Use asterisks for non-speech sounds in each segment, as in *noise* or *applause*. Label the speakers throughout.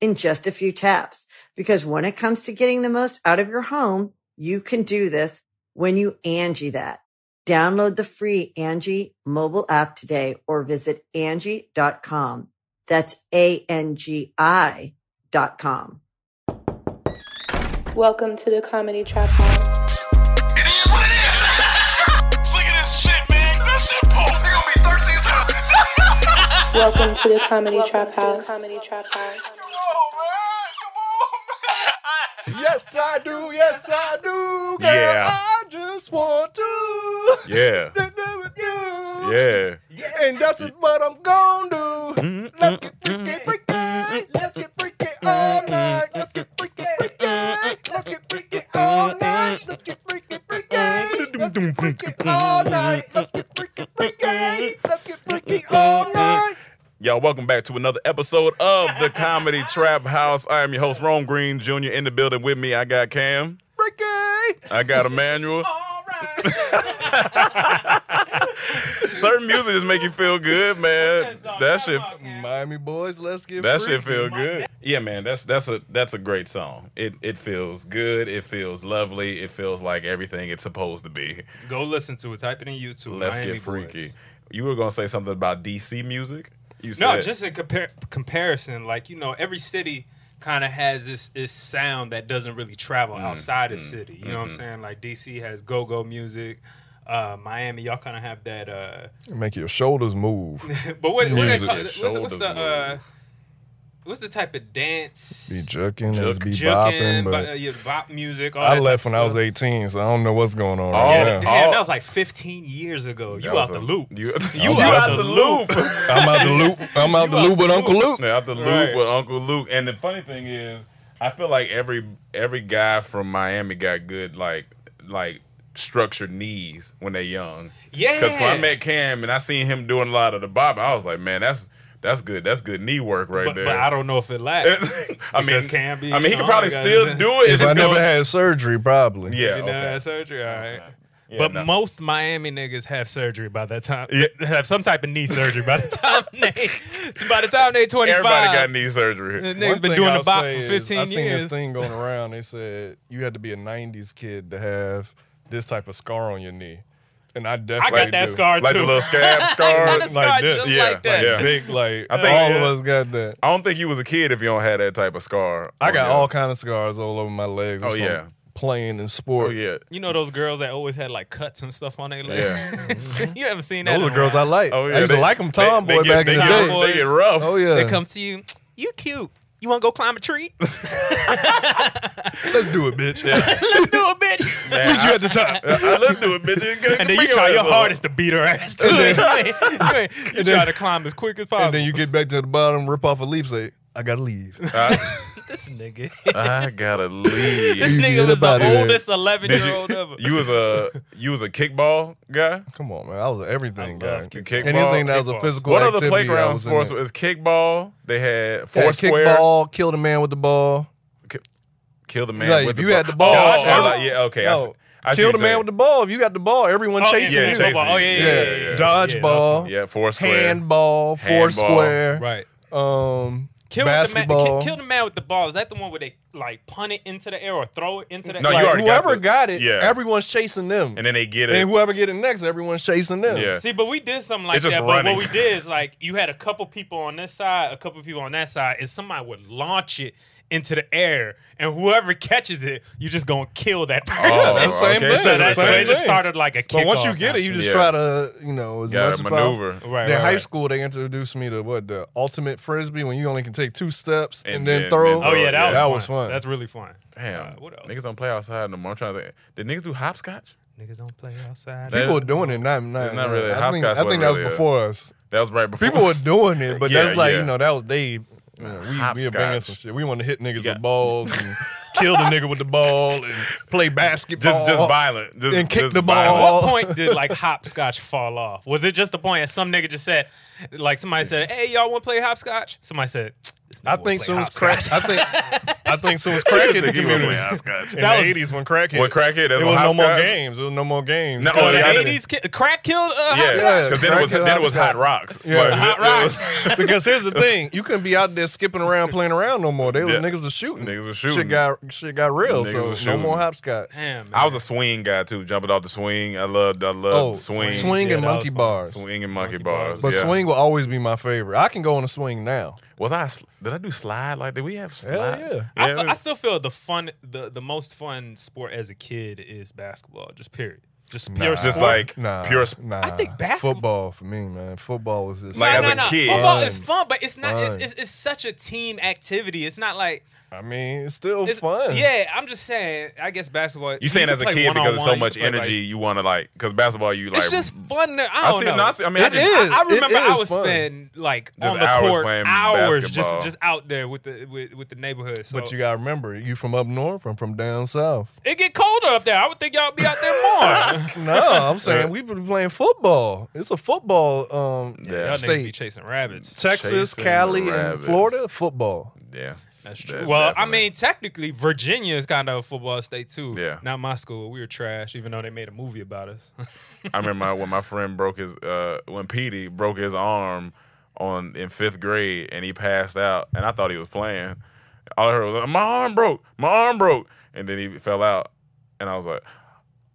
Speaker 1: in just a few taps. Because when it comes to getting the most out of your home, you can do this when you Angie that. Download the free Angie mobile app today or visit Angie.com. That's A-N-G-I dot com.
Speaker 2: Welcome to the Comedy Trap House.
Speaker 3: It is what it is. Look at this shit, man. That shit pulled. They gonna be thirsty as hell. *laughs*
Speaker 2: Welcome to the Comedy Trap
Speaker 4: Welcome to
Speaker 2: House.
Speaker 4: the Comedy Trap House.
Speaker 3: oh, man. Come on, man.
Speaker 5: Yes, I do. Yes, I do. Girl,
Speaker 6: Yeah.
Speaker 5: I just want to
Speaker 6: Yeah.
Speaker 5: do it with you.
Speaker 6: Yeah.
Speaker 5: And that's just what I'm gonna do. Let's get freaky, freaky. Let's get freaky all night. Let's get freaky, freaky. Let's get freaky all night. Let's get freaky, freaky. Let's get freaky all night. Let's get freaky, freaky. Let's get freaky all night.
Speaker 6: Y'all, welcome back to another episode of the Comedy Trap House. I am your host, Rome Green Jr. In the building with me, I got Cam.
Speaker 5: Freaky.
Speaker 6: I got Emmanuel.
Speaker 5: All right.
Speaker 6: Certain music just make you feel good, man. That shit,
Speaker 5: Miami boys, let's get
Speaker 6: that
Speaker 5: freaky.
Speaker 6: shit feel good. Yeah, man. That's that's a that's a great song. It it feels good. It feels lovely. It feels like everything it's supposed to be.
Speaker 7: Go listen to it. Type it in YouTube.
Speaker 6: Let's
Speaker 7: Miami
Speaker 6: get freaky.
Speaker 7: Boys.
Speaker 6: You were gonna say something about DC music. You
Speaker 7: No,
Speaker 6: said-
Speaker 7: just in compar- comparison, like you know, every city kind of has this this sound that doesn't really
Speaker 5: Mm,
Speaker 7: travel outside the city. You know what
Speaker 5: mm-hmm.
Speaker 7: I'm saying? Like DC has go go music. Uh, Miami, y'all kind of have that. Uh,
Speaker 5: Make your shoulders move.
Speaker 7: but what, what they
Speaker 5: Music.
Speaker 7: call, what's, what's
Speaker 6: Shoulders
Speaker 7: the uh,
Speaker 6: move.
Speaker 7: what's the type of dance?
Speaker 5: Be jucking,
Speaker 6: Juck-
Speaker 5: just be
Speaker 7: Juking,
Speaker 5: bopping,
Speaker 7: bo- uh,
Speaker 5: but
Speaker 7: yeah, bop music. All
Speaker 5: I
Speaker 7: that
Speaker 5: left
Speaker 7: type of
Speaker 5: when I was
Speaker 7: stuff.
Speaker 5: 18, so I don't know what's going on
Speaker 6: Oh,
Speaker 5: right
Speaker 7: Yeah,
Speaker 5: now.
Speaker 6: Oh.
Speaker 7: damn, that was like 15 years ago. You out
Speaker 6: was a-
Speaker 7: the loop.
Speaker 6: *laughs* You,
Speaker 7: You out the loop.
Speaker 5: I'm out the
Speaker 6: *laughs*
Speaker 5: loop. I'm out the
Speaker 7: out
Speaker 5: loop
Speaker 7: the
Speaker 5: with Uncle Luke.
Speaker 6: Yeah, out the loop
Speaker 7: Right.
Speaker 6: with Uncle Luke. And the funny thing is, I feel like every every guy from Miami got good like like structured knees when they young.
Speaker 7: Yeah.
Speaker 6: Because when I met Cam and I seen him doing a lot of the bob, I was like, man, that's that's good. That's good knee work right
Speaker 7: but,
Speaker 6: there.
Speaker 7: but I don't know if
Speaker 5: *laughs*
Speaker 7: it lasts.
Speaker 6: *laughs* I mean,
Speaker 7: because Cam be
Speaker 6: I mean, he could
Speaker 7: strong,
Speaker 6: probably
Speaker 7: he got
Speaker 6: still
Speaker 7: his-
Speaker 6: do it.
Speaker 5: If
Speaker 6: It's
Speaker 5: I
Speaker 6: just
Speaker 5: never
Speaker 6: gonna-
Speaker 5: had surgery, probably.
Speaker 6: yeah,
Speaker 7: You
Speaker 6: okay.
Speaker 7: know, had surgery, all right.
Speaker 6: Yeah,
Speaker 7: but
Speaker 6: no.
Speaker 7: most Miami niggas have surgery by that time.
Speaker 6: Yeah.
Speaker 7: Have some type of knee surgery by the time they by the time they twenty
Speaker 6: everybody got
Speaker 7: five.
Speaker 6: knee surgery.
Speaker 7: Niggas
Speaker 5: One
Speaker 7: been
Speaker 5: thing
Speaker 7: doing the
Speaker 5: I'll
Speaker 7: box
Speaker 5: say
Speaker 7: for
Speaker 5: is
Speaker 7: fifteen
Speaker 5: I seen
Speaker 7: years.
Speaker 5: this thing going around. They said you had to be a '90s kid to have this type of scar on your knee, and I
Speaker 7: I
Speaker 5: definitely
Speaker 7: got that
Speaker 5: do.
Speaker 7: scar
Speaker 6: Like
Speaker 7: too.
Speaker 6: the
Speaker 7: *laughs*
Speaker 6: little scab
Speaker 7: I
Speaker 6: scar.
Speaker 7: got a scar
Speaker 5: like this.
Speaker 7: just
Speaker 6: Yeah,
Speaker 7: like that.
Speaker 6: yeah.
Speaker 5: *laughs* Big, like
Speaker 6: I think-
Speaker 5: all
Speaker 6: yeah.
Speaker 5: of us got that.
Speaker 6: I don't think you was a kid if you don't have that type of scar.
Speaker 5: I
Speaker 6: on
Speaker 5: got
Speaker 6: your-
Speaker 5: all kind of scars all over my legs.
Speaker 6: Oh,
Speaker 5: from
Speaker 6: yeah.
Speaker 5: playing in
Speaker 6: Oh
Speaker 5: sport.
Speaker 6: yeah.
Speaker 7: You know those girls that always had like cuts and stuff on their legs. *laughs* you haven't seen that.
Speaker 5: Those are
Speaker 7: in a
Speaker 5: girls I
Speaker 7: while.
Speaker 5: like.
Speaker 6: Oh yeah,
Speaker 5: I used to like them tomboy
Speaker 6: they get-
Speaker 5: back
Speaker 6: they
Speaker 5: in the
Speaker 6: get-
Speaker 5: day.
Speaker 7: Tomboy.
Speaker 6: They get rough.
Speaker 5: Oh yeah,
Speaker 7: They come to you. You cute. You want to go climb a tree?
Speaker 5: *laughs* let's do it, bitch.
Speaker 7: Let's do it, bitch.
Speaker 6: Man,
Speaker 5: Meet you at the top.
Speaker 6: I love doing bitches.
Speaker 7: And then you try your hardest to beat her ass. Too. *laughs* you ain't-
Speaker 5: *laughs*
Speaker 7: you ain't- you
Speaker 5: then-
Speaker 7: try to climb as quick as possible.
Speaker 5: And then you get back to the bottom, rip off a leaf, say, "I gotta leave."
Speaker 6: I,
Speaker 7: this nigga.
Speaker 6: I gotta leave.
Speaker 7: This
Speaker 5: *laughs* You
Speaker 7: nigga
Speaker 5: get
Speaker 7: was
Speaker 5: up outta
Speaker 7: the
Speaker 5: there.
Speaker 7: oldest 11
Speaker 6: Did
Speaker 7: year old ever.
Speaker 6: you, you was a you was a kickball guy.
Speaker 5: Come on, man. I was an everything
Speaker 7: I love
Speaker 5: guy.
Speaker 6: kickball.
Speaker 5: Anything that was
Speaker 7: Kickball.
Speaker 5: a physical
Speaker 6: What
Speaker 5: activity,
Speaker 6: other
Speaker 5: I
Speaker 6: playground
Speaker 5: was in
Speaker 6: sports
Speaker 5: it.
Speaker 6: was kickball? They had
Speaker 5: Yeah,
Speaker 6: four square.
Speaker 5: kickball, kill the man with the ball.
Speaker 6: Kill the man.
Speaker 5: Like,
Speaker 6: with
Speaker 5: if
Speaker 6: the
Speaker 5: you had the ball,
Speaker 6: Oh,
Speaker 5: I-
Speaker 6: oh, like, yeah. Okay. I see-
Speaker 5: No,
Speaker 6: I, see
Speaker 5: kill
Speaker 6: what
Speaker 5: the man
Speaker 6: you're
Speaker 5: with the ball. If you got the ball, everyone
Speaker 7: Oh,
Speaker 5: chasing
Speaker 6: yeah,
Speaker 5: you.
Speaker 6: chasing
Speaker 7: football. Oh,
Speaker 6: you.
Speaker 7: yeah,
Speaker 5: yeah,
Speaker 7: yeah, yeah, yeah.
Speaker 5: dodgeball,
Speaker 6: saying. Yeah, four square.
Speaker 5: handball, four square,
Speaker 7: Right.
Speaker 5: um,
Speaker 7: Kill The man,
Speaker 5: basketball.
Speaker 7: ki- kill the man with the ball. Is that the one where they like punt it into the air or throw it into the
Speaker 6: No,
Speaker 7: air?
Speaker 6: you
Speaker 5: Like,
Speaker 6: already got
Speaker 5: whoever
Speaker 6: the-
Speaker 5: got it,
Speaker 6: yeah.
Speaker 5: everyone's chasing them,
Speaker 6: and then they get it.
Speaker 5: and whoever get it next, everyone's chasing them.
Speaker 6: Yeah.
Speaker 7: See, but we did something like
Speaker 6: It's just
Speaker 7: that. But
Speaker 6: running.
Speaker 7: what we did is like you had a couple people on this side, a couple people on that side, and somebody would launch it into the air, and whoever catches it, you just gonna kill that person.
Speaker 6: Oh,
Speaker 5: Same
Speaker 6: okay.
Speaker 5: thing.
Speaker 7: *laughs* so that's
Speaker 5: Same
Speaker 7: why it just
Speaker 5: thing.
Speaker 7: started like a kick.
Speaker 5: But once you get it, you just
Speaker 6: Yeah.
Speaker 5: try to, you know, as much
Speaker 6: Got to
Speaker 5: about-
Speaker 6: maneuver.
Speaker 7: right,
Speaker 5: in
Speaker 7: right,
Speaker 5: high
Speaker 7: right.
Speaker 5: school, they introduced me to what the ultimate frisbee when you only can take two steps and,
Speaker 6: And
Speaker 5: then
Speaker 6: then-
Speaker 5: throw.
Speaker 6: then
Speaker 7: Oh yeah, that,
Speaker 6: Yeah,
Speaker 7: was,
Speaker 5: that
Speaker 7: fun.
Speaker 5: was fun.
Speaker 7: That's really fun.
Speaker 6: Damn,
Speaker 7: Uh, what else?
Speaker 6: Niggas don't play outside no more. I'm trying to think. Did niggas do hopscotch?
Speaker 7: Niggas don't play outside.
Speaker 6: That-
Speaker 5: people were doing it. Not, not,
Speaker 6: It's not really-
Speaker 5: I
Speaker 6: house
Speaker 5: think,
Speaker 6: guys
Speaker 5: I think
Speaker 6: wasn't
Speaker 5: that was
Speaker 6: really a-
Speaker 5: before us.
Speaker 6: That was right before.
Speaker 5: People
Speaker 6: *laughs*
Speaker 5: were doing it, but
Speaker 6: Yeah,
Speaker 5: that's like
Speaker 6: yeah.
Speaker 5: you know that was they. you know, we we were bringing
Speaker 6: Hopscotch.
Speaker 5: some shit. We want to hit niggas
Speaker 6: got-
Speaker 5: with balls,
Speaker 6: *laughs*
Speaker 5: and kill the nigga with the ball, and play basketball.
Speaker 6: just
Speaker 5: *laughs*
Speaker 6: just violent. Just,
Speaker 5: And kick
Speaker 6: just
Speaker 5: the ball.
Speaker 6: violent.
Speaker 7: what point did
Speaker 6: *laughs*
Speaker 7: like hopscotch fall off? Was it just the point that some nigga just said, like somebody said, "Hey, y'all want to play hopscotch?" Somebody said, "This nigga
Speaker 5: I
Speaker 7: wanna
Speaker 5: think
Speaker 7: play
Speaker 5: so. Was
Speaker 7: hopscotch." *laughs*
Speaker 5: crack. I think I
Speaker 6: *laughs*
Speaker 5: think so. Was crack in the
Speaker 6: Nigga, you wanna play
Speaker 5: community.
Speaker 6: hopscotch.
Speaker 5: In
Speaker 7: That
Speaker 5: the
Speaker 7: was-
Speaker 5: eighties when crack hit.
Speaker 6: When crack hit, that's
Speaker 5: there
Speaker 6: when
Speaker 5: was no more
Speaker 6: hopscotch-
Speaker 5: games. There was no more games.
Speaker 6: No,
Speaker 5: Because
Speaker 6: oh,
Speaker 5: they
Speaker 6: the
Speaker 5: got it.
Speaker 7: 80s ki- crack killed uh, hopscotch.
Speaker 6: *laughs* Yeah, because then it
Speaker 5: Crack
Speaker 6: was
Speaker 5: hit
Speaker 6: then it was
Speaker 5: hopscotch.
Speaker 6: hot rocks.
Speaker 5: Yeah.
Speaker 7: Hot
Speaker 6: it
Speaker 5: *laughs*
Speaker 6: was-
Speaker 5: because here's the thing, you couldn't be out there skipping around, playing around no more. They was
Speaker 6: Yeah.
Speaker 5: niggas was shooting.
Speaker 6: Niggas was shooting.
Speaker 5: Shit got shit got real.
Speaker 6: Niggas was
Speaker 5: so no
Speaker 6: shooting. Uh,
Speaker 5: more hopscotch.
Speaker 7: Damn, man.
Speaker 6: *laughs* I was a swing guy too, jumping off the swing. I loved I
Speaker 5: Oh,
Speaker 6: loved swing,
Speaker 5: swing,
Speaker 7: Yeah,
Speaker 5: and
Speaker 7: that
Speaker 5: monkey
Speaker 7: was fun.
Speaker 5: bars.
Speaker 6: swing and monkey,
Speaker 7: Monkey
Speaker 6: bars.
Speaker 7: bars.
Speaker 5: But
Speaker 6: yeah.
Speaker 5: swing will always be my favorite. I can go on a swing now.
Speaker 6: was I? sl- Did I do slide? Like did we have
Speaker 5: Hell
Speaker 6: slide?
Speaker 5: yeah.
Speaker 7: I, fe- I still feel the fun, the, the most fun sport as a kid is basketball. Just period. Just pure
Speaker 5: Nah.
Speaker 7: sport.
Speaker 6: just like
Speaker 5: Nah,
Speaker 6: pure. Sp-
Speaker 5: nah.
Speaker 7: I think basket-
Speaker 5: football for me, man. Football was just
Speaker 6: Like, as a kid.
Speaker 7: football
Speaker 5: Fun.
Speaker 7: is fun, but it's not. It's,
Speaker 5: Fun.
Speaker 7: it's, it's such a team activity. It's not like
Speaker 5: I mean, it's still
Speaker 7: it's
Speaker 5: fun.
Speaker 7: Yeah, I'm just saying. I guess basketball.
Speaker 6: you saying
Speaker 7: can
Speaker 6: as a
Speaker 7: play
Speaker 6: kid because it's so
Speaker 7: one-on-one, you
Speaker 6: much
Speaker 7: can play, like-
Speaker 6: energy, you want to like because basketball you like.
Speaker 7: it's just fun. I don't
Speaker 6: I see.
Speaker 7: know.
Speaker 6: No, I, see, I mean, I
Speaker 5: It
Speaker 6: just,
Speaker 5: is.
Speaker 7: I, I remember
Speaker 5: it
Speaker 7: I
Speaker 5: is
Speaker 7: would
Speaker 5: fun.
Speaker 7: spend like
Speaker 6: Just
Speaker 7: on the
Speaker 6: hours
Speaker 7: court
Speaker 6: playing
Speaker 7: hours
Speaker 6: basketball.
Speaker 7: just just out there with the with, with the neighborhood. So
Speaker 5: But you gotta remember, you from up north, I'm from down south.
Speaker 6: *laughs*
Speaker 7: it get colder up there. I would think y'all be out there more.
Speaker 5: No, I'm
Speaker 6: Uh,
Speaker 5: saying we've been playing football. It's a football um
Speaker 6: Yeah.
Speaker 7: y'all niggas be
Speaker 5: state.
Speaker 7: chasing rabbits.
Speaker 5: Texas,
Speaker 6: chasing
Speaker 5: Cali, and
Speaker 6: rabbits.
Speaker 5: Florida, football.
Speaker 6: yeah.
Speaker 7: That's
Speaker 6: Yeah,
Speaker 7: true. well,
Speaker 6: definitely.
Speaker 7: I mean, technically, Virginia is kind of a football state too.
Speaker 6: Yeah.
Speaker 7: Not my school. We were trash, even though they made a movie
Speaker 6: *laughs*
Speaker 7: about us.
Speaker 6: I remember my, when my friend broke his uh, when Petey broke his arm on in fifth grade and he passed out and I thought he was playing. All I heard was my arm broke, my arm broke, and then he fell out, and I was like,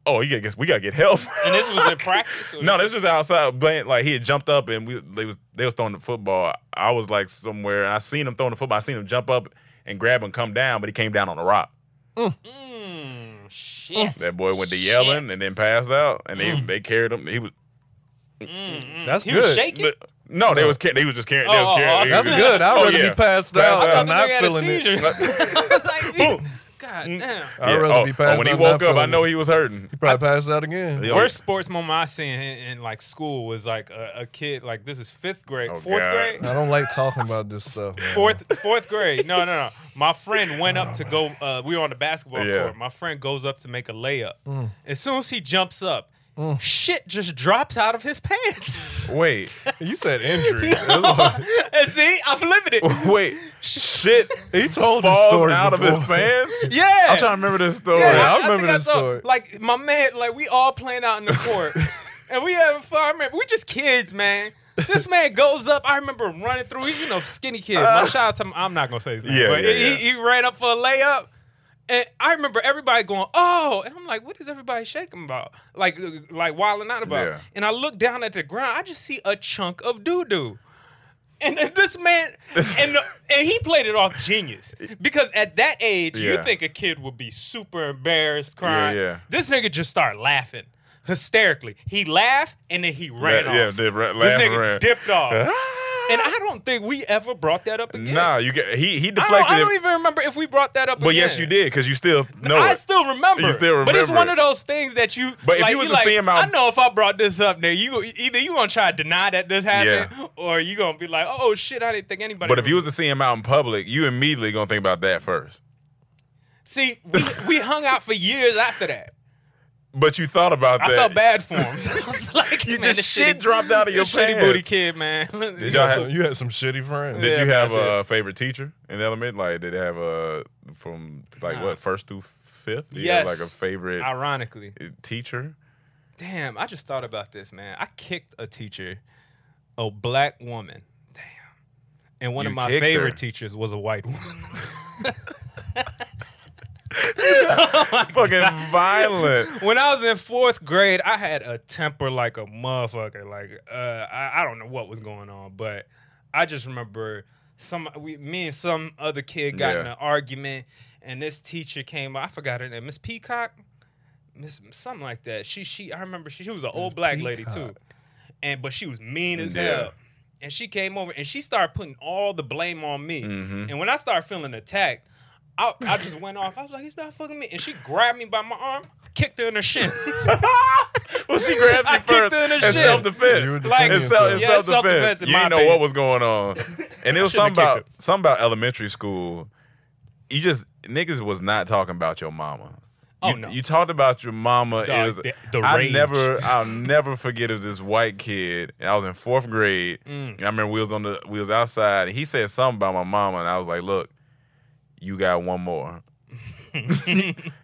Speaker 6: "Oh, you gotta get, we gotta get help." *laughs*
Speaker 7: and this was in practice. *laughs* or
Speaker 6: no,
Speaker 7: this
Speaker 6: this was outside playing. Like he had jumped up and we they was they was throwing the football. I was like somewhere and I seen him throwing the football. I seen him jump up and grab and come down, but he came down on a rock.
Speaker 7: Mm,
Speaker 5: Oh,
Speaker 7: shit.
Speaker 6: That boy went to yelling and then passed out, and they they carried him. He was
Speaker 5: That's
Speaker 7: Mm, He
Speaker 5: good.
Speaker 7: was shaking.
Speaker 6: no, they was ca- they was just carrying. they
Speaker 7: Oh,
Speaker 6: was carrying.
Speaker 7: oh,
Speaker 5: That's
Speaker 7: Yeah.
Speaker 5: good. I'd
Speaker 6: *laughs* Oh,
Speaker 5: rather
Speaker 6: yeah.
Speaker 5: be passed
Speaker 6: Passed
Speaker 5: out
Speaker 6: out.
Speaker 7: I
Speaker 5: than
Speaker 7: thought
Speaker 5: not
Speaker 7: the nigga had a
Speaker 5: feeling it.
Speaker 7: seizure. *laughs* I was like,
Speaker 6: Boom.
Speaker 7: God
Speaker 6: Mm.
Speaker 7: damn.
Speaker 5: I'd rather
Speaker 6: Yeah.
Speaker 5: be
Speaker 6: Oh,
Speaker 5: passed
Speaker 6: oh, when he
Speaker 5: out than
Speaker 6: woke
Speaker 5: not
Speaker 6: up, I
Speaker 5: feeling
Speaker 6: know
Speaker 5: it.
Speaker 6: he was hurting.
Speaker 5: He probably passed out again. *laughs*
Speaker 6: Yeah.
Speaker 7: Worst sports moment I seen in, in like school was like a, a kid like this is fifth grade,
Speaker 6: Oh,
Speaker 7: fourth
Speaker 6: God.
Speaker 7: grade,
Speaker 5: I don't like talking about this stuff. man.
Speaker 6: *laughs*
Speaker 7: fourth fourth grade. No, no, no. My friend went up to go. Uh, we were on the basketball
Speaker 6: Oh, Yeah.
Speaker 7: court. My friend goes up to make a layup. As soon as he jumps up, shit just drops out of his *laughs* pants.
Speaker 6: Wait, *laughs*
Speaker 5: You said injury.
Speaker 7: and see, I'm
Speaker 6: *laughs*
Speaker 7: limited.
Speaker 6: wait,
Speaker 5: *laughs*
Speaker 6: shit
Speaker 5: he told this
Speaker 6: falls
Speaker 5: story
Speaker 6: out of his
Speaker 5: before. *laughs*
Speaker 6: pants.
Speaker 7: Yeah,
Speaker 6: I'm trying to remember this story.
Speaker 5: Yeah, I
Speaker 7: Yeah, I,
Speaker 5: remember
Speaker 7: think I
Speaker 5: this
Speaker 7: saw-
Speaker 5: story.
Speaker 7: Like my man, like we all playing out in the
Speaker 6: *laughs*
Speaker 7: court, and we having fun. I remember we just kids, man. This man goes up. I remember running through. He's you know skinny kid. My shout out to him. I'm not gonna say his name,
Speaker 6: Uh, Yeah,
Speaker 7: but
Speaker 6: yeah,
Speaker 7: he,
Speaker 6: yeah.
Speaker 7: he ran up for a layup. And I remember everybody going, "Oh!" And I'm like, "What is everybody shaking about? Like, like wilding out about?"
Speaker 6: Yeah.
Speaker 7: And I look down at the ground. I just see a chunk of doo doo. And then this
Speaker 6: *laughs*
Speaker 7: man, and and he played it off genius because at that age,
Speaker 6: Yeah.
Speaker 7: you think a kid would be super embarrassed, crying.
Speaker 6: Yeah, yeah.
Speaker 7: This nigga just started laughing hysterically. He laughed and then he ran
Speaker 6: Yeah,
Speaker 7: off.
Speaker 6: yeah, did ra-
Speaker 7: this
Speaker 6: laugh and
Speaker 7: nigga
Speaker 6: ran. *laughs*
Speaker 7: dipped off, and I don't think we ever brought that up again.
Speaker 6: Nah, you get he he
Speaker 7: I don't,
Speaker 6: deflected
Speaker 7: I don't
Speaker 6: it,
Speaker 7: even remember if we brought that up.
Speaker 6: but
Speaker 7: again.
Speaker 6: yes, you did because you still know
Speaker 7: I
Speaker 6: it.
Speaker 7: still remember.
Speaker 6: You still
Speaker 7: But it's
Speaker 6: remember
Speaker 7: one
Speaker 6: it.
Speaker 7: of those things that you.
Speaker 6: But if
Speaker 7: like,
Speaker 6: you was
Speaker 7: you
Speaker 6: to
Speaker 7: like,
Speaker 6: see him out-
Speaker 7: I know if I brought this up, there you either you gonna try to deny that this happened, or you gonna be like, "Oh shit, I didn't think anybody."
Speaker 6: but if you was
Speaker 7: remembered."
Speaker 6: to see him out in public, you immediately gonna think about that first.
Speaker 7: see, we, we hung out for years after that.
Speaker 6: But you thought about
Speaker 7: I
Speaker 6: that.
Speaker 7: felt bad for him. *laughs*
Speaker 6: *laughs*
Speaker 7: I was like,
Speaker 6: You
Speaker 7: man,
Speaker 6: just
Speaker 7: this
Speaker 6: shit
Speaker 7: shitty-
Speaker 6: dropped out of your
Speaker 7: this shitty
Speaker 6: pants.
Speaker 7: booty kid, man.
Speaker 6: Did
Speaker 5: You
Speaker 6: y'all
Speaker 5: had
Speaker 6: have,
Speaker 5: some- you had some shitty friends.
Speaker 6: Did
Speaker 7: Yeah,
Speaker 6: you
Speaker 7: man,
Speaker 6: have
Speaker 7: I did.
Speaker 6: a favorite teacher in element? Like, did it have a from like
Speaker 7: Nah.
Speaker 6: what first through fifth? Did you have,
Speaker 7: Yes.
Speaker 6: like a favorite
Speaker 7: *laughs* Ironically, *laughs*
Speaker 6: teacher?
Speaker 7: damn, I just thought about this, man. I kicked a teacher, a black woman. Damn. And one
Speaker 6: You
Speaker 7: of my
Speaker 6: kicked her.
Speaker 7: favorite teachers was a
Speaker 6: *laughs*
Speaker 7: white woman. *laughs* *laughs*
Speaker 6: Fucking violent.
Speaker 7: when I was in fourth grade, I had a temper like a motherfucker. Like uh, I, I don't know what was going on, but I just remember some we me and some other kid got in
Speaker 6: Yeah.
Speaker 7: an argument, and this teacher came. I forgot her name, Miss Peacock, Miss something like that. She she I remember she, she was an old black lady too,
Speaker 5: Peacock.
Speaker 7: and but she was mean as
Speaker 6: Yeah.
Speaker 7: hell. And she came over and she started putting all the blame on me.
Speaker 6: Mhm.
Speaker 7: And when I started feeling attacked, I, I just went off. I was like, "He's not fucking me!" And she grabbed me by my arm, kicked her in the shin.
Speaker 6: *laughs* Well, she grabbed
Speaker 7: I
Speaker 6: me
Speaker 7: kicked
Speaker 6: first.
Speaker 7: her in the
Speaker 6: It's
Speaker 7: shin.
Speaker 6: self
Speaker 5: You were
Speaker 6: defense.
Speaker 5: Like-
Speaker 6: it's self,
Speaker 5: defending
Speaker 6: it's
Speaker 7: yeah,
Speaker 6: self
Speaker 7: it's self-defense
Speaker 6: defense.
Speaker 7: in
Speaker 6: You
Speaker 7: my
Speaker 6: didn't know
Speaker 7: opinion.
Speaker 6: what was going on,
Speaker 7: *laughs*
Speaker 6: and it was
Speaker 7: shouldn't have
Speaker 6: something about
Speaker 7: kicked
Speaker 6: something about elementary school. You just niggas was not talking about your mama.
Speaker 7: Oh,
Speaker 6: You-
Speaker 7: no.
Speaker 6: You talked about your mama
Speaker 7: Dog,
Speaker 6: is
Speaker 7: the- the
Speaker 6: I
Speaker 7: rage.
Speaker 6: never I'll never forget is this white kid and I was in fourth grade. And I remember we was on the we was outside and he said something about my mama and I was like, Look, you got one more. *laughs*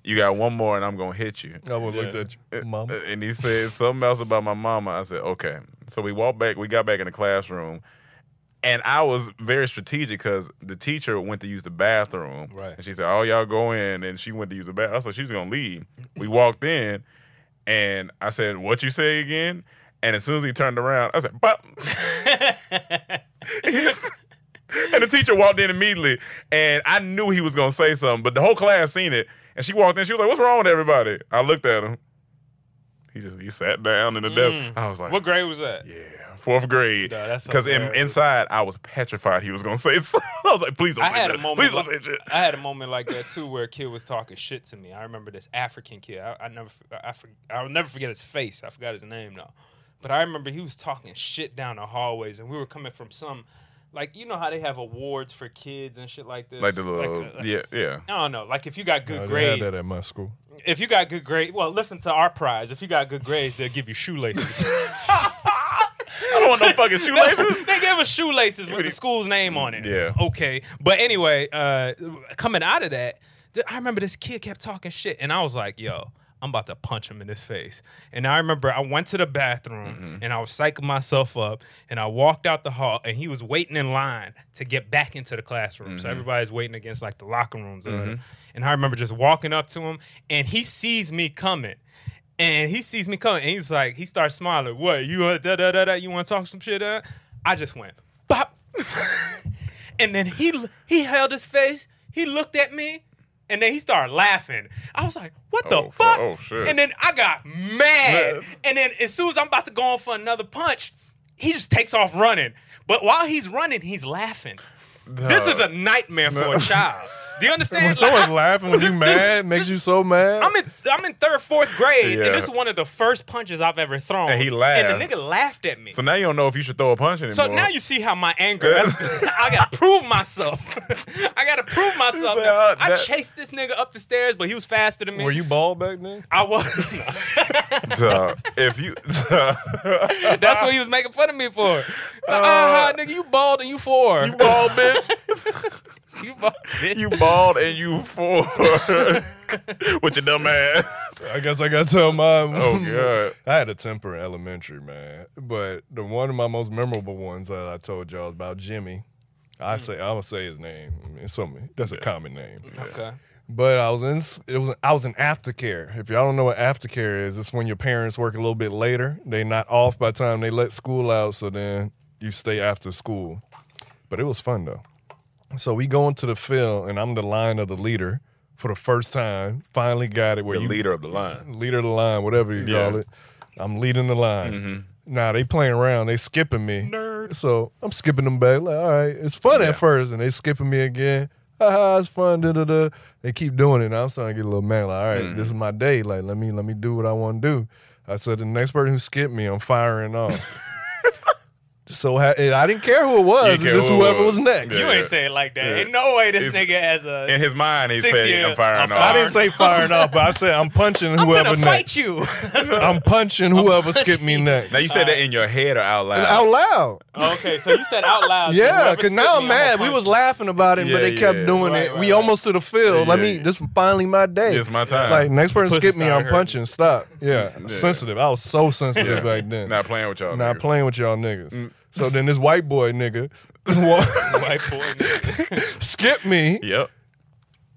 Speaker 6: you got one more and I'm gonna hit you.
Speaker 5: I would have looked at you, mom. Oh,
Speaker 6: Uh, and he said something else about my mama. I said, okay. So we walked back, we got back in the classroom, and I was very strategic because the teacher went to use the bathroom.
Speaker 7: Right.
Speaker 6: And she said, oh, y'all go in. And she went to use the bathroom. I said, she's going to leave. We walked in, and I said, what you say again? And as soon as he turned around, I said, but. and the teacher walked in immediately, and I knew he was going to say something, but the whole class seen it. And she walked in, she was like, what's wrong with everybody? I looked at him. He just he sat down in the depth. I was like,
Speaker 7: *laughs* Mm. what grade was that?
Speaker 6: yeah, fourth grade.
Speaker 7: Nah, that's
Speaker 6: Because in,
Speaker 7: hilarious.
Speaker 6: inside, I was petrified he was going to say *laughs* something. I was like, please don't
Speaker 7: I
Speaker 6: say
Speaker 7: had
Speaker 6: that.
Speaker 7: a moment.
Speaker 6: please don't
Speaker 7: like-
Speaker 6: say shit.
Speaker 7: I had a moment like that too, where a kid was talking shit to me. I remember this African kid. I, I never, I, I for, I'll never forget his face. I forgot his name now, but I remember he was talking shit down the hallways, and we were coming from some, like you know how they have awards for kids and shit like this.
Speaker 6: Like the little,
Speaker 7: uh, like-
Speaker 6: yeah,
Speaker 7: *laughs*
Speaker 6: yeah. Oh,
Speaker 7: I don't know. Like if you got good
Speaker 5: I
Speaker 7: grades,
Speaker 5: had that
Speaker 6: um,
Speaker 5: at my school.
Speaker 7: if you got good grades, well, listen to our prize. If you got good grades, they'll give you
Speaker 6: *laughs*
Speaker 7: shoelaces. *laughs*
Speaker 6: I don't want no *laughs* fucking shoelaces.
Speaker 7: they gave us shoelaces with the school's name on it.
Speaker 6: Yeah.
Speaker 7: Okay. But anyway, uh, coming out of that, th- I remember this kid kept talking shit, and I was like, yo. I'm about to punch him in his face. And I remember I went to the bathroom and I was psyching myself up and I walked out the hall and he was waiting in line to get back into the classroom. So everybody's waiting against like the locker rooms. or whatever. And I remember just walking up to him and he sees me coming. And he sees me coming, and he's like, he starts smiling. What you uh, da da da da? You want to talk some shit? Uh? I just went *laughs* pop, and then he he held his face. He looked at me, and then he started laughing. I was like, what the
Speaker 6: Oh, fu-
Speaker 7: fuck?
Speaker 6: oh, shit.
Speaker 7: And then I got mad.
Speaker 6: Man.
Speaker 7: And then as soon as I'm about to go on for another punch, he just takes off running. But while he's running, he's laughing. This is a nightmare for a child. Do you
Speaker 5: When
Speaker 6: *laughs*
Speaker 7: understand? Like,
Speaker 5: someone's
Speaker 7: I-
Speaker 5: laughing, when you mad, makes you so mad.
Speaker 7: I'm in I'm in third, fourth grade,
Speaker 6: Yeah.
Speaker 7: and this is one of the first punches I've ever thrown.
Speaker 6: And he laughed.
Speaker 7: And the nigga laughed at me.
Speaker 6: So
Speaker 7: So,
Speaker 6: now you don't know if you should throw a punch anymore.
Speaker 7: now you see how my
Speaker 6: *laughs*
Speaker 7: anger. I gotta prove myself. *laughs* I gotta prove myself.
Speaker 6: He's like, uh,
Speaker 7: I
Speaker 6: that-
Speaker 7: chased this nigga up the stairs, but he was faster than me.
Speaker 5: Were you bald back then?
Speaker 7: I was.
Speaker 6: Duh. if you
Speaker 7: *laughs*
Speaker 6: *laughs*
Speaker 7: Uh-uh, That's what he was making fun of me for. It's Like, ah, nigga, you bald and you four.
Speaker 6: Uh, you bald bitch,
Speaker 7: *laughs* You bald.
Speaker 6: *laughs*
Speaker 7: bitch.
Speaker 6: you bald and you four *laughs* with your dumb ass.
Speaker 5: *laughs* I guess I gotta tell mom. *laughs*
Speaker 6: Oh god.
Speaker 5: I had a temper in elementary, man. But the one of my most memorable ones that I told y'all about Jimmy. I say I would say his name. It's something that's a common name.
Speaker 7: Okay.
Speaker 5: But I was in it was I was in aftercare. If y'all don't know what aftercare is, it's when your parents work a little bit later. They not off by the time they let school out, so then you stay after school. But it was fun though. So we go into the field and I'm the line of the leader for the first time. Finally got it where
Speaker 6: The
Speaker 5: you
Speaker 6: leader of the line.
Speaker 5: leader of the line, whatever you
Speaker 6: Yeah. Mm-hmm.
Speaker 5: call it. I'm leading the line. Now they playing around, they skipping me.
Speaker 7: Nerd.
Speaker 5: So I'm skipping them back. Like, all right, it's fun at first, and they skipping me again. Ha ha, it's fun. Da da da. They keep doing it, and I'm starting to get a little mad. Like, all right,
Speaker 6: Mm-hmm.
Speaker 5: this is my day. Like, let me let me do what I want to do. I said, the next person who skipped me, I'm firing
Speaker 6: *laughs*
Speaker 5: off. so ha- and I didn't care who it
Speaker 6: You
Speaker 5: was.
Speaker 6: didn't care
Speaker 5: Just
Speaker 6: who it
Speaker 5: whoever
Speaker 6: was.
Speaker 5: was next.
Speaker 6: Yeah.
Speaker 7: You ain't say it like that.
Speaker 6: Yeah.
Speaker 7: Ain't no way this
Speaker 6: It's-
Speaker 7: nigga has a.
Speaker 6: In his mind, he
Speaker 7: Six
Speaker 6: said,
Speaker 7: years.
Speaker 6: "I'm firing
Speaker 7: I'm
Speaker 6: off."
Speaker 5: I didn't say firing off, but I said I'm punching
Speaker 7: *laughs* I'm
Speaker 5: whoever
Speaker 7: gonna
Speaker 5: next.
Speaker 6: *laughs*
Speaker 7: fight you.
Speaker 5: I'm punching whoever skipped me next.
Speaker 6: Now you said that in your head or out loud?
Speaker 5: out loud.
Speaker 7: okay, so you said out loud.
Speaker 5: Yeah,
Speaker 7: whoever
Speaker 5: because
Speaker 7: skipped
Speaker 5: now
Speaker 7: me,
Speaker 5: I'm mad.
Speaker 7: gonna
Speaker 5: We
Speaker 7: punch
Speaker 5: was laughing about it, but
Speaker 6: Yeah,
Speaker 5: they kept
Speaker 6: yeah.
Speaker 5: doing
Speaker 7: Right,
Speaker 5: it.
Speaker 7: right,
Speaker 5: we
Speaker 7: right.
Speaker 5: almost to the field. Let
Speaker 6: Yeah,
Speaker 5: me.
Speaker 6: yeah.
Speaker 5: This is finally my day.
Speaker 6: It's my time.
Speaker 5: Like next person
Speaker 7: Pussy
Speaker 5: skip me,
Speaker 7: started
Speaker 5: I'm
Speaker 7: hurting.
Speaker 5: punching.
Speaker 6: *laughs*
Speaker 5: Stop. Yeah,
Speaker 6: Yeah.
Speaker 5: sensitive. I was so sensitive
Speaker 6: Yeah.
Speaker 5: back then.
Speaker 6: Not playing with y'all.
Speaker 5: Not
Speaker 6: niggas. Mm.
Speaker 5: playing with y'all niggas. So then this white boy
Speaker 6: *laughs*
Speaker 5: nigga wa-
Speaker 7: white boy
Speaker 6: Uh,
Speaker 5: *laughs*
Speaker 7: nigga.
Speaker 5: skipped me.
Speaker 6: Yep.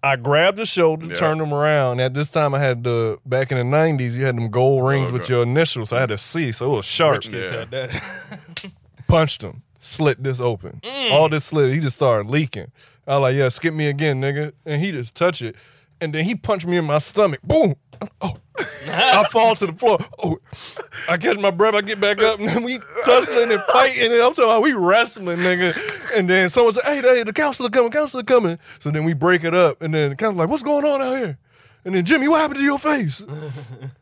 Speaker 5: I grabbed his shoulder,
Speaker 6: Yeah.
Speaker 5: turned him around. At this time, I had the back in the '90s. You had them gold rings
Speaker 6: Oh,
Speaker 5: with
Speaker 6: okay.
Speaker 5: your initials. So I had a C, so it was sharp.
Speaker 6: Yeah.
Speaker 7: Tell that.
Speaker 5: Punched him. slit this open. All this slit, he just started leaking. I was like, yeah, skip me again, nigga. And he just touched it. And then he punched me in my stomach. Boom. Oh. I fall to the floor. Oh. I catch my breath. I get back up. And then we tussling and fighting. And I'm talking about we wrestling, nigga. And then someone said, hey, hey, the counselor coming, counselor coming. So then we break it up. And then the counselor like, what's going on out here? And then, Jimmy, what happened to your face?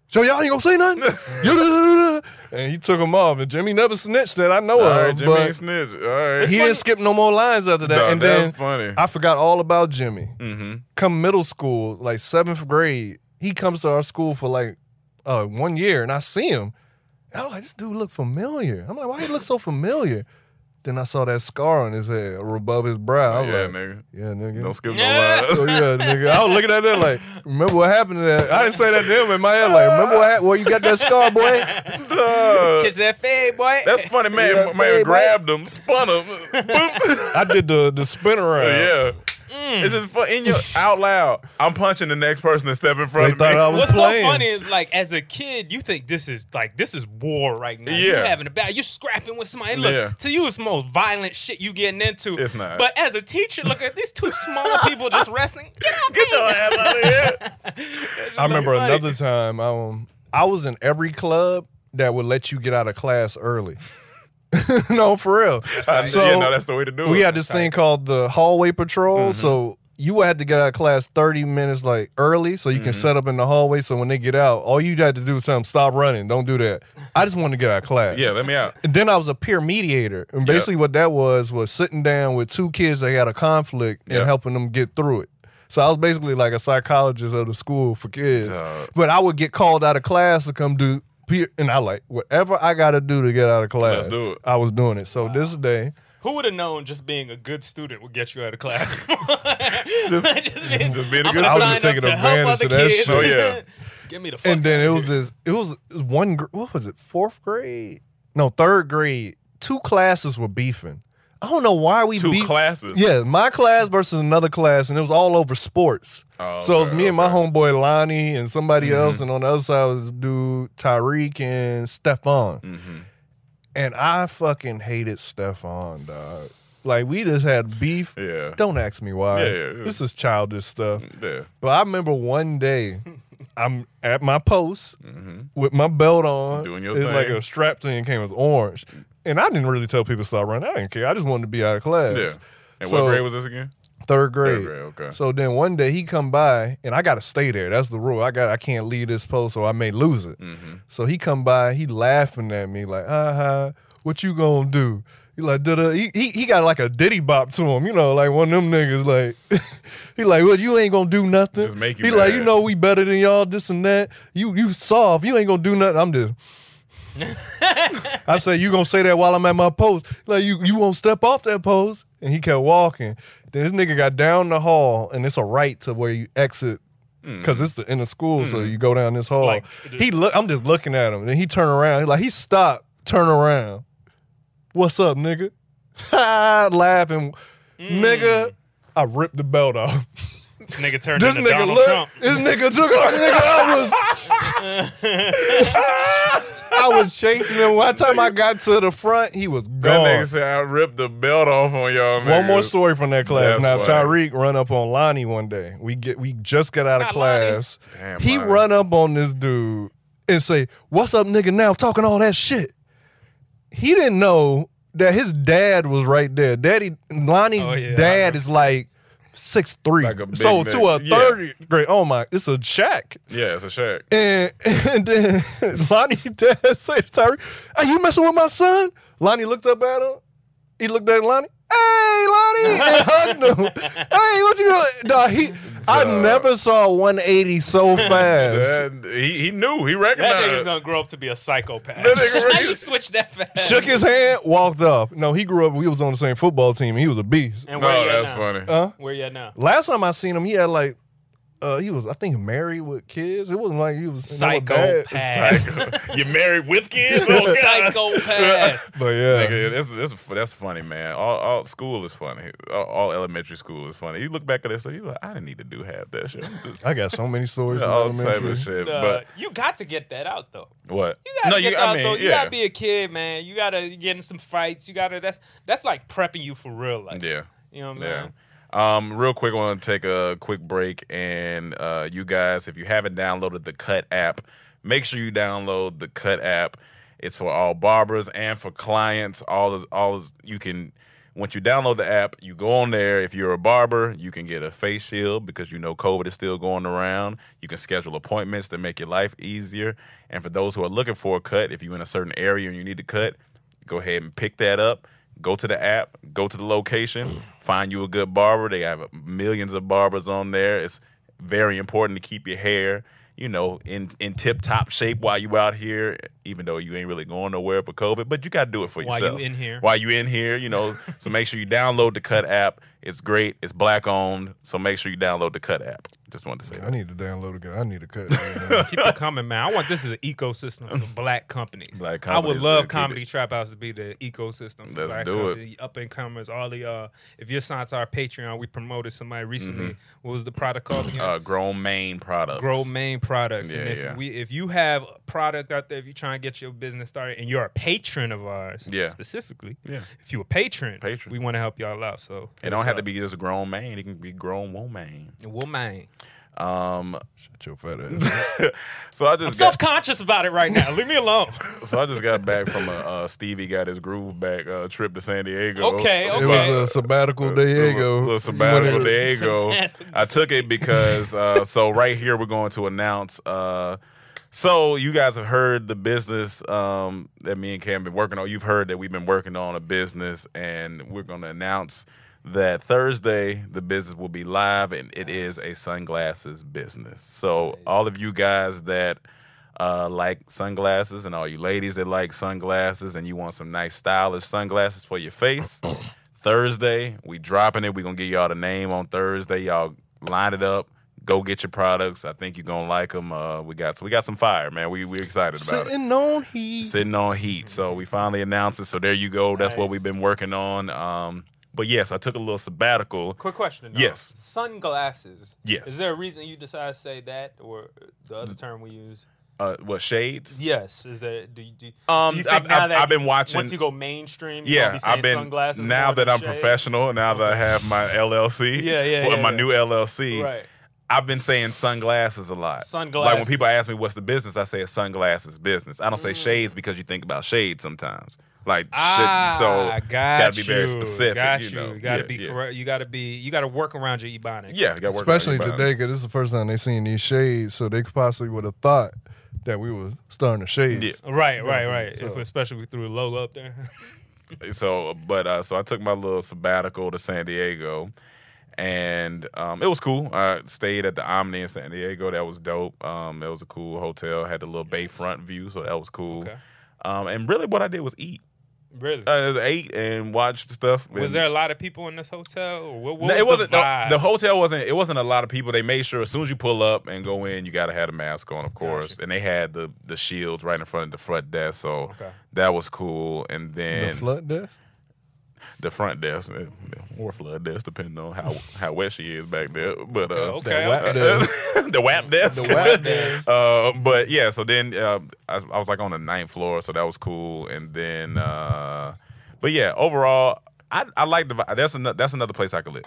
Speaker 5: So y'all ain't gonna say *laughs* nothing? Yeah. and he took him off. And Jimmy never snitched that I know
Speaker 6: All
Speaker 5: of.
Speaker 6: right, Jimmy
Speaker 5: but-
Speaker 6: ain't snitch. All right.
Speaker 5: he didn't skip no more lines after that.
Speaker 6: Nah,
Speaker 5: and
Speaker 6: that's
Speaker 5: then
Speaker 6: funny.
Speaker 5: I forgot all about Jimmy.
Speaker 6: Mm-hmm.
Speaker 5: Come middle school, like seventh grade, he comes to our school for like uh, one year, and I see him. And I'm like, this dude look familiar. I'm like, why he look so familiar? Then I saw that scar on his head or above his brow. I was
Speaker 6: Oh, yeah,
Speaker 5: like,
Speaker 6: nigga.
Speaker 5: Yeah, nigga.
Speaker 6: Don't skip
Speaker 8: Yeah.
Speaker 6: no
Speaker 5: Oh
Speaker 6: *laughs* lines.
Speaker 5: yeah, nigga. I was looking at that like, remember what happened to that? I didn't say that to him in my head. Like, remember what happened? Well, you got that scar, boy.
Speaker 6: Duh.
Speaker 8: Catch that fade, boy.
Speaker 6: That's funny, man.
Speaker 5: Yeah,
Speaker 6: man
Speaker 5: babe,
Speaker 6: grabbed him,
Speaker 5: *laughs*
Speaker 6: spun him. Boop. *laughs*
Speaker 5: I did the the spin around.
Speaker 6: Oh, yeah.
Speaker 5: Mm.
Speaker 6: It's just fun in your out loud. I'm punching the next person that step in
Speaker 5: They
Speaker 6: front of me.
Speaker 5: thought I was
Speaker 8: What's
Speaker 5: playing.
Speaker 8: so funny is like as a kid, you think this is like this is war right now. You're
Speaker 6: Yeah.
Speaker 8: having a battle. You're scrapping with somebody. Look,
Speaker 6: Yeah.
Speaker 8: to you, it's the most violent shit you getting into.
Speaker 6: It's not.
Speaker 8: But as a teacher, look at these two small people just wrestling. Get
Speaker 6: *laughs*
Speaker 8: off
Speaker 6: Get your ass out of here.
Speaker 5: I remember
Speaker 8: Like, buddy.
Speaker 5: another time. Um, I was in every club that would let you get out of class early. *laughs* no, for real.
Speaker 6: I-
Speaker 5: So
Speaker 6: yeah, no, that's the way to do it. Mm-hmm.
Speaker 5: we had this thing called the hallway patrol. So you had to get out of class thirty minutes like early, so you
Speaker 6: Mm-hmm.
Speaker 5: can set up in the hallway. So when they get out, all you had to do was tell them stop running. Don't do that. I just wanted to get out of class.
Speaker 6: Yeah, let me out.
Speaker 5: And then I was a peer mediator. And basically what that was was sitting down with two kids that had a conflict and
Speaker 6: Yeah.
Speaker 5: helping them get through it. So I was basically like a psychologist of the school for kids.
Speaker 6: Dog.
Speaker 5: But I would get called out of class to come do peer and I like whatever I gotta do to get out of class.
Speaker 6: Let's do it.
Speaker 5: I was doing it. So this day,
Speaker 8: Who would have known just being a good student would get you out of class? *laughs*
Speaker 6: Just-
Speaker 8: being,
Speaker 6: just being a
Speaker 8: I'm
Speaker 6: good
Speaker 8: gonna
Speaker 6: student. I
Speaker 8: sign
Speaker 5: would've taken
Speaker 8: up to help
Speaker 5: advantage
Speaker 8: other
Speaker 5: of that
Speaker 8: kids.
Speaker 5: shit.
Speaker 6: Oh, yeah.
Speaker 8: *laughs* Give me the fuck.
Speaker 5: and then
Speaker 8: outta
Speaker 5: it was
Speaker 8: here.
Speaker 5: this it was it was one gr- what was it, fourth grade? No, third grade. Two classes were beefing. I don't know why we
Speaker 6: Two
Speaker 5: beat
Speaker 6: classes.
Speaker 5: Yeah, my class versus another class, and it was all over sports.
Speaker 6: Oh,
Speaker 5: so it was
Speaker 6: okay,
Speaker 5: me and my
Speaker 6: okay. Mm-hmm.
Speaker 5: homeboy Lonnie and somebody else, and on the other side was dude Tyreek and Stefan.
Speaker 6: Mm-hmm.
Speaker 5: And I fucking hated Stefan, dog. Like we just had beef.
Speaker 6: Yeah.
Speaker 5: Don't ask me why.
Speaker 6: Yeah, yeah, Mm. yeah.
Speaker 5: This is childish stuff.
Speaker 6: Yeah.
Speaker 5: But I remember one day I'm at my post with my belt on.
Speaker 6: Mm-hmm. Doing your
Speaker 5: it's
Speaker 6: thing.
Speaker 5: like a strap thing came it was orange. And I didn't really tell people to stop running. I didn't care. I just wanted to be out of class.
Speaker 6: Yeah. And
Speaker 5: So-
Speaker 6: what grade was this again?
Speaker 5: Third grade.
Speaker 6: grade, okay.
Speaker 5: So then one day he come by and I gotta stay there. That's the rule. I got I can't leave this post or I may lose it.
Speaker 6: Mm-hmm.
Speaker 5: So he come by, he laughing at me like, uh huh, what you gonna do? He like da he, he he got like a diddy bop to him, you know, like one of them niggas like *laughs* he like, well, you ain't gonna do nothing.
Speaker 6: Just make you
Speaker 5: he like,
Speaker 6: mad.
Speaker 5: you know we better than y'all, this and that. You you soft, you ain't gonna do nothing. I'm
Speaker 6: *laughs*
Speaker 5: just I say, you gonna say that while I'm at my post. Like you you won't step off that post. And he kept walking. Then this nigga got down the hall and it's a right to where you exit.
Speaker 6: Hmm.
Speaker 5: Cause it's the end of school, so you go down this hall.
Speaker 8: like-
Speaker 5: he look I'm just looking at him. Then he turn around. He like he stopped, turn around. What's up, nigga? *laughs* Laughing.
Speaker 6: Hmm.
Speaker 5: Nigga, I ripped the belt off.
Speaker 8: this nigga turned
Speaker 5: This
Speaker 8: into
Speaker 5: nigga
Speaker 8: Donald
Speaker 5: look.
Speaker 8: Trump.
Speaker 5: This nigga took off. Nigga, I was. I was chasing him. By the time I got to the front, he was
Speaker 6: That
Speaker 5: gone.
Speaker 6: nigga said I ripped the belt off on y'all.
Speaker 5: one more
Speaker 6: niggas."
Speaker 5: story from that class.
Speaker 6: That's
Speaker 5: now
Speaker 6: funny.
Speaker 5: Tyreek run up on Lonnie one day. We get we just got out of
Speaker 8: Not Lonnie.
Speaker 5: class.
Speaker 6: Damn,
Speaker 5: he
Speaker 6: Lonnie.
Speaker 5: run up on this dude and say, "What's up, nigga? Now talking all that shit." He didn't know that his dad was right there. Daddy Lonnie
Speaker 8: Oh, yeah.
Speaker 5: dad is like six three.
Speaker 6: Like a big
Speaker 5: so to a
Speaker 6: nigga. Yeah.
Speaker 5: thirty grade. Oh my, it's a check.
Speaker 6: Yeah, it's a shack.
Speaker 5: And, *laughs* and then Lonnie *laughs* dad said to Tyreek, Are you messing with my son? Lonnie looked up at him. He looked at Lonnie. Hey, Lonnie! And hugged him. Hey, what you doing? Nah, he, I
Speaker 6: Duh.
Speaker 5: never saw 180 so
Speaker 6: *laughs*
Speaker 5: fast.
Speaker 6: That- he, he knew. He
Speaker 8: That nigga's
Speaker 6: recognized.
Speaker 8: gonna grow up to be a psychopath.
Speaker 6: That
Speaker 8: *laughs*
Speaker 6: nigga
Speaker 8: How
Speaker 6: really-
Speaker 8: you switch that fast?
Speaker 5: Shook his hand, walked off. No, he grew up, we was on the same football team, and he was a beast.
Speaker 8: And where
Speaker 6: no,
Speaker 8: you at
Speaker 5: Uh,
Speaker 8: now?
Speaker 6: that's funny.
Speaker 5: Huh?
Speaker 8: Where you at now?
Speaker 5: Last time I seen him, he had like uh, he was I think married with kids. It wasn't like he was you know, a bad- *laughs*
Speaker 7: Psychopath.
Speaker 6: *laughs* you married with kids?
Speaker 7: *laughs*
Speaker 6: *laughs* Oh, God.
Speaker 7: Psychopath.
Speaker 5: But yeah,
Speaker 6: Nigga, that's, that's that's funny, man. All, all school is funny. All, all elementary school is funny. You look back at that stuff, you like, I didn't need to do half that shit.
Speaker 5: *laughs* I got so many stories. from
Speaker 6: all type
Speaker 5: elementary.
Speaker 6: of shit.
Speaker 7: Uh,
Speaker 6: *laughs* but
Speaker 7: you got to get that out though.
Speaker 6: what?
Speaker 7: You gotta get that out though. You
Speaker 6: yeah,
Speaker 7: gotta be a kid, man. You gotta get in some fights. You gotta that's that's like prepping you for real life.
Speaker 6: yeah,
Speaker 7: You know what I'm
Speaker 6: yeah.
Speaker 7: saying?
Speaker 6: Um, real quick, I want to take a quick break, and uh, you guys, if you haven't downloaded the Cut app, make sure you download the Cut app. It's for all barbers and for clients. All is all is, you can. Once you download the app, you go on there. If you're a barber, you can get a face shield because you know COVID is still going around. You can schedule appointments to make your life easier. And for those who are looking for a cut, if you're in a certain area and you need to cut, go ahead and pick that up. Go to the app, go to the
Speaker 7: Mm.
Speaker 6: location, find you a good barber. They have millions of barbers on there. It's very important to keep your hair, you know, in in tip top shape while you out here, even though you ain't really going nowhere for COVID. But you got to do it for
Speaker 7: While you
Speaker 6: yourself.
Speaker 7: in here.
Speaker 6: While you in here, you
Speaker 7: *laughs*
Speaker 6: know. so make sure you download the Cut app. It's great. It's black owned. So make sure you download the Cut app. Just wanted to say
Speaker 5: I
Speaker 6: that.
Speaker 5: need to download again. I need to cut. right
Speaker 6: *laughs*
Speaker 5: now.
Speaker 7: Keep it coming, man. I want this as an ecosystem for black companies.
Speaker 6: Black
Speaker 7: I
Speaker 6: companies,
Speaker 7: would
Speaker 6: let's
Speaker 7: love
Speaker 6: keep
Speaker 7: comedy
Speaker 6: it.
Speaker 7: trap house to be the ecosystem for
Speaker 6: Let's
Speaker 7: black
Speaker 6: do it.
Speaker 7: company, up and comers, all the uh if you're signed to our Patreon, we promoted somebody recently.
Speaker 6: Mm-hmm.
Speaker 7: What was the product called again?
Speaker 6: Uh, grown main products.
Speaker 7: grow main products. and
Speaker 6: Yeah,
Speaker 7: if
Speaker 6: yeah.
Speaker 7: we if you have a product out there, if you're trying to get your business started and you're a patron of ours,
Speaker 6: Yeah.
Speaker 7: specifically,
Speaker 6: Yeah.
Speaker 7: if you're a patron,
Speaker 6: Patron.
Speaker 7: we want to help y'all out. So
Speaker 6: It don't have to be just grown man. It can be grown
Speaker 7: *laughs*
Speaker 6: woman. *laughs*
Speaker 7: woman.
Speaker 6: Um,
Speaker 5: Shut your fat ass.
Speaker 6: so I just
Speaker 7: I'm
Speaker 6: got-
Speaker 7: self conscious about it right now. Leave me alone.
Speaker 6: So I just got back from a uh, Stevie got his groove back uh, trip to San Diego.
Speaker 7: Okay,
Speaker 5: It
Speaker 7: okay.
Speaker 5: was a sabbatical Diego.
Speaker 6: Uh, Little, little sabbatical
Speaker 5: Somebody-
Speaker 6: Diego.
Speaker 7: Sabbatical.
Speaker 6: I took it because uh, so right here we're going to announce. Uh, so you guys have heard the business um, that me and Cam been working on. You've heard that we've been working on a business, and we're going to announce that Thursday the business will be live, and it is a sunglasses business. So all of you guys that uh, like sunglasses, and all you ladies that like sunglasses, and you want some nice stylish sunglasses for your face. Thursday. We dropping it. We gonna give y'all the name on Thursday. Y'all line it up. Go get your products. I think you're gonna like them. Uh, we got we got some fire, man. We we excited about it.
Speaker 5: Sitting on heat.
Speaker 6: Sitting on heat. So we finally announced it. So there you go. That's what
Speaker 7: Nice.
Speaker 6: we've been working on. Um, but yes, I took a little sabbatical.
Speaker 7: *laughs* Quick question. though.
Speaker 6: Yes.
Speaker 7: Sunglasses.
Speaker 6: Yes.
Speaker 7: Is there a reason you decided to say that or the other term we use?
Speaker 6: Uh, what shades?
Speaker 7: Yes. Is there do you, do,
Speaker 6: Um,
Speaker 7: do you
Speaker 6: I've-
Speaker 7: think now
Speaker 6: I've-
Speaker 7: that
Speaker 6: I've been
Speaker 7: you-
Speaker 6: watching-
Speaker 7: once you go mainstream, you gonna
Speaker 6: Yeah,
Speaker 7: be saying
Speaker 6: I've been
Speaker 7: sunglasses
Speaker 6: now
Speaker 7: more
Speaker 6: that
Speaker 7: than
Speaker 6: I'm
Speaker 7: shades?
Speaker 6: professional. Now that I have
Speaker 7: *laughs*
Speaker 6: my LLC,
Speaker 7: Yeah, yeah,
Speaker 6: well,
Speaker 7: yeah,
Speaker 6: my
Speaker 7: yeah.
Speaker 6: new LLC,
Speaker 7: Right.
Speaker 6: I've been saying sunglasses a lot. Like when
Speaker 7: Sunglasses. Mm.
Speaker 6: people ask me what's the business, I say it's sunglasses business. I don't say shades because you think about shades sometimes. Like shit,
Speaker 7: Ah,
Speaker 6: so
Speaker 7: got
Speaker 6: gotta be very
Speaker 7: you,
Speaker 6: specific.
Speaker 7: Got
Speaker 6: you, know.
Speaker 7: gotta
Speaker 6: Yeah,
Speaker 7: be
Speaker 6: yeah.
Speaker 7: correct. You gotta be. You gotta work around your ebonics.
Speaker 6: Yeah, gotta work on
Speaker 5: Especially
Speaker 6: your body.
Speaker 5: today, because this is the first time they seen these shades, so they possibly would have thought that we were starting to shade.
Speaker 6: Yeah.
Speaker 7: Right. Right. Right.
Speaker 5: So-
Speaker 7: If, especially if we threw a logo up there.
Speaker 8: *laughs*
Speaker 6: so but uh so i took my little sabbatical to san diego and um it was cool i stayed at the omni in san diego that was dope um it was a cool hotel had a little bayfront view so that was cool
Speaker 7: Okay.
Speaker 6: um and really what i did was eat
Speaker 7: really.
Speaker 6: i just ate and watched stuff
Speaker 7: was
Speaker 6: and-
Speaker 7: there a lot of people in this hotel? Or what, what
Speaker 6: No,
Speaker 7: was
Speaker 6: it wasn't
Speaker 7: The,
Speaker 6: no,
Speaker 8: *laughs*
Speaker 7: vibe?
Speaker 6: the hotel wasn't it wasn't a lot of people. They made sure as soon as you pull up and go in, you gotta have a mask on, of course.
Speaker 7: Gotcha.
Speaker 6: And they had the the shields right in front of the front desk, so
Speaker 7: Okay.
Speaker 6: that was cool. And
Speaker 5: The
Speaker 6: then
Speaker 5: flood death.
Speaker 6: the front desk eh, or flood desk, depending on how how wet she is back there. But uh,
Speaker 7: Okay,
Speaker 5: The wap
Speaker 6: uh,
Speaker 5: desk.
Speaker 6: *laughs* the WAP desk.
Speaker 5: The
Speaker 6: *laughs*
Speaker 5: WAP desk.
Speaker 6: uh, but yeah, so then uh, I, I was like on the ninth floor, so that was cool. And then, uh, but yeah, overall, I I like the vibe. That's another that's another place I could live.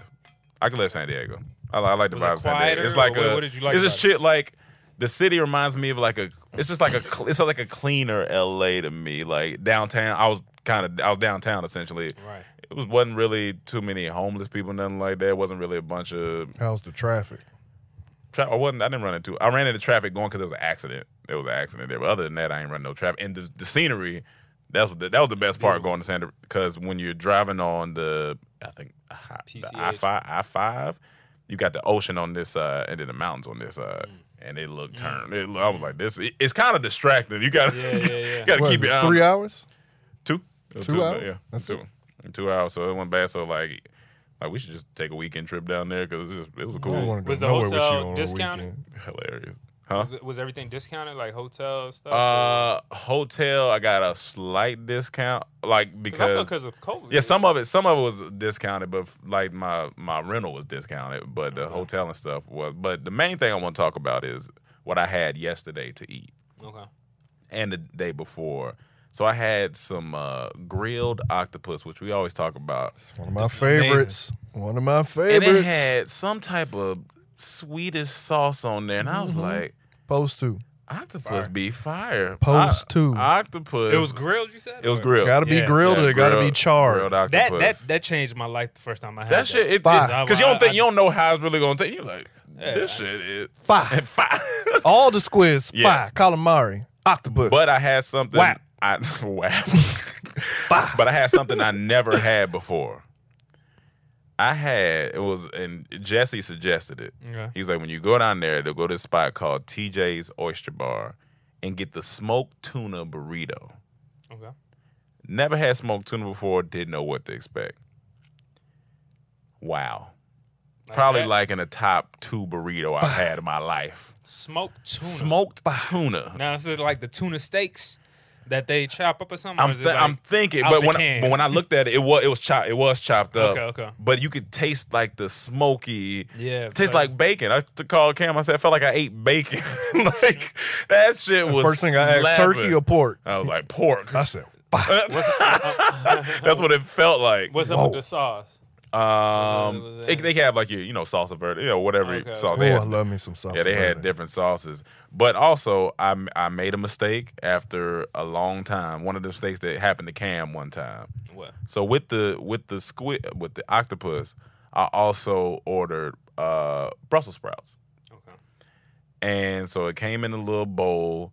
Speaker 6: I could live San Diego. I, li- I like the
Speaker 7: Was it
Speaker 6: vibe of San Diego.
Speaker 7: quieter,
Speaker 6: It's like
Speaker 7: or what-
Speaker 6: a,
Speaker 7: what did you like
Speaker 6: It's just
Speaker 7: about
Speaker 6: shit like. The city reminds me of like a, it's just like a, cl- it's like a cleaner LA to me. Like downtown, I was kind of, I was downtown essentially.
Speaker 7: Right.
Speaker 6: It was wasn't really too many homeless people, nothing like that. It wasn't really a bunch of
Speaker 5: How's the traffic?
Speaker 6: Tra- I wasn't. I didn't run into. I ran into traffic going because it was an accident. It was an accident there. But other than that, I ain't run no traffic. And the, the scenery, that's what the, that was the best part going to Santa because when you're driving on the I think I- the I
Speaker 7: PCH.
Speaker 6: five I five, you got the ocean on this side and then the mountains on this side.
Speaker 7: Mm.
Speaker 6: And they look turned. It, I was like, this. It, it's kind of distracting. You got to *laughs*
Speaker 7: Yeah, yeah, yeah.
Speaker 6: got to
Speaker 5: What
Speaker 6: keep
Speaker 5: is
Speaker 6: your
Speaker 5: it,
Speaker 6: eye on
Speaker 5: three hours.
Speaker 6: Two. It was
Speaker 5: Two hours?
Speaker 6: Yeah,
Speaker 5: That's
Speaker 6: two. Two hours. So it went bad. So like, Like we should just take a weekend trip down there because it was, it was
Speaker 5: I don't
Speaker 6: cool,
Speaker 5: wanna go
Speaker 8: Was the
Speaker 5: nowhere with you
Speaker 8: hotel
Speaker 5: on a
Speaker 8: discounted?
Speaker 5: weekend.
Speaker 6: hilarious, huh?
Speaker 8: Was, it- was everything discounted, like hotel stuff?
Speaker 6: Uh, hotel. I got a slight discount, like because
Speaker 8: because of COVID.
Speaker 6: yeah, some of it, some of it was discounted, but like my my rental was discounted, but the hotel and stuff was. But the main thing I want to talk about is what I had yesterday to eat
Speaker 8: Okay.
Speaker 6: and the day before. So I had some uh, grilled octopus, which we always talk about,
Speaker 5: One of my favorites. One of my
Speaker 6: and
Speaker 5: favorites.
Speaker 6: it had some type of Swedish sauce on there, and I
Speaker 5: Mm-hmm.
Speaker 6: was like,
Speaker 5: Post two.
Speaker 6: octopus be fire.
Speaker 5: Post
Speaker 6: O-
Speaker 5: two.
Speaker 6: Octopus.
Speaker 8: It was grilled. You said
Speaker 6: It was
Speaker 8: Or-
Speaker 6: grilled.
Speaker 5: Gotta be
Speaker 8: Yeah.
Speaker 5: grilled or it gotta be
Speaker 6: grilled-
Speaker 5: charred.
Speaker 6: grilled
Speaker 8: That
Speaker 6: octopus.
Speaker 8: that that changed my life the first time I had
Speaker 6: That shit, it,
Speaker 5: Fire.
Speaker 6: because you don't think you don't know how it's really gonna take. You like
Speaker 8: Yeah,
Speaker 6: this
Speaker 8: I-
Speaker 6: shit is
Speaker 5: Fire.
Speaker 6: *laughs* fire.
Speaker 5: All the squids.
Speaker 6: Yeah.
Speaker 5: Fire. Calamari. Octopus.
Speaker 6: but I had something.
Speaker 5: Whap.
Speaker 6: I *laughs* whap. but I had something I never had before. I had it was and Jesse suggested it.
Speaker 8: Okay.
Speaker 6: He's like, when you go down there, they'll go to this spot called TJ's Oyster Bar and get the smoked tuna burrito.
Speaker 8: Okay.
Speaker 6: Never had smoked tuna before. Didn't know what to expect. Wow. Probably
Speaker 8: that?
Speaker 6: like in the top two burrito I've had in my life.
Speaker 8: smoked tuna.
Speaker 6: Smoked tuna.
Speaker 8: Now is it like the tuna steaks that they chop up or something?
Speaker 6: I'm
Speaker 8: or is it
Speaker 6: thi-
Speaker 8: like-
Speaker 6: I'm thinking,
Speaker 8: out
Speaker 6: but
Speaker 8: the
Speaker 6: when I,
Speaker 8: can?
Speaker 6: but when I looked at it, it was it was chopped it was chopped up.
Speaker 8: Okay, okay.
Speaker 6: But you could taste like the smoky.
Speaker 8: Yeah,
Speaker 6: tastes
Speaker 8: like-
Speaker 6: like bacon. I t- called Cam. I said I felt like I
Speaker 8: *laughs*
Speaker 6: ate bacon. *laughs* like that shit was. Uh,
Speaker 5: First thing I asked,
Speaker 6: slapping.
Speaker 5: turkey or pork?
Speaker 6: I was like pork. *laughs*
Speaker 5: I said, fire.
Speaker 6: Oh, That's what it felt like.
Speaker 8: what's up
Speaker 5: Whoa.
Speaker 8: with the sauce?
Speaker 6: Um,
Speaker 8: Was it-
Speaker 6: it, they can have like your, you know, salsa verde, you know, whatever
Speaker 8: Okay.
Speaker 6: sauce
Speaker 5: Oh,
Speaker 6: they
Speaker 5: I
Speaker 6: had.
Speaker 5: love me some sauce.
Speaker 6: yeah, they had different sauces. But also, I m- I made a mistake after a long time. One of the mistakes that happened to Cam one time.
Speaker 8: What?
Speaker 6: So with the with the squid with the octopus, I also ordered uh Brussels sprouts,
Speaker 8: Okay.
Speaker 6: and so it came in a little bowl,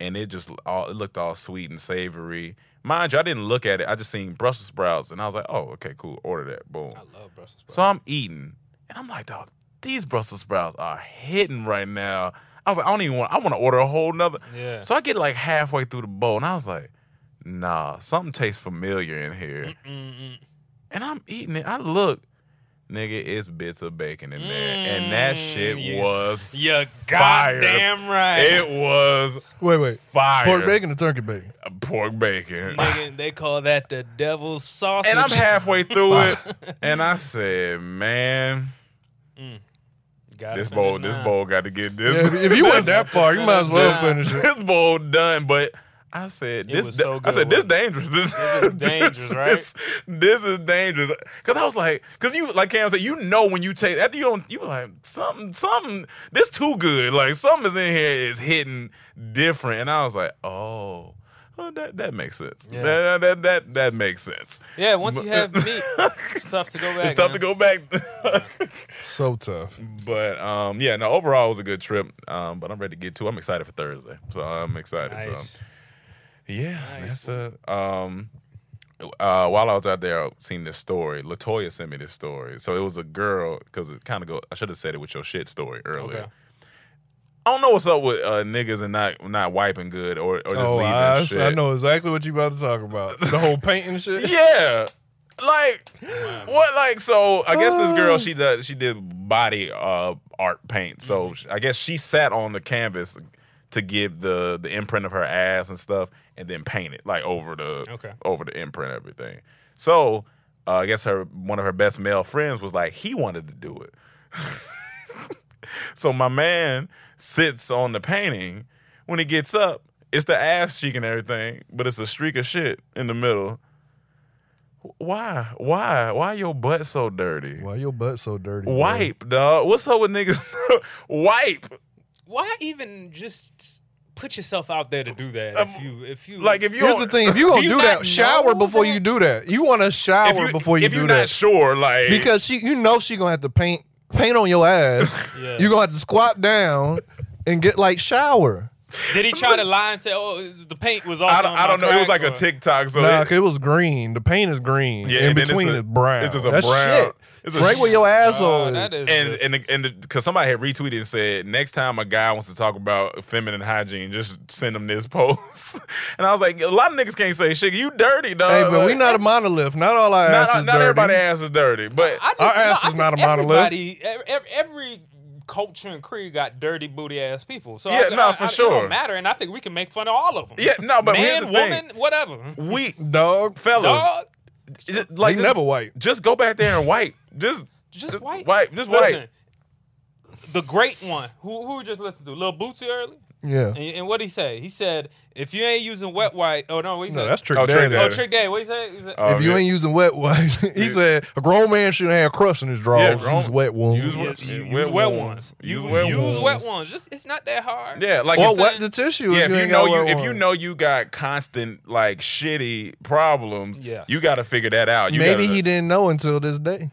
Speaker 6: and it just all it looked all sweet and savory. Mind you, I didn't look at it. I just seen Brussels sprouts, and I was like, "Oh, okay, cool. Order that. Boom."
Speaker 8: I love Brussels sprouts.
Speaker 6: So I'm eating, and I'm like, dog, these Brussels sprouts are hitting right now. I was like, I don't even want. I want to order a whole nother.
Speaker 8: Yeah.
Speaker 6: So I get like halfway through the bowl, and I was like, Nah, something tastes familiar in here.
Speaker 8: Mm-mm.
Speaker 6: And I'm eating it. I look, nigga, it's bits of bacon in there, and that shit
Speaker 8: Mm, you-
Speaker 6: was
Speaker 8: You're
Speaker 6: fire.
Speaker 8: goddamn right.
Speaker 6: It was
Speaker 5: Wait, wait.
Speaker 6: fire.
Speaker 5: Pork bacon or turkey
Speaker 6: *laughs*
Speaker 5: bacon?
Speaker 6: Pork bacon.
Speaker 8: Nigga, they call that the devil's sausage.
Speaker 6: *laughs* And I'm halfway through it, and I said, "Man,
Speaker 8: Gotta
Speaker 6: this
Speaker 8: finish
Speaker 6: bowl, this
Speaker 8: mine.
Speaker 6: bowl got to get *laughs* this."
Speaker 5: Yeah, if you went that far, you might as well
Speaker 8: Nah.
Speaker 5: finish it.
Speaker 6: *laughs* this bowl done, but I said
Speaker 8: It
Speaker 6: this.
Speaker 8: was so
Speaker 6: I said
Speaker 8: good, wasn't
Speaker 6: this dangerous. This, *laughs*
Speaker 8: is dangerous, right?
Speaker 6: This, this is dangerous because I was like, because you like Cam said, you know when you take after you don't, you were like something, something. This too good. Like something is in here is hitting different, and I was like, oh. oh, that that makes sense.
Speaker 8: Yeah.
Speaker 6: That, that that that makes sense.
Speaker 8: Yeah, once you have meat, it's tough to go back.
Speaker 6: *laughs* It's tough to
Speaker 8: man.
Speaker 6: go back,
Speaker 5: So tough.
Speaker 6: *laughs* but um, yeah. No, overall it was a good trip. Um, but I'm ready to get to. it. I'm excited for Thursday, so I'm excited. So
Speaker 8: Nice.
Speaker 6: yeah, that's a um. Uh, while I was out there, I seen this story. Latoya sent me this story. So it was a girl because it kind of go. I should have said it with your shit story earlier.
Speaker 8: Okay.
Speaker 6: I don't know what's up with uh, niggas and not not wiping good or, or just
Speaker 5: Oh,
Speaker 6: leaving
Speaker 5: I,
Speaker 6: shit.
Speaker 5: I know exactly what you about to talk about. The whole painting *laughs*
Speaker 6: *laughs*
Speaker 5: shit.
Speaker 6: Yeah. Like what? Like so? I guess this girl she does she did body uh art paint. So sh I guess she sat on the canvas to give the the imprint of her ass and stuff, and then paint it like over the
Speaker 8: Okay.
Speaker 6: over the imprint and everything. So uh, I guess her one of her best male friends was like he wanted to do it. so my man sits on the painting. When he gets up, it's the ass cheek and everything, but it's a streak of shit in the middle. Why? Why? Why your butt so dirty?
Speaker 5: Why your butt so dirty? bro?
Speaker 6: Wipe, dog. What's up with niggas? *laughs* Wipe.
Speaker 8: Why even just put yourself out there to do that? If you, if you
Speaker 6: Um, Like if *laughs* you
Speaker 5: Here's
Speaker 6: don't-
Speaker 5: the thing: if you
Speaker 8: Do
Speaker 5: gonna
Speaker 8: you
Speaker 5: do
Speaker 8: not know
Speaker 5: that, shower before
Speaker 8: that?
Speaker 5: you do that. You want to shower
Speaker 6: if you,
Speaker 5: before you
Speaker 6: if
Speaker 5: do
Speaker 6: you're
Speaker 5: that
Speaker 6: not sure, like
Speaker 5: because she, you know, she gonna have to paint paint on your
Speaker 6: *laughs*
Speaker 5: ass.
Speaker 8: Yeah.
Speaker 5: You gonna have to squat down and get like shower.
Speaker 8: Did he
Speaker 6: *laughs*
Speaker 8: try to lie and say, "Oh, it's- the paint was also"?
Speaker 6: I don't,
Speaker 8: on
Speaker 6: I don't
Speaker 8: my
Speaker 6: know. It was
Speaker 8: crack,
Speaker 6: like a
Speaker 8: or-
Speaker 6: TikTok. So
Speaker 5: nah,
Speaker 6: it-
Speaker 5: 'cause it was green. The paint is green.
Speaker 6: Yeah,
Speaker 5: in
Speaker 6: and then it's
Speaker 5: between
Speaker 6: a-
Speaker 5: is brown.
Speaker 6: it's just a
Speaker 5: That's
Speaker 6: brown-
Speaker 5: Shit.
Speaker 6: It's a
Speaker 5: Right where your
Speaker 8: Oh,
Speaker 5: asshole
Speaker 7: Uh, that
Speaker 5: is.
Speaker 7: is
Speaker 6: and
Speaker 7: just-
Speaker 6: and the- and because somebody had retweeted and said next time a guy wants to talk about feminine hygiene, just send him this *laughs* post. and I was like, a lot of niggas can't say shit. You dirty dog.
Speaker 5: Hey, but we
Speaker 6: Like,
Speaker 5: not a monolith. Not all our
Speaker 6: not,
Speaker 5: asses
Speaker 6: not
Speaker 5: dirty.
Speaker 6: everybody's ass is dirty, but
Speaker 7: I just,
Speaker 5: Our
Speaker 7: no,
Speaker 5: ass
Speaker 7: I
Speaker 5: is not a
Speaker 7: think
Speaker 5: monolith.
Speaker 7: Everybody, e, every, every culture and creed got dirty booty ass people. So
Speaker 6: Yeah,
Speaker 7: I,
Speaker 6: no,
Speaker 7: I-
Speaker 6: for
Speaker 7: I- It
Speaker 6: sure.
Speaker 7: don't matter, and I think we can make fun of all of them.
Speaker 6: Yeah, no, but here's
Speaker 7: man,
Speaker 6: the thing.
Speaker 7: woman, whatever.
Speaker 6: we
Speaker 5: Dog.
Speaker 6: fellas,
Speaker 7: Dog,
Speaker 6: just-
Speaker 5: Like
Speaker 6: like just,
Speaker 5: never white.
Speaker 6: just go back there and wipe. Just
Speaker 7: just white,
Speaker 6: wipe. Just
Speaker 7: Listen,
Speaker 6: wipe.
Speaker 7: the great one who who we just listened to, Lil Bootsy early,
Speaker 5: Yeah.
Speaker 7: and, and what he say? He said, "If you ain't using wet wipe, oh no, what he
Speaker 5: No,
Speaker 7: said?
Speaker 5: that's Uh, Trick
Speaker 6: Oh, Trick
Speaker 5: Daddy.
Speaker 7: Oh,
Speaker 6: Daddy.
Speaker 7: Trick Daddy, what he say? He said,
Speaker 6: Oh,
Speaker 5: if you
Speaker 6: yeah.
Speaker 5: ain't using wet wipes, *laughs* he
Speaker 6: Yeah.
Speaker 5: said a grown man shouldn't have crust in his drawers.
Speaker 6: grown-
Speaker 5: Oh, Use wet one.
Speaker 6: use
Speaker 7: yeah,
Speaker 6: wet-
Speaker 7: you-
Speaker 6: yeah,
Speaker 7: use
Speaker 6: wet
Speaker 7: wet,
Speaker 6: ones.
Speaker 7: ones.
Speaker 6: Use
Speaker 7: Use,
Speaker 6: wet
Speaker 7: use
Speaker 6: ones.
Speaker 7: wet ones. Just it's not that hard.
Speaker 6: Yeah, like
Speaker 5: or
Speaker 6: it's-
Speaker 5: wet the tissue.
Speaker 6: yeah, if you,
Speaker 5: ain't
Speaker 6: know
Speaker 5: got
Speaker 6: you
Speaker 5: wet
Speaker 6: if you
Speaker 5: one.
Speaker 6: know you got constant like shitty problems,
Speaker 7: Yeah.
Speaker 6: you got to figure that out. You
Speaker 5: maybe
Speaker 6: gotta-
Speaker 5: he didn't know until this day.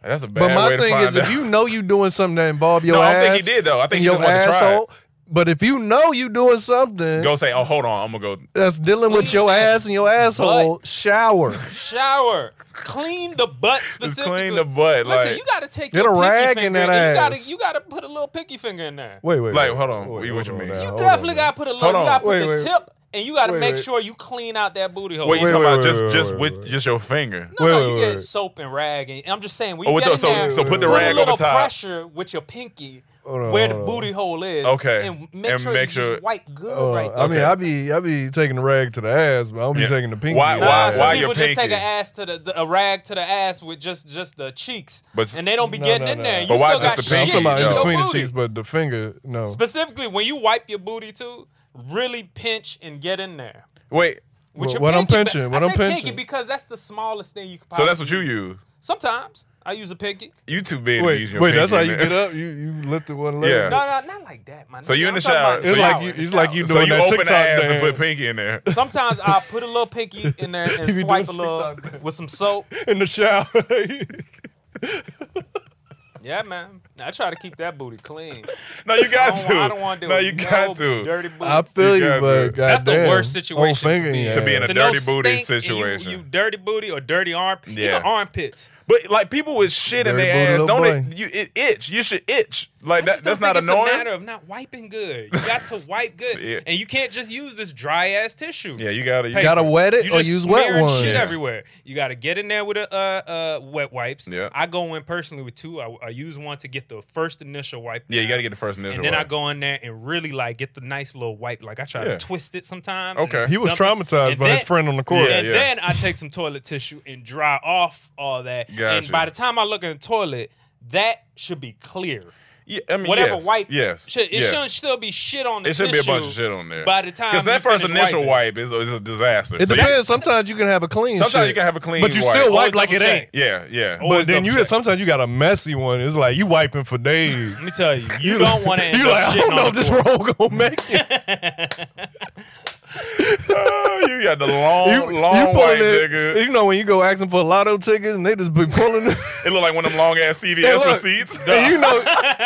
Speaker 6: That's a bad
Speaker 5: But my
Speaker 6: way to
Speaker 5: thing
Speaker 6: find
Speaker 5: is,
Speaker 6: out.
Speaker 5: if you know you doing something that involve your
Speaker 6: No, I
Speaker 5: ass,
Speaker 6: don't think he did, though. I think
Speaker 5: and
Speaker 6: he
Speaker 5: your
Speaker 6: just wanted to try it.
Speaker 5: asshole. But if you know you doing something
Speaker 6: go say, oh, hold on, I'm gonna go.
Speaker 5: that's dealing with your ass and your asshole,
Speaker 6: *laughs*
Speaker 5: shower.
Speaker 7: shower, clean the butt
Speaker 6: Just
Speaker 7: specifically.
Speaker 6: clean the butt.
Speaker 7: Listen,
Speaker 6: Like,
Speaker 7: you gotta take
Speaker 5: Get
Speaker 7: your
Speaker 5: a
Speaker 7: pinky
Speaker 5: rag in
Speaker 7: finger
Speaker 5: that
Speaker 7: and
Speaker 5: ass.
Speaker 7: You gotta, you gotta put a little pinky finger in there.
Speaker 5: Wait, wait,
Speaker 6: Like,
Speaker 5: wait.
Speaker 6: hold on.
Speaker 5: Wait,
Speaker 6: You-
Speaker 5: hold
Speaker 6: what you
Speaker 5: on
Speaker 6: mean?
Speaker 5: now,
Speaker 6: You
Speaker 7: you
Speaker 5: hold
Speaker 7: definitely
Speaker 5: on.
Speaker 7: gotta put a little.
Speaker 6: Hold
Speaker 7: you
Speaker 6: on.
Speaker 7: gotta put
Speaker 5: Wait,
Speaker 7: the
Speaker 5: wait.
Speaker 7: tip, and you gotta
Speaker 5: Wait,
Speaker 7: make
Speaker 5: wait.
Speaker 7: sure you clean out that booty hole.
Speaker 6: what you
Speaker 5: Wait,
Speaker 6: talking
Speaker 5: wait,
Speaker 6: about?
Speaker 5: wait,
Speaker 6: Just,
Speaker 5: wait,
Speaker 6: just
Speaker 5: wait,
Speaker 6: with
Speaker 5: wait.
Speaker 6: just your finger.
Speaker 7: no,
Speaker 5: wait,
Speaker 7: no, you
Speaker 5: wait,
Speaker 7: get
Speaker 5: wait.
Speaker 7: soap and rag, and I'm just saying when
Speaker 6: Oh,
Speaker 7: you
Speaker 6: with
Speaker 7: get
Speaker 6: the,
Speaker 7: in
Speaker 6: so,
Speaker 7: there,
Speaker 6: so put the
Speaker 7: put
Speaker 6: rag
Speaker 7: a
Speaker 6: over
Speaker 7: little
Speaker 6: top.
Speaker 7: pressure with your pinky
Speaker 5: Hold on,
Speaker 7: where the
Speaker 5: hold on.
Speaker 7: booty hole is.
Speaker 6: Okay.
Speaker 7: and make
Speaker 6: And
Speaker 7: sure
Speaker 6: make
Speaker 7: you
Speaker 6: sure-
Speaker 7: just wipe good
Speaker 5: Uh,
Speaker 7: *laughs* right there.
Speaker 5: I mean, I be I be taking the rag to the ass, but I don't be
Speaker 6: Yeah.
Speaker 5: taking the pinky.
Speaker 6: Why-
Speaker 5: to the
Speaker 7: Nah,
Speaker 6: why-
Speaker 5: ass.
Speaker 7: some
Speaker 6: why your
Speaker 7: people just take
Speaker 6: pinky?
Speaker 7: an ass to the, the- a rag to the ass with just just the cheeks,
Speaker 6: But-
Speaker 7: and they don't be
Speaker 5: No,
Speaker 7: getting
Speaker 5: no,
Speaker 7: in
Speaker 5: no.
Speaker 7: there.
Speaker 5: But
Speaker 7: you
Speaker 6: why
Speaker 7: still
Speaker 6: just
Speaker 7: got
Speaker 6: the
Speaker 7: shit
Speaker 5: I'm
Speaker 6: pinky,
Speaker 5: talking about
Speaker 7: in
Speaker 5: in
Speaker 6: though?
Speaker 7: your
Speaker 5: between the
Speaker 7: booty.
Speaker 5: cheeks, but the finger, no.
Speaker 7: Specifically, when you wipe your booty too, really pinch and get in there.
Speaker 6: Wait,
Speaker 7: With
Speaker 5: Wh-
Speaker 7: your
Speaker 5: what I'm
Speaker 7: pinky, but
Speaker 5: pinching, what
Speaker 7: I
Speaker 5: I'm
Speaker 7: say pinky
Speaker 5: pinching.
Speaker 7: because that's the smallest thing you can.
Speaker 6: so
Speaker 7: Possibly
Speaker 6: that's what you use.
Speaker 7: Sometimes I use a pinky.
Speaker 6: You too big to
Speaker 5: Wait,
Speaker 6: use your
Speaker 5: wait,
Speaker 6: pinky
Speaker 5: that's how
Speaker 6: in
Speaker 5: you
Speaker 6: there.
Speaker 5: get up. You you lifted one leg.
Speaker 6: Yeah.
Speaker 7: No, no, not like that, man.
Speaker 6: So you in the
Speaker 7: I'm talking about
Speaker 6: shower.
Speaker 5: It's
Speaker 6: So
Speaker 5: like
Speaker 7: shower,
Speaker 5: you,
Speaker 7: in the
Speaker 5: it's like
Speaker 7: shower.
Speaker 5: you
Speaker 6: So
Speaker 5: doing
Speaker 6: you
Speaker 5: that
Speaker 6: open
Speaker 5: TikTok
Speaker 6: the ass
Speaker 5: dance.
Speaker 6: and put pinky in there.
Speaker 7: *laughs* Sometimes I put a little pinky in there
Speaker 5: *laughs*
Speaker 7: and
Speaker 5: You be
Speaker 7: swipe a
Speaker 5: doing
Speaker 7: little
Speaker 5: TikTok dance.
Speaker 7: with some soap.
Speaker 5: in the shower. *laughs*
Speaker 7: Yeah, man. I try to keep that booty clean.
Speaker 6: No, you
Speaker 7: I
Speaker 6: got
Speaker 7: don't,
Speaker 6: to.
Speaker 7: I don't want to do
Speaker 6: No,
Speaker 7: it.
Speaker 6: you got to.
Speaker 7: dirty booty.
Speaker 5: I feel you,
Speaker 6: You got
Speaker 5: but
Speaker 6: to.
Speaker 7: That's the
Speaker 5: goddamn,
Speaker 7: worst
Speaker 5: old
Speaker 7: situation
Speaker 5: finger
Speaker 7: to be in.
Speaker 5: your
Speaker 6: To be in
Speaker 5: ass.
Speaker 6: a
Speaker 7: know
Speaker 6: dirty booty
Speaker 7: stink and you-
Speaker 6: situation.
Speaker 7: You, dirty booty or dirty arm,
Speaker 6: Yeah.
Speaker 7: even armpits.
Speaker 6: But like people with shit in
Speaker 5: Dirty
Speaker 6: their ass,
Speaker 5: booty
Speaker 6: don't
Speaker 5: little
Speaker 6: it? You it itch. You should itch.
Speaker 7: I
Speaker 6: Like that,
Speaker 7: just don't
Speaker 6: that's not
Speaker 7: think it's a matter
Speaker 6: annoying.
Speaker 7: of not wiping good. You got to
Speaker 6: *laughs*
Speaker 7: wipe good,
Speaker 6: Yeah.
Speaker 7: and you can't just use this dry ass tissue.
Speaker 6: Yeah, you gotta. You
Speaker 7: Paper.
Speaker 5: gotta wet it
Speaker 7: You
Speaker 5: or
Speaker 7: just
Speaker 5: use wet
Speaker 7: smearing
Speaker 5: ones.
Speaker 7: Shit
Speaker 6: Yeah.
Speaker 7: everywhere. You gotta get in there with a uh, uh, wet wipes.
Speaker 6: Yeah.
Speaker 7: I go in personally with two. I, I use one to get the first initial wipe.
Speaker 6: Yeah, you
Speaker 7: down.
Speaker 6: gotta get the first initial.
Speaker 7: And then I
Speaker 6: wipe.
Speaker 7: go in there and really like get the nice little wipe. Like I try
Speaker 6: Yeah.
Speaker 7: to twist it sometimes.
Speaker 6: Okay.
Speaker 7: and
Speaker 5: He was
Speaker 7: dump it.
Speaker 5: traumatized
Speaker 7: And
Speaker 5: by his
Speaker 7: then-
Speaker 5: friend on the court.
Speaker 6: Yeah,
Speaker 7: and then I take some toilet tissue and dry off all that.
Speaker 6: Gotcha.
Speaker 7: And by the time I look in the toilet, that should be clear.
Speaker 6: Yeah, I mean,
Speaker 7: Whatever
Speaker 6: Mm, yes,
Speaker 7: wipe,
Speaker 6: Yes,
Speaker 7: should, it
Speaker 6: yes.
Speaker 7: shouldn't still be shit on the
Speaker 6: It should be a bunch of
Speaker 7: tissue
Speaker 6: shit on there.
Speaker 7: By the time
Speaker 6: because that
Speaker 7: you
Speaker 6: first
Speaker 7: finish
Speaker 6: initial
Speaker 7: wiping.
Speaker 6: wipe is, is a disaster.
Speaker 5: It
Speaker 6: So you-
Speaker 5: depends. sometimes you can have a clean.
Speaker 6: sometimes
Speaker 5: shit.
Speaker 6: you can have a clean,
Speaker 5: But you
Speaker 6: wipe.
Speaker 5: still wipe
Speaker 7: Always
Speaker 5: like it
Speaker 7: double
Speaker 5: ain't.
Speaker 7: check.
Speaker 6: Yeah, yeah.
Speaker 7: Always
Speaker 5: But then you
Speaker 7: double check.
Speaker 5: sometimes you got a messy one. It's like you wiping for days.
Speaker 7: Let me tell you, *laughs*
Speaker 5: *laughs*
Speaker 7: you, don't want to end
Speaker 5: You
Speaker 7: up
Speaker 5: like I
Speaker 7: shitting
Speaker 5: don't know
Speaker 7: on
Speaker 5: if
Speaker 7: the
Speaker 5: this
Speaker 7: floor.
Speaker 5: roll gonna
Speaker 7: *laughs*
Speaker 5: make it.
Speaker 6: Oh, *laughs* you got the long,
Speaker 5: You,
Speaker 6: long
Speaker 5: you
Speaker 6: wipe,
Speaker 5: pulling it.
Speaker 6: nigga.
Speaker 5: You know when you go asking for lotto tickets and they just be pulling
Speaker 7: *laughs*
Speaker 5: it.
Speaker 6: it look like one of them long ass CVS
Speaker 5: Hey, look,
Speaker 6: receipts.
Speaker 5: And you know,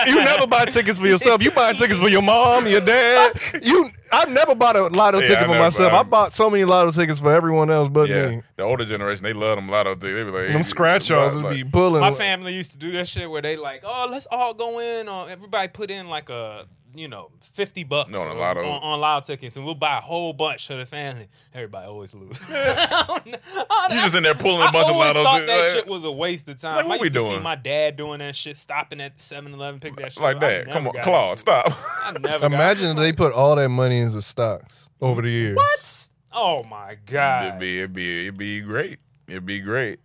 Speaker 5: you never buy tickets for yourself. You buy tickets for your mom, your
Speaker 7: *laughs*
Speaker 5: dad. You, I never bought a lotto
Speaker 6: Yeah, I
Speaker 5: ticket for
Speaker 6: never-
Speaker 5: myself. I
Speaker 6: I'm-
Speaker 5: bought so many lotto tickets for everyone else but
Speaker 6: yeah,
Speaker 5: me.
Speaker 6: the older generation they love them lotto things. They be like
Speaker 5: Them scratch offs would
Speaker 6: like-
Speaker 5: be pulling.
Speaker 7: My family used to do that shit where they like, oh, let's all go in or everybody put in like a you know fifty bucks
Speaker 6: No, on a
Speaker 7: on,
Speaker 6: lotto.
Speaker 7: on, on lotto tickets, and we'll buy a whole bunch for the family. Everybody always lose.
Speaker 6: *laughs*
Speaker 7: *laughs* you
Speaker 6: You just in there pulling a bunch of
Speaker 7: I always
Speaker 6: lotto.
Speaker 7: thought
Speaker 6: tickets,
Speaker 7: that
Speaker 6: like-
Speaker 7: shit was a waste of time.
Speaker 6: Like, what
Speaker 7: I
Speaker 6: we
Speaker 7: used to
Speaker 6: doing?
Speaker 7: see my dad doing that shit, stopping at the 7-Eleven, pick that shit
Speaker 6: like
Speaker 7: up.
Speaker 6: that.
Speaker 7: I
Speaker 6: Come
Speaker 7: never
Speaker 6: on,
Speaker 7: got
Speaker 6: Claude,
Speaker 7: into it.
Speaker 6: stop. *laughs*
Speaker 7: I never got
Speaker 5: Imagine if
Speaker 7: into
Speaker 5: they
Speaker 7: it.
Speaker 5: put all that money into stocks over the years.
Speaker 7: what? Oh my
Speaker 6: It'd
Speaker 7: god!
Speaker 6: be it'd be it'd be great. It'd be great.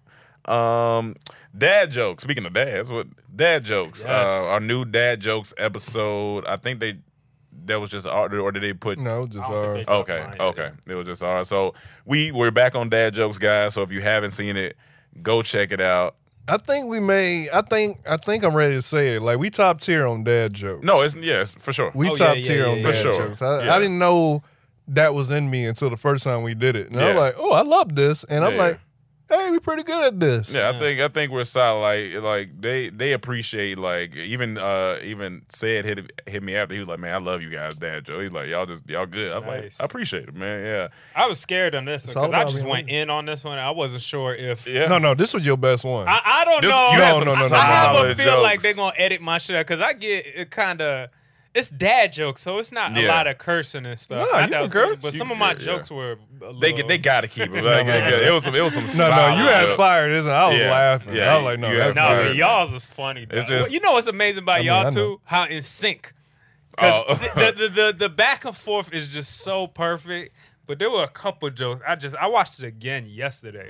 Speaker 6: Um, dad jokes. Speaking of dads, what dad jokes?
Speaker 7: Yes.
Speaker 6: Uh, our new dad jokes episode. I think they that was just our- or did they put?
Speaker 5: No, just
Speaker 7: I don't think
Speaker 5: ours.
Speaker 7: they-
Speaker 6: Okay,
Speaker 7: Mine,
Speaker 6: okay, it was just ours. So we we're back on dad jokes, guys. So if you haven't seen it, go check it out.
Speaker 5: I think we may. I think. I think I'm ready to say it. Like we top tier on dad jokes.
Speaker 6: No, it's yes for sure.
Speaker 5: we
Speaker 7: Oh, yeah,
Speaker 5: top
Speaker 7: yeah,
Speaker 5: tier
Speaker 7: yeah,
Speaker 5: on
Speaker 7: yeah,
Speaker 5: dad
Speaker 6: yeah. For sure.
Speaker 5: jokes. I,
Speaker 6: Yeah.
Speaker 5: I didn't know that was in me until the first time we did it, and I'm
Speaker 6: Yeah.
Speaker 5: like, oh, I love this, and I'm
Speaker 6: Yeah.
Speaker 5: like, hey, we pretty good at this.
Speaker 6: Yeah, I think I think we're solid. Like like they they appreciate like even uh even said hit hit me after he was like man I love you guys dad Joe he's like y'all just y'all good I'm
Speaker 7: Nice.
Speaker 6: like I appreciate it man yeah
Speaker 7: I was scared on this one
Speaker 5: It's all
Speaker 7: because I
Speaker 5: about
Speaker 7: just
Speaker 5: being
Speaker 7: went in on this one. I wasn't sure if
Speaker 6: yeah
Speaker 5: No, no, this was your best one.
Speaker 7: I, I don't
Speaker 6: This-
Speaker 7: know.
Speaker 6: you had
Speaker 5: No,
Speaker 6: some
Speaker 5: no, no,
Speaker 7: I,
Speaker 5: no,
Speaker 7: I have a
Speaker 6: solid
Speaker 7: feel like
Speaker 6: jokes.
Speaker 7: they're gonna edit my shit out because I get it kind of. It's dad jokes, so it's not a
Speaker 6: Yeah.
Speaker 7: lot of cursing and stuff.
Speaker 5: Nah,
Speaker 7: Not
Speaker 5: you
Speaker 7: that
Speaker 5: can
Speaker 7: was crazy,
Speaker 5: curse.
Speaker 7: but
Speaker 6: You
Speaker 7: some of
Speaker 6: can-
Speaker 7: my
Speaker 6: yeah.
Speaker 7: jokes were. A little,
Speaker 6: they get they gotta keep it like,
Speaker 5: No, no, no.
Speaker 6: it was some it was some
Speaker 5: no,
Speaker 6: solid
Speaker 5: no, you had
Speaker 6: jokes.
Speaker 5: fire. This, and I was
Speaker 6: Yeah.
Speaker 5: laughing.
Speaker 6: Yeah,
Speaker 5: I was like, no,
Speaker 6: you
Speaker 5: that's
Speaker 6: had
Speaker 7: No,
Speaker 6: fire.
Speaker 7: but y'all's was funny. Though.
Speaker 6: It's just-
Speaker 7: you know what's amazing about
Speaker 5: I mean, I
Speaker 7: y'all
Speaker 5: know.
Speaker 7: too? How in sync. Because
Speaker 6: Oh.
Speaker 7: the, the, the the back and forth is just so perfect. But there were a couple jokes. I just I watched it again yesterday.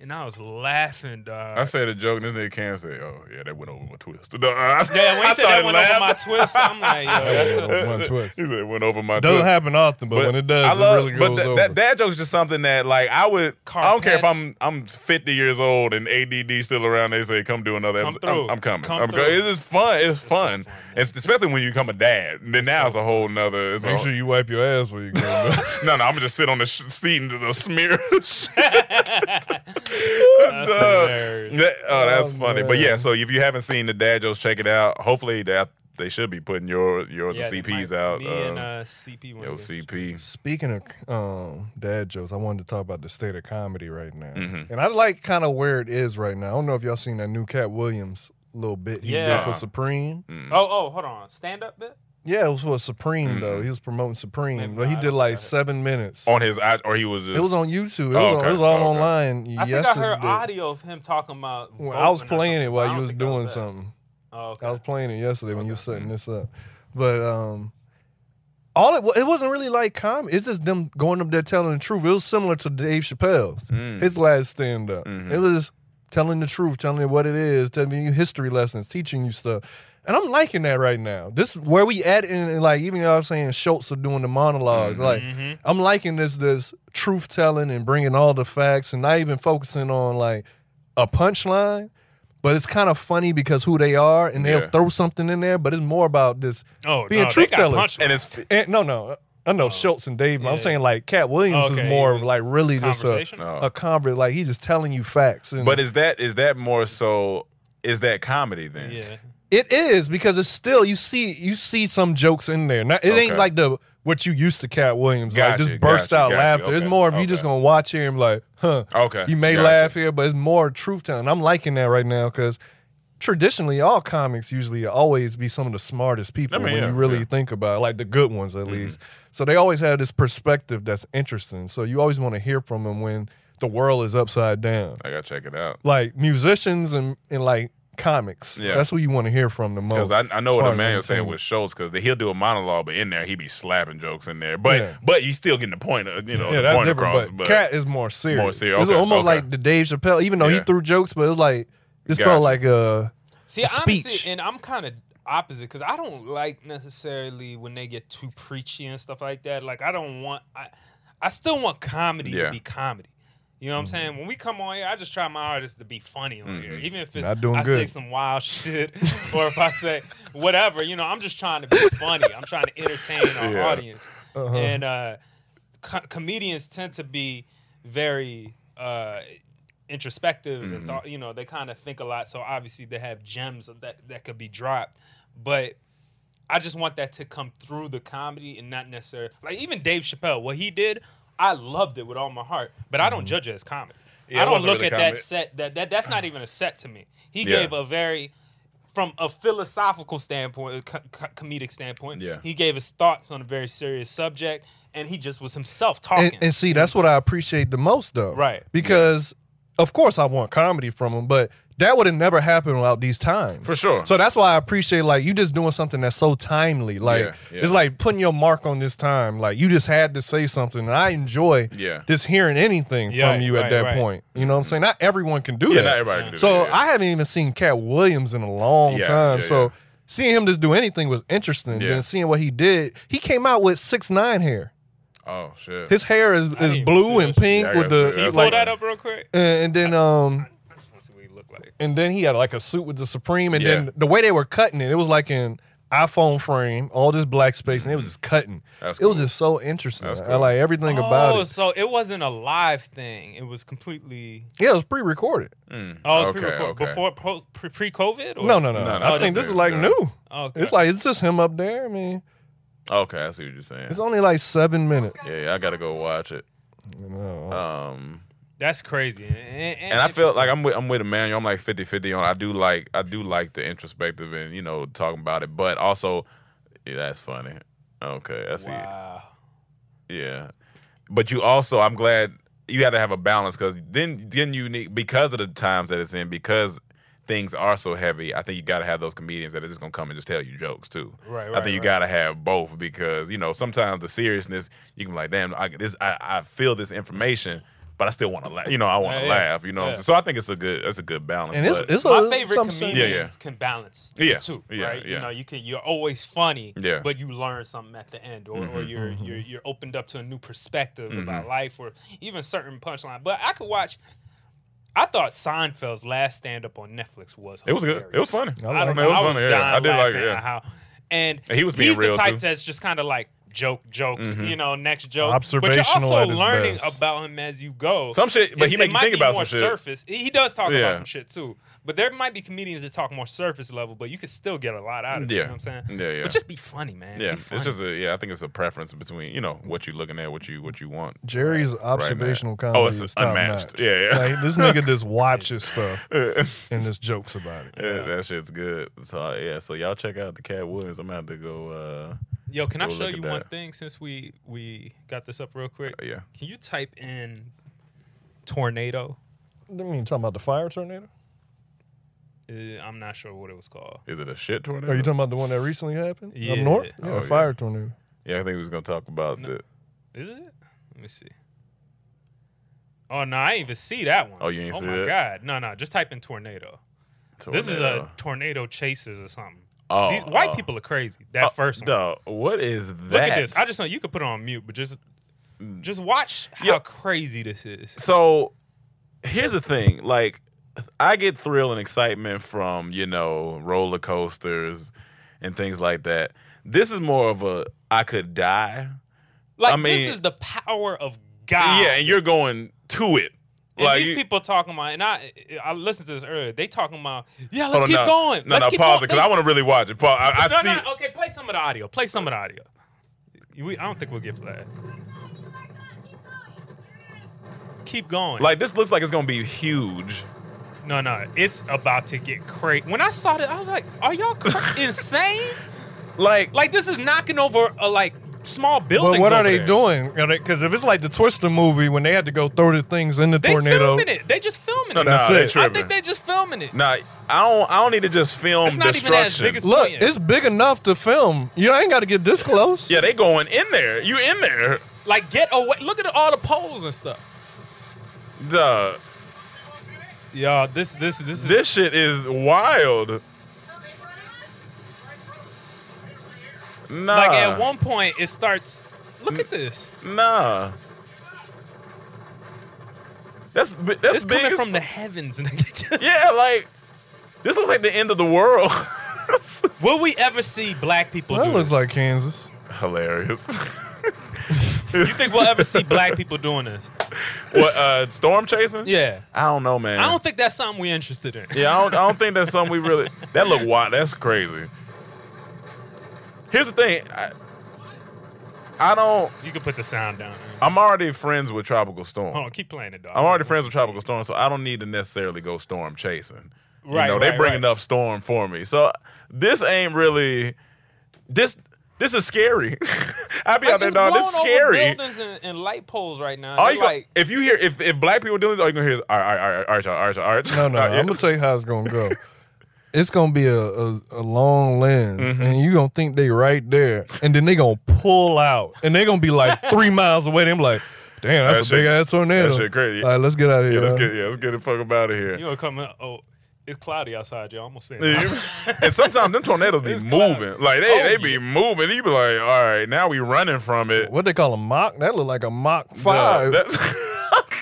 Speaker 7: And I was laughing, dog.
Speaker 6: I said a joke and this nigga Cam said oh yeah that went over my twist *laughs* yeah
Speaker 7: yeah, when he said that went over my twist, I'm like, yo, that's a,
Speaker 5: Over my twist.
Speaker 6: he said it went over my
Speaker 5: doesn't
Speaker 6: twist.
Speaker 5: happen often, but, when it does, it really goes
Speaker 6: but that,
Speaker 5: over.
Speaker 6: that dad joke's just something that like I would. I don't care if
Speaker 7: Carpets.
Speaker 6: I'm I'm 50 years old and ADD still around. They say come do another.
Speaker 7: Come
Speaker 6: episode. I'm-
Speaker 7: through.
Speaker 6: I'm, coming.
Speaker 7: Come
Speaker 6: I'm
Speaker 7: through.
Speaker 6: co- It's just fun. It's, fun.
Speaker 7: so fun,
Speaker 6: It's- especially when you become a dad. Then now it's a whole nother. It's a
Speaker 5: Make
Speaker 6: whole- *laughs*
Speaker 5: sure you wipe your ass when you go. man.
Speaker 6: no, no, I'm gonna just sit on the sh- seat and just smear. *laughs* shit.
Speaker 7: *laughs*
Speaker 6: Duh.
Speaker 7: hilarious.
Speaker 6: That- oh, that's
Speaker 5: Oh,
Speaker 6: funny. But
Speaker 5: man.
Speaker 6: yeah, so if you haven't seen the dad jokes, check it out. Hopefully that they should be putting your yours
Speaker 7: Yeah, they
Speaker 6: and CP's
Speaker 7: might-
Speaker 6: out.
Speaker 7: Me
Speaker 6: uh,
Speaker 7: and uh, CP went.
Speaker 6: yo,
Speaker 7: against each
Speaker 6: CP.
Speaker 5: Speaking of um, dad jokes, I wanted to talk about the state of comedy right now,
Speaker 7: Mm-hmm.
Speaker 6: Mhm.
Speaker 5: and I like kind of where it is right now. I don't know if y'all seen that new Cat Williams little bit he
Speaker 7: Yeah.
Speaker 5: did for Supreme.
Speaker 6: Mm.
Speaker 7: other. Oh, oh, hold on, stand up bit.
Speaker 5: Yeah, it was for Supreme though.
Speaker 6: Mhm.
Speaker 5: He was promoting Supreme,
Speaker 7: Maybe
Speaker 5: but he
Speaker 7: Mm-hmm. I
Speaker 5: did
Speaker 7: don't
Speaker 5: like
Speaker 7: got it.
Speaker 5: seven minutes.
Speaker 6: On his eye, or he was just
Speaker 5: it was on YouTube. It was,
Speaker 6: Oh,
Speaker 5: on,
Speaker 6: okay.
Speaker 5: it was all
Speaker 6: Okay.
Speaker 5: online
Speaker 7: I think I
Speaker 5: yesterday.
Speaker 7: heard audio of him talking about.
Speaker 5: Well, I was
Speaker 7: voting or
Speaker 5: playing it
Speaker 7: something, but I
Speaker 5: while you
Speaker 7: don't
Speaker 5: was
Speaker 7: think I
Speaker 5: doing
Speaker 7: at-
Speaker 5: something.
Speaker 7: Oh, okay.
Speaker 5: I was playing it yesterday when you were setting this up, but um, all it wa- it wasn't really like comedy. It's just them going up there telling the truth. It was similar to Dave Chappelle's
Speaker 6: Mm.
Speaker 5: his last stand up.
Speaker 6: Mhm.
Speaker 5: It was telling the truth, telling you what it is, telling you history lessons, teaching you stuff. And I'm liking that right now. This where we at in in, like even though I was saying Schultz are doing the monologs.
Speaker 6: Mm-hmm.
Speaker 5: Like I'm liking this this truth telling and bringing all the facts and not even focusing on like a punchline. But it's kind of funny because who they are, and they'll
Speaker 6: Yeah.
Speaker 5: throw something in there. But it's more about this
Speaker 7: Oh,
Speaker 5: being
Speaker 7: no, they
Speaker 5: truth
Speaker 7: got
Speaker 5: tellers.
Speaker 7: punched.
Speaker 6: and it's
Speaker 5: And, Eh, no, no, I know Schultz and Dave. but I'm saying like Cat Williams
Speaker 7: Oh. Okay,
Speaker 5: is more
Speaker 7: yeah.
Speaker 5: of like really just a
Speaker 7: Conversation?
Speaker 6: No.
Speaker 5: a convert. Like he just telling you facts. And
Speaker 6: But is that is that more so? Is that comedy then?
Speaker 7: Yeah.
Speaker 5: It is because it's still you see you see some jokes in there. Now, it ain't
Speaker 6: Okay.
Speaker 5: like the what you used to Cat Williams
Speaker 6: Gotcha,
Speaker 5: like just burst
Speaker 6: gotcha,
Speaker 5: out
Speaker 6: gotcha.
Speaker 5: laughter. It's
Speaker 6: Okay,
Speaker 5: more if you just
Speaker 6: okay.
Speaker 5: gonna watch here and be like, huh?
Speaker 6: Okay,
Speaker 5: you may
Speaker 6: gotcha.
Speaker 5: laugh here, but it's more truth telling. I'm liking that right now because traditionally all comics usually always be some of the smartest people
Speaker 6: I mean,
Speaker 5: when
Speaker 6: yeah,
Speaker 5: you really
Speaker 6: yeah. Mm-hmm.
Speaker 5: think about it, like the good ones at least. So they always have this perspective that's interesting. So you always want to hear from them when the world is upside down
Speaker 6: I gotta check it out
Speaker 5: like musicians and, and like comics.
Speaker 6: Yeah.
Speaker 5: That's who you want to hear from the most.
Speaker 6: because I, I know
Speaker 5: as
Speaker 6: what
Speaker 5: far as
Speaker 6: Emmanuel's saying
Speaker 5: entertainment.
Speaker 6: with Schultz because he'll do a monologue, but in there he be slapping jokes in there. But
Speaker 5: Yeah.
Speaker 6: but you still getting the point, of, you know,
Speaker 5: yeah,
Speaker 6: the
Speaker 5: that's
Speaker 6: point
Speaker 5: different.
Speaker 6: across.
Speaker 5: but,
Speaker 6: But
Speaker 5: Cat is more serious.
Speaker 6: More serious,
Speaker 5: It's
Speaker 6: okay,
Speaker 5: almost
Speaker 6: okay.
Speaker 5: like the Dave Chappelle, even though he
Speaker 6: Yeah.
Speaker 5: threw jokes, but it was like this
Speaker 6: Gotcha.
Speaker 5: felt like uh, a
Speaker 7: See,
Speaker 5: a
Speaker 7: honestly,
Speaker 5: speech.
Speaker 7: and I'm kind of opposite because I don't like necessarily when they get too preachy and stuff like that. Like, I don't want. I, I still want comedy
Speaker 6: Yeah.
Speaker 7: to be comedy. You
Speaker 5: Mm-hmm.
Speaker 7: know what I'm saying? When we come on here, I just try my hardest to be funny on here, even if it's,
Speaker 5: Not doing
Speaker 7: I say
Speaker 5: good.
Speaker 7: some
Speaker 5: *laughs*
Speaker 7: wild *laughs* shit or if I say whatever. You know, I'm just trying to be funny. I'm trying to entertain our
Speaker 6: Yeah.
Speaker 7: audience,
Speaker 5: Uh-huh.
Speaker 7: and uh, co- comedians tend to be very. Uh, introspective
Speaker 6: Mm-hmm.
Speaker 7: and thought. You know, they kind of think a lot. So obviously, they have gems of that that could be dropped. But I just want that to come through the comedy and not necessarily like even Dave Chappelle. What he did, I loved it with all my heart. But I don't judge it as comedy.
Speaker 6: Mm-hmm. Yeah, it
Speaker 7: I don't
Speaker 6: wasn't
Speaker 7: look
Speaker 6: really
Speaker 7: at
Speaker 6: comedy.
Speaker 7: that set. That, that that's not even a set to me. He
Speaker 6: Yeah.
Speaker 7: gave a very from a philosophical standpoint, a co- co- comedic standpoint,
Speaker 6: Yeah.
Speaker 7: he gave his thoughts on a very serious subject, and he just was himself talking.
Speaker 5: and, and see, that's what I appreciate the most, though.
Speaker 7: Right.
Speaker 5: Because, of course, I want comedy from him, but that would have never happened without these times.
Speaker 6: For sure.
Speaker 5: So that's why I appreciate, like, you just doing something that's so timely. Like,
Speaker 6: Yeah, yeah.
Speaker 5: it's like putting your mark on this time. Like, you just had to say something. And I enjoy
Speaker 6: Yeah.
Speaker 5: just hearing anything
Speaker 7: Yeah,
Speaker 5: from you at
Speaker 7: right,
Speaker 5: that
Speaker 7: right.
Speaker 5: point. You know what I'm saying? Not everyone can do
Speaker 6: Mm-hmm. Yeah,
Speaker 5: that.
Speaker 6: not everybody can do
Speaker 5: So
Speaker 6: that, yeah.
Speaker 5: I haven't even seen Cat Williams in a long
Speaker 6: Yeah,
Speaker 5: time.
Speaker 6: yeah,
Speaker 5: so.
Speaker 6: yeah.
Speaker 5: Seeing him just do anything was interesting.
Speaker 6: Yeah.
Speaker 5: Then seeing what he did, he came out with six nine hair.
Speaker 6: Oh shit.
Speaker 5: His hair is, is
Speaker 7: even
Speaker 5: blue
Speaker 7: see
Speaker 5: and
Speaker 7: that.
Speaker 5: pink
Speaker 6: Yeah, I
Speaker 5: with
Speaker 6: gotta see
Speaker 5: the
Speaker 6: that.
Speaker 5: like,
Speaker 7: Pull that up real quick.
Speaker 5: and, and then um,
Speaker 7: Let's see what he look like.
Speaker 5: and then he had like a suit with the Supreme, and
Speaker 6: Yeah.
Speaker 5: then the way they were cutting it, it was like an iPhone frame, all this black space, and they was just cutting.
Speaker 6: Mm. That's
Speaker 5: It
Speaker 6: cool.
Speaker 5: was just so interesting.
Speaker 6: That's
Speaker 5: I
Speaker 6: cool.
Speaker 5: like everything about
Speaker 7: oh,
Speaker 5: it.
Speaker 7: so it wasn't a live thing; it was completely
Speaker 5: Yeah, it was pre-recorded.
Speaker 7: oh, it was
Speaker 6: Okay,
Speaker 7: pre-record-
Speaker 6: okay.
Speaker 7: before po- pre- pre-COVID. Or?
Speaker 5: No, no, no.
Speaker 6: No, no,
Speaker 5: I
Speaker 6: that's
Speaker 5: think this
Speaker 6: it.
Speaker 5: is like
Speaker 6: Yeah.
Speaker 5: new.
Speaker 7: Oh, okay.
Speaker 5: It's like it's just him up there. I mean,
Speaker 6: Okay, I see what you're saying.
Speaker 5: it's only like seven minutes. Uh,
Speaker 6: Yeah, yeah, I gotta go watch it.
Speaker 5: No.
Speaker 6: Um,
Speaker 7: that's crazy. And, and,
Speaker 6: and I feel like I'm with I'm with Emmanuel. I'm like 50 50 on. I do like I do like the introspective and you know talking about it, but also yeah, that's funny. Okay, I see.
Speaker 7: wow.
Speaker 6: Yeah, but you also I'm glad you had to have a balance because then then you need because of the times that it's in because things are so heavy. I think you got to have those comedians that are just gonna come and just tell you jokes too.
Speaker 7: Right,
Speaker 6: I
Speaker 7: right,
Speaker 6: think you
Speaker 7: right.
Speaker 6: got to have both because you know sometimes the seriousness you can be like, damn, I this I, I feel this information. But I still want to laugh. You know, I want to
Speaker 7: Yeah, yeah.
Speaker 6: laugh. You know, what I'm
Speaker 7: Yeah.
Speaker 6: saying? so I think it's a good, it's a good balance.
Speaker 5: and it's,
Speaker 6: but-
Speaker 5: it's
Speaker 7: my
Speaker 5: a,
Speaker 7: favorite
Speaker 5: some scene-
Speaker 7: comedians
Speaker 6: Yeah, yeah.
Speaker 7: can balance
Speaker 6: Yeah,
Speaker 7: the two,
Speaker 6: yeah,
Speaker 7: right?
Speaker 6: yeah.
Speaker 7: You know, you can you're always funny,
Speaker 6: Yeah. Mm-hmm,
Speaker 7: but you learn something at the end, or, or you're
Speaker 5: mm-hmm.
Speaker 7: you're you're opened up to a new perspective about life, or even certain punchline. But I could watch. I thought Seinfeld's last stand up on Netflix was
Speaker 6: it was good. It was
Speaker 7: hilarious.
Speaker 6: funny.
Speaker 5: I
Speaker 7: I
Speaker 5: liked
Speaker 7: don't know.
Speaker 6: It was
Speaker 7: I was
Speaker 6: funny.
Speaker 7: dying
Speaker 6: yeah. I did like
Speaker 7: laughing
Speaker 6: it.
Speaker 7: at
Speaker 6: Yeah.
Speaker 7: how, and
Speaker 6: And he was being
Speaker 7: he's
Speaker 6: real,
Speaker 7: the type
Speaker 6: too. Mm-hmm.
Speaker 7: that's just kind of like joke, joke. You know, next joke. But you're
Speaker 5: Observational
Speaker 7: also
Speaker 5: at his
Speaker 7: learning
Speaker 5: best.
Speaker 7: about him as you go.
Speaker 6: Some shit- but he
Speaker 7: It-
Speaker 6: make
Speaker 7: it
Speaker 6: you
Speaker 7: might
Speaker 6: think
Speaker 7: be
Speaker 6: about
Speaker 7: more
Speaker 6: some shit.
Speaker 7: surface. He he does talk
Speaker 6: Yeah.
Speaker 7: about some shit too. But there might be comedians that talk more surface level, but you can still get a lot out of it.
Speaker 6: Yeah.
Speaker 7: You know what I'm saying?
Speaker 6: Yeah, yeah.
Speaker 7: But just be funny, man.
Speaker 6: Yeah,
Speaker 7: Be funny.
Speaker 6: it's just a yeah. I think it's a preference between you know what you're looking at, what you what you want. *laughs*
Speaker 5: Jerry's
Speaker 6: Right, right,
Speaker 5: observational
Speaker 6: man.
Speaker 5: comedy
Speaker 6: Oh, it's
Speaker 5: is top
Speaker 6: unmatched.
Speaker 5: notch.
Speaker 6: Yeah, yeah.
Speaker 5: Like, this
Speaker 6: *laughs*
Speaker 5: nigga just watches stuff and just jokes about it.
Speaker 6: Yeah, that shit's good. So uh, yeah, so y'all check out the Cat Williams. I'm gonna have to go. uh
Speaker 7: Yo, can I
Speaker 6: Go
Speaker 7: show
Speaker 6: look at
Speaker 7: you one
Speaker 6: that.
Speaker 7: thing since we we got this up real quick?
Speaker 6: oh, Yeah,
Speaker 7: Can you type in tornado?
Speaker 5: I mean, talking about the fire tornado?
Speaker 7: Uh, I'm not sure what it was called.
Speaker 6: is it a shit tornado?
Speaker 5: Are Oh, you talking about the one that recently happened up
Speaker 7: Yeah.
Speaker 5: north? Yeah,
Speaker 6: Oh,
Speaker 5: a
Speaker 6: yeah.
Speaker 5: fire tornado.
Speaker 6: yeah, I think we was gonna talk about the.
Speaker 7: Is it? Let me see. Oh no, I didn't even see that one.
Speaker 6: Oh, you ain't
Speaker 7: oh
Speaker 6: see
Speaker 7: my
Speaker 6: it?
Speaker 7: god, no, no, just type in tornado.
Speaker 6: Tornado.
Speaker 7: This is a tornado chasers or something.
Speaker 6: Oh,
Speaker 7: These white
Speaker 6: oh.
Speaker 7: people are crazy. That
Speaker 6: Oh,
Speaker 7: first one.
Speaker 6: dog, what is that?
Speaker 7: Look at this. I just know you could put it on mute, but just
Speaker 6: Mm.
Speaker 7: just watch how
Speaker 6: Yo.
Speaker 7: crazy this is.
Speaker 6: so here's the thing like i get thrill and excitement from you know roller coasters and things like that this is more of a i could die
Speaker 7: Like
Speaker 6: I mean-
Speaker 7: this is the power of God.
Speaker 6: yeah and you're going to it
Speaker 7: Ah. And
Speaker 6: like
Speaker 7: these
Speaker 6: you-
Speaker 7: people talking about, and I I listened to this earlier. They talking about, yeah,
Speaker 6: Hold
Speaker 7: let's
Speaker 6: on,
Speaker 7: keep
Speaker 6: no,
Speaker 7: going.
Speaker 6: no
Speaker 7: let's
Speaker 6: no
Speaker 7: keep
Speaker 6: pause
Speaker 7: going.
Speaker 6: it because i want to really watch it pause i, I
Speaker 7: no,
Speaker 6: see
Speaker 7: no, okay, play some of the audio. Play some of the audio. We, I don't think we'll get flagged. Keep going.
Speaker 6: like this looks like it's gonna be huge
Speaker 7: no, no, it's about to get crazy. When I saw that, I was like, "Are y'all cra- *laughs* insane?
Speaker 6: like
Speaker 7: Like this is knocking over a like small
Speaker 5: But
Speaker 7: building."
Speaker 5: what are they doing? Because if it's like the Twister movie when they had to go throw the things in the
Speaker 7: They
Speaker 5: tornado,
Speaker 7: filming it. They just filming
Speaker 6: no,
Speaker 7: it.
Speaker 6: no,
Speaker 5: That's it.
Speaker 6: they
Speaker 7: I
Speaker 6: tripping.
Speaker 7: think they just filming it.
Speaker 6: nah, I don't. I don't need to just film
Speaker 7: It's not even as
Speaker 6: destruction.
Speaker 7: big as-
Speaker 5: look,
Speaker 7: Brilliant.
Speaker 5: it's big enough to film. You ain't got to get
Speaker 6: *laughs*
Speaker 5: this close.
Speaker 6: yeah, they going in there. You in there?
Speaker 7: Like get away. Look at all the poles and stuff.
Speaker 6: Duh.
Speaker 7: Yo, this this this is
Speaker 6: This shit is wild. Nah,
Speaker 7: like at one point it starts. Look at this.
Speaker 6: nah. That's bi- that's
Speaker 7: It's
Speaker 6: big
Speaker 7: coming
Speaker 6: as
Speaker 7: from the
Speaker 6: fu-
Speaker 7: heavens, *laughs* nigga.
Speaker 6: yeah. Like this looks like the end of the world. *laughs*
Speaker 7: Will we ever see black people?
Speaker 5: that
Speaker 7: do
Speaker 5: looks
Speaker 7: this?
Speaker 5: like Kansas.
Speaker 6: Hilarious.
Speaker 7: You think we'll
Speaker 5: *laughs*
Speaker 7: ever see black people doing this?
Speaker 6: *laughs* What uh, storm chasing?
Speaker 7: Yeah.
Speaker 6: I don't know, man.
Speaker 7: I don't think that's something we're interested in.
Speaker 6: Yeah, I don't, I don't think that's something we really. That look wild. That's crazy. Here's the thing. I, I don't.
Speaker 7: You can put the sound down.
Speaker 6: I'm already friends with Tropical Storm.
Speaker 7: Hold on, keep playing it, dog.
Speaker 6: I'm already friends with Tropical Storm, so I don't need to necessarily go storm chasing. You
Speaker 7: Right,
Speaker 6: know, they
Speaker 7: right,
Speaker 6: bring
Speaker 7: right.
Speaker 6: enough storm for me. So this ain't really this this is scary. *laughs* I be out there,
Speaker 7: it's
Speaker 6: dog. This is
Speaker 7: blown over
Speaker 6: scary.
Speaker 7: Buildings and, and light poles right now.
Speaker 6: All
Speaker 7: They're
Speaker 6: you gonna-
Speaker 7: like,
Speaker 6: if you hear if, if black people doing this, all you gonna hear is all right, all right, all right, all right, all right,
Speaker 5: No, no,
Speaker 6: all right,
Speaker 5: I'm
Speaker 6: *laughs* yeah.
Speaker 5: gonna tell you how it's gonna
Speaker 6: *laughs*
Speaker 5: go. It's gonna be a, a, a long lens,
Speaker 6: Mm-hmm.
Speaker 5: and you gonna think they right there, and then they gonna pull out, and they gonna be like three miles away. And I'm like, damn, that's
Speaker 6: That
Speaker 5: a
Speaker 6: shit-
Speaker 5: big ass tornado.
Speaker 6: that shit crazy.
Speaker 5: All right, let's get out of
Speaker 6: Yeah,
Speaker 5: here.
Speaker 6: let's get yeah, let's get the fuck up out of here.
Speaker 7: you know, come in. Oh, it's cloudy outside, y'all. I'm gonna say
Speaker 6: Yeah, *laughs*
Speaker 7: *laughs*
Speaker 6: you- *laughs* and sometimes them tornadoes be moving. Like they, they be moving. You be like, all right, now we running from it.
Speaker 5: what they call a mock? That look like a mock
Speaker 6: Nah, *laughs*
Speaker 5: five.
Speaker 6: that's-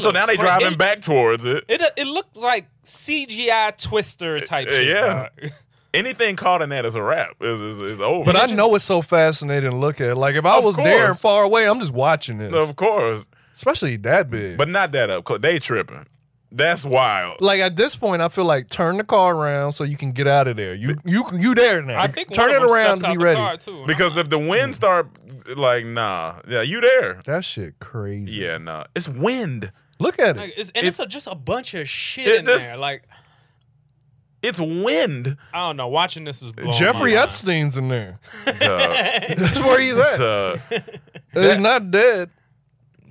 Speaker 6: so now they driving
Speaker 7: It-
Speaker 6: back towards it.
Speaker 7: It uh, it looked like CGI Twister type
Speaker 6: Uh,
Speaker 7: shit.
Speaker 6: yeah.
Speaker 7: dog.
Speaker 6: Anything caught in that is a wrap. Is is is over.
Speaker 5: but I know it's so fascinating to look at. Like if I
Speaker 6: Of
Speaker 5: was there and
Speaker 6: course.
Speaker 5: far away, I'm just watching it,
Speaker 6: *laughs* of course,
Speaker 5: especially that big.
Speaker 6: but not that up. close. They tripping. That's wild.
Speaker 5: like at this point, I feel like turn the car around so you can get out of there. You you you there now?
Speaker 7: I think
Speaker 5: turn
Speaker 7: one
Speaker 5: it
Speaker 7: of them
Speaker 5: around
Speaker 7: steps
Speaker 5: to
Speaker 7: out
Speaker 5: be
Speaker 7: the
Speaker 5: ready.
Speaker 7: car, too.
Speaker 6: Because if the
Speaker 5: Mm.
Speaker 6: wind start like nah, yeah, you there?
Speaker 5: That shit crazy.
Speaker 6: Yeah, nah. It's wind.
Speaker 5: Look at
Speaker 7: Like,
Speaker 5: it.
Speaker 7: it's, and it's, a, just a bunch of shit
Speaker 6: It
Speaker 7: in
Speaker 6: just-
Speaker 7: there. Like
Speaker 6: It's wind.
Speaker 7: I don't know. Watching this is
Speaker 6: Oh
Speaker 7: blowing
Speaker 5: Jeffrey
Speaker 7: my mind.
Speaker 5: Epstein's in
Speaker 6: *laughs*
Speaker 5: there.
Speaker 6: Duh.
Speaker 7: *laughs*
Speaker 5: That's *laughs* where he's at.
Speaker 6: Duh.
Speaker 5: *laughs* He's not dead.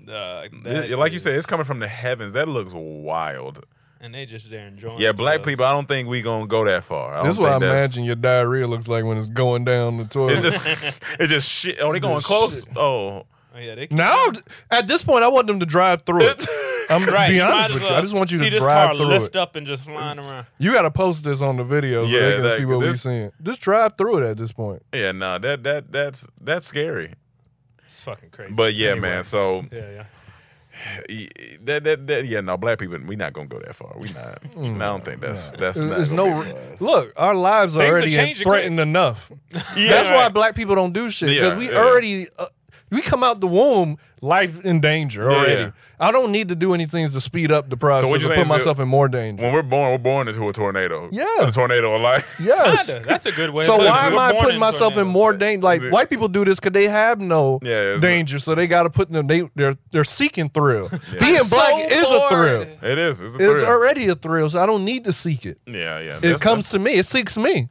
Speaker 7: Uh,
Speaker 6: It-
Speaker 7: that
Speaker 6: like you said,
Speaker 7: is-
Speaker 6: it's coming from the heavens. That looks wild.
Speaker 7: and they just there enjoying.
Speaker 6: Yeah, black
Speaker 7: themselves.
Speaker 6: people. I don't think we gonna go that far. I don't
Speaker 5: This is what I
Speaker 6: think that's-
Speaker 5: imagine your diarrhea looks like when it's going down the toilet. *laughs*
Speaker 6: It's just, it's just shit. Oh, they going
Speaker 5: Just
Speaker 6: close.
Speaker 5: shit.
Speaker 6: Oh,
Speaker 7: Oh, yeah, they
Speaker 5: now, I'm- at this point, I want them to drive through it. I'm gonna
Speaker 7: Right,
Speaker 5: be
Speaker 7: you might
Speaker 5: honest
Speaker 7: as
Speaker 5: with you.
Speaker 7: well
Speaker 5: I just want you
Speaker 7: see
Speaker 5: to
Speaker 7: this
Speaker 5: drive
Speaker 7: car
Speaker 5: through
Speaker 7: lift
Speaker 5: it.
Speaker 7: up and just flying around.
Speaker 5: You got to post this on the video so
Speaker 6: Yeah,
Speaker 5: they can
Speaker 6: that-
Speaker 5: see what we're
Speaker 6: this-
Speaker 5: seeing. Just drive through it at this point.
Speaker 6: *laughs* yeah. No, that that that's that's scary.
Speaker 7: It's fucking crazy.
Speaker 6: But yeah,
Speaker 7: Anyway.
Speaker 6: man. So
Speaker 7: Yeah, yeah.
Speaker 6: y- that, that that yeah. No, black people. We not gonna go that far. We
Speaker 5: *laughs*
Speaker 6: not.
Speaker 5: Mm.
Speaker 6: I don't think that's that's
Speaker 5: There's,
Speaker 6: not.
Speaker 5: there's
Speaker 6: gonna
Speaker 5: no
Speaker 6: be-
Speaker 5: look. Our lives are
Speaker 7: Things are
Speaker 5: already
Speaker 7: changing
Speaker 5: threatened enough.
Speaker 6: Yeah,
Speaker 5: That's why
Speaker 6: right.
Speaker 5: black people don't do shit because
Speaker 6: Yeah,
Speaker 5: we
Speaker 6: yeah.
Speaker 5: already uh, we come out the womb life in danger
Speaker 6: Yeah,
Speaker 5: already.
Speaker 6: yeah.
Speaker 5: I don't need to do anything to speed up the process
Speaker 6: what
Speaker 5: or
Speaker 6: you saying
Speaker 5: put
Speaker 6: is that-
Speaker 5: myself in more danger.
Speaker 6: When we're born, we're born into a tornado.
Speaker 5: Yeah.
Speaker 6: a tornado of life.
Speaker 5: yes.
Speaker 7: Kinda. That's a good
Speaker 6: *laughs*
Speaker 7: way.
Speaker 5: So
Speaker 7: of putting
Speaker 5: why
Speaker 7: it.
Speaker 5: am I
Speaker 7: Born
Speaker 5: putting myself in
Speaker 7: tornado.
Speaker 5: more danger? Like
Speaker 6: Yeah.
Speaker 5: white people do this because they have no
Speaker 6: Yeah, it's-
Speaker 5: danger, so they got to put them. They they're they're seeking
Speaker 6: *laughs*
Speaker 5: thrill. Being
Speaker 7: So
Speaker 5: black is a
Speaker 7: bored.
Speaker 5: thrill.
Speaker 6: *laughs* It is. It's, a
Speaker 5: It's
Speaker 6: thrill.
Speaker 5: already a thrill, so I don't need to seek it.
Speaker 6: Yeah, yeah.
Speaker 5: It
Speaker 6: that's-
Speaker 5: comes to me. It seeks me.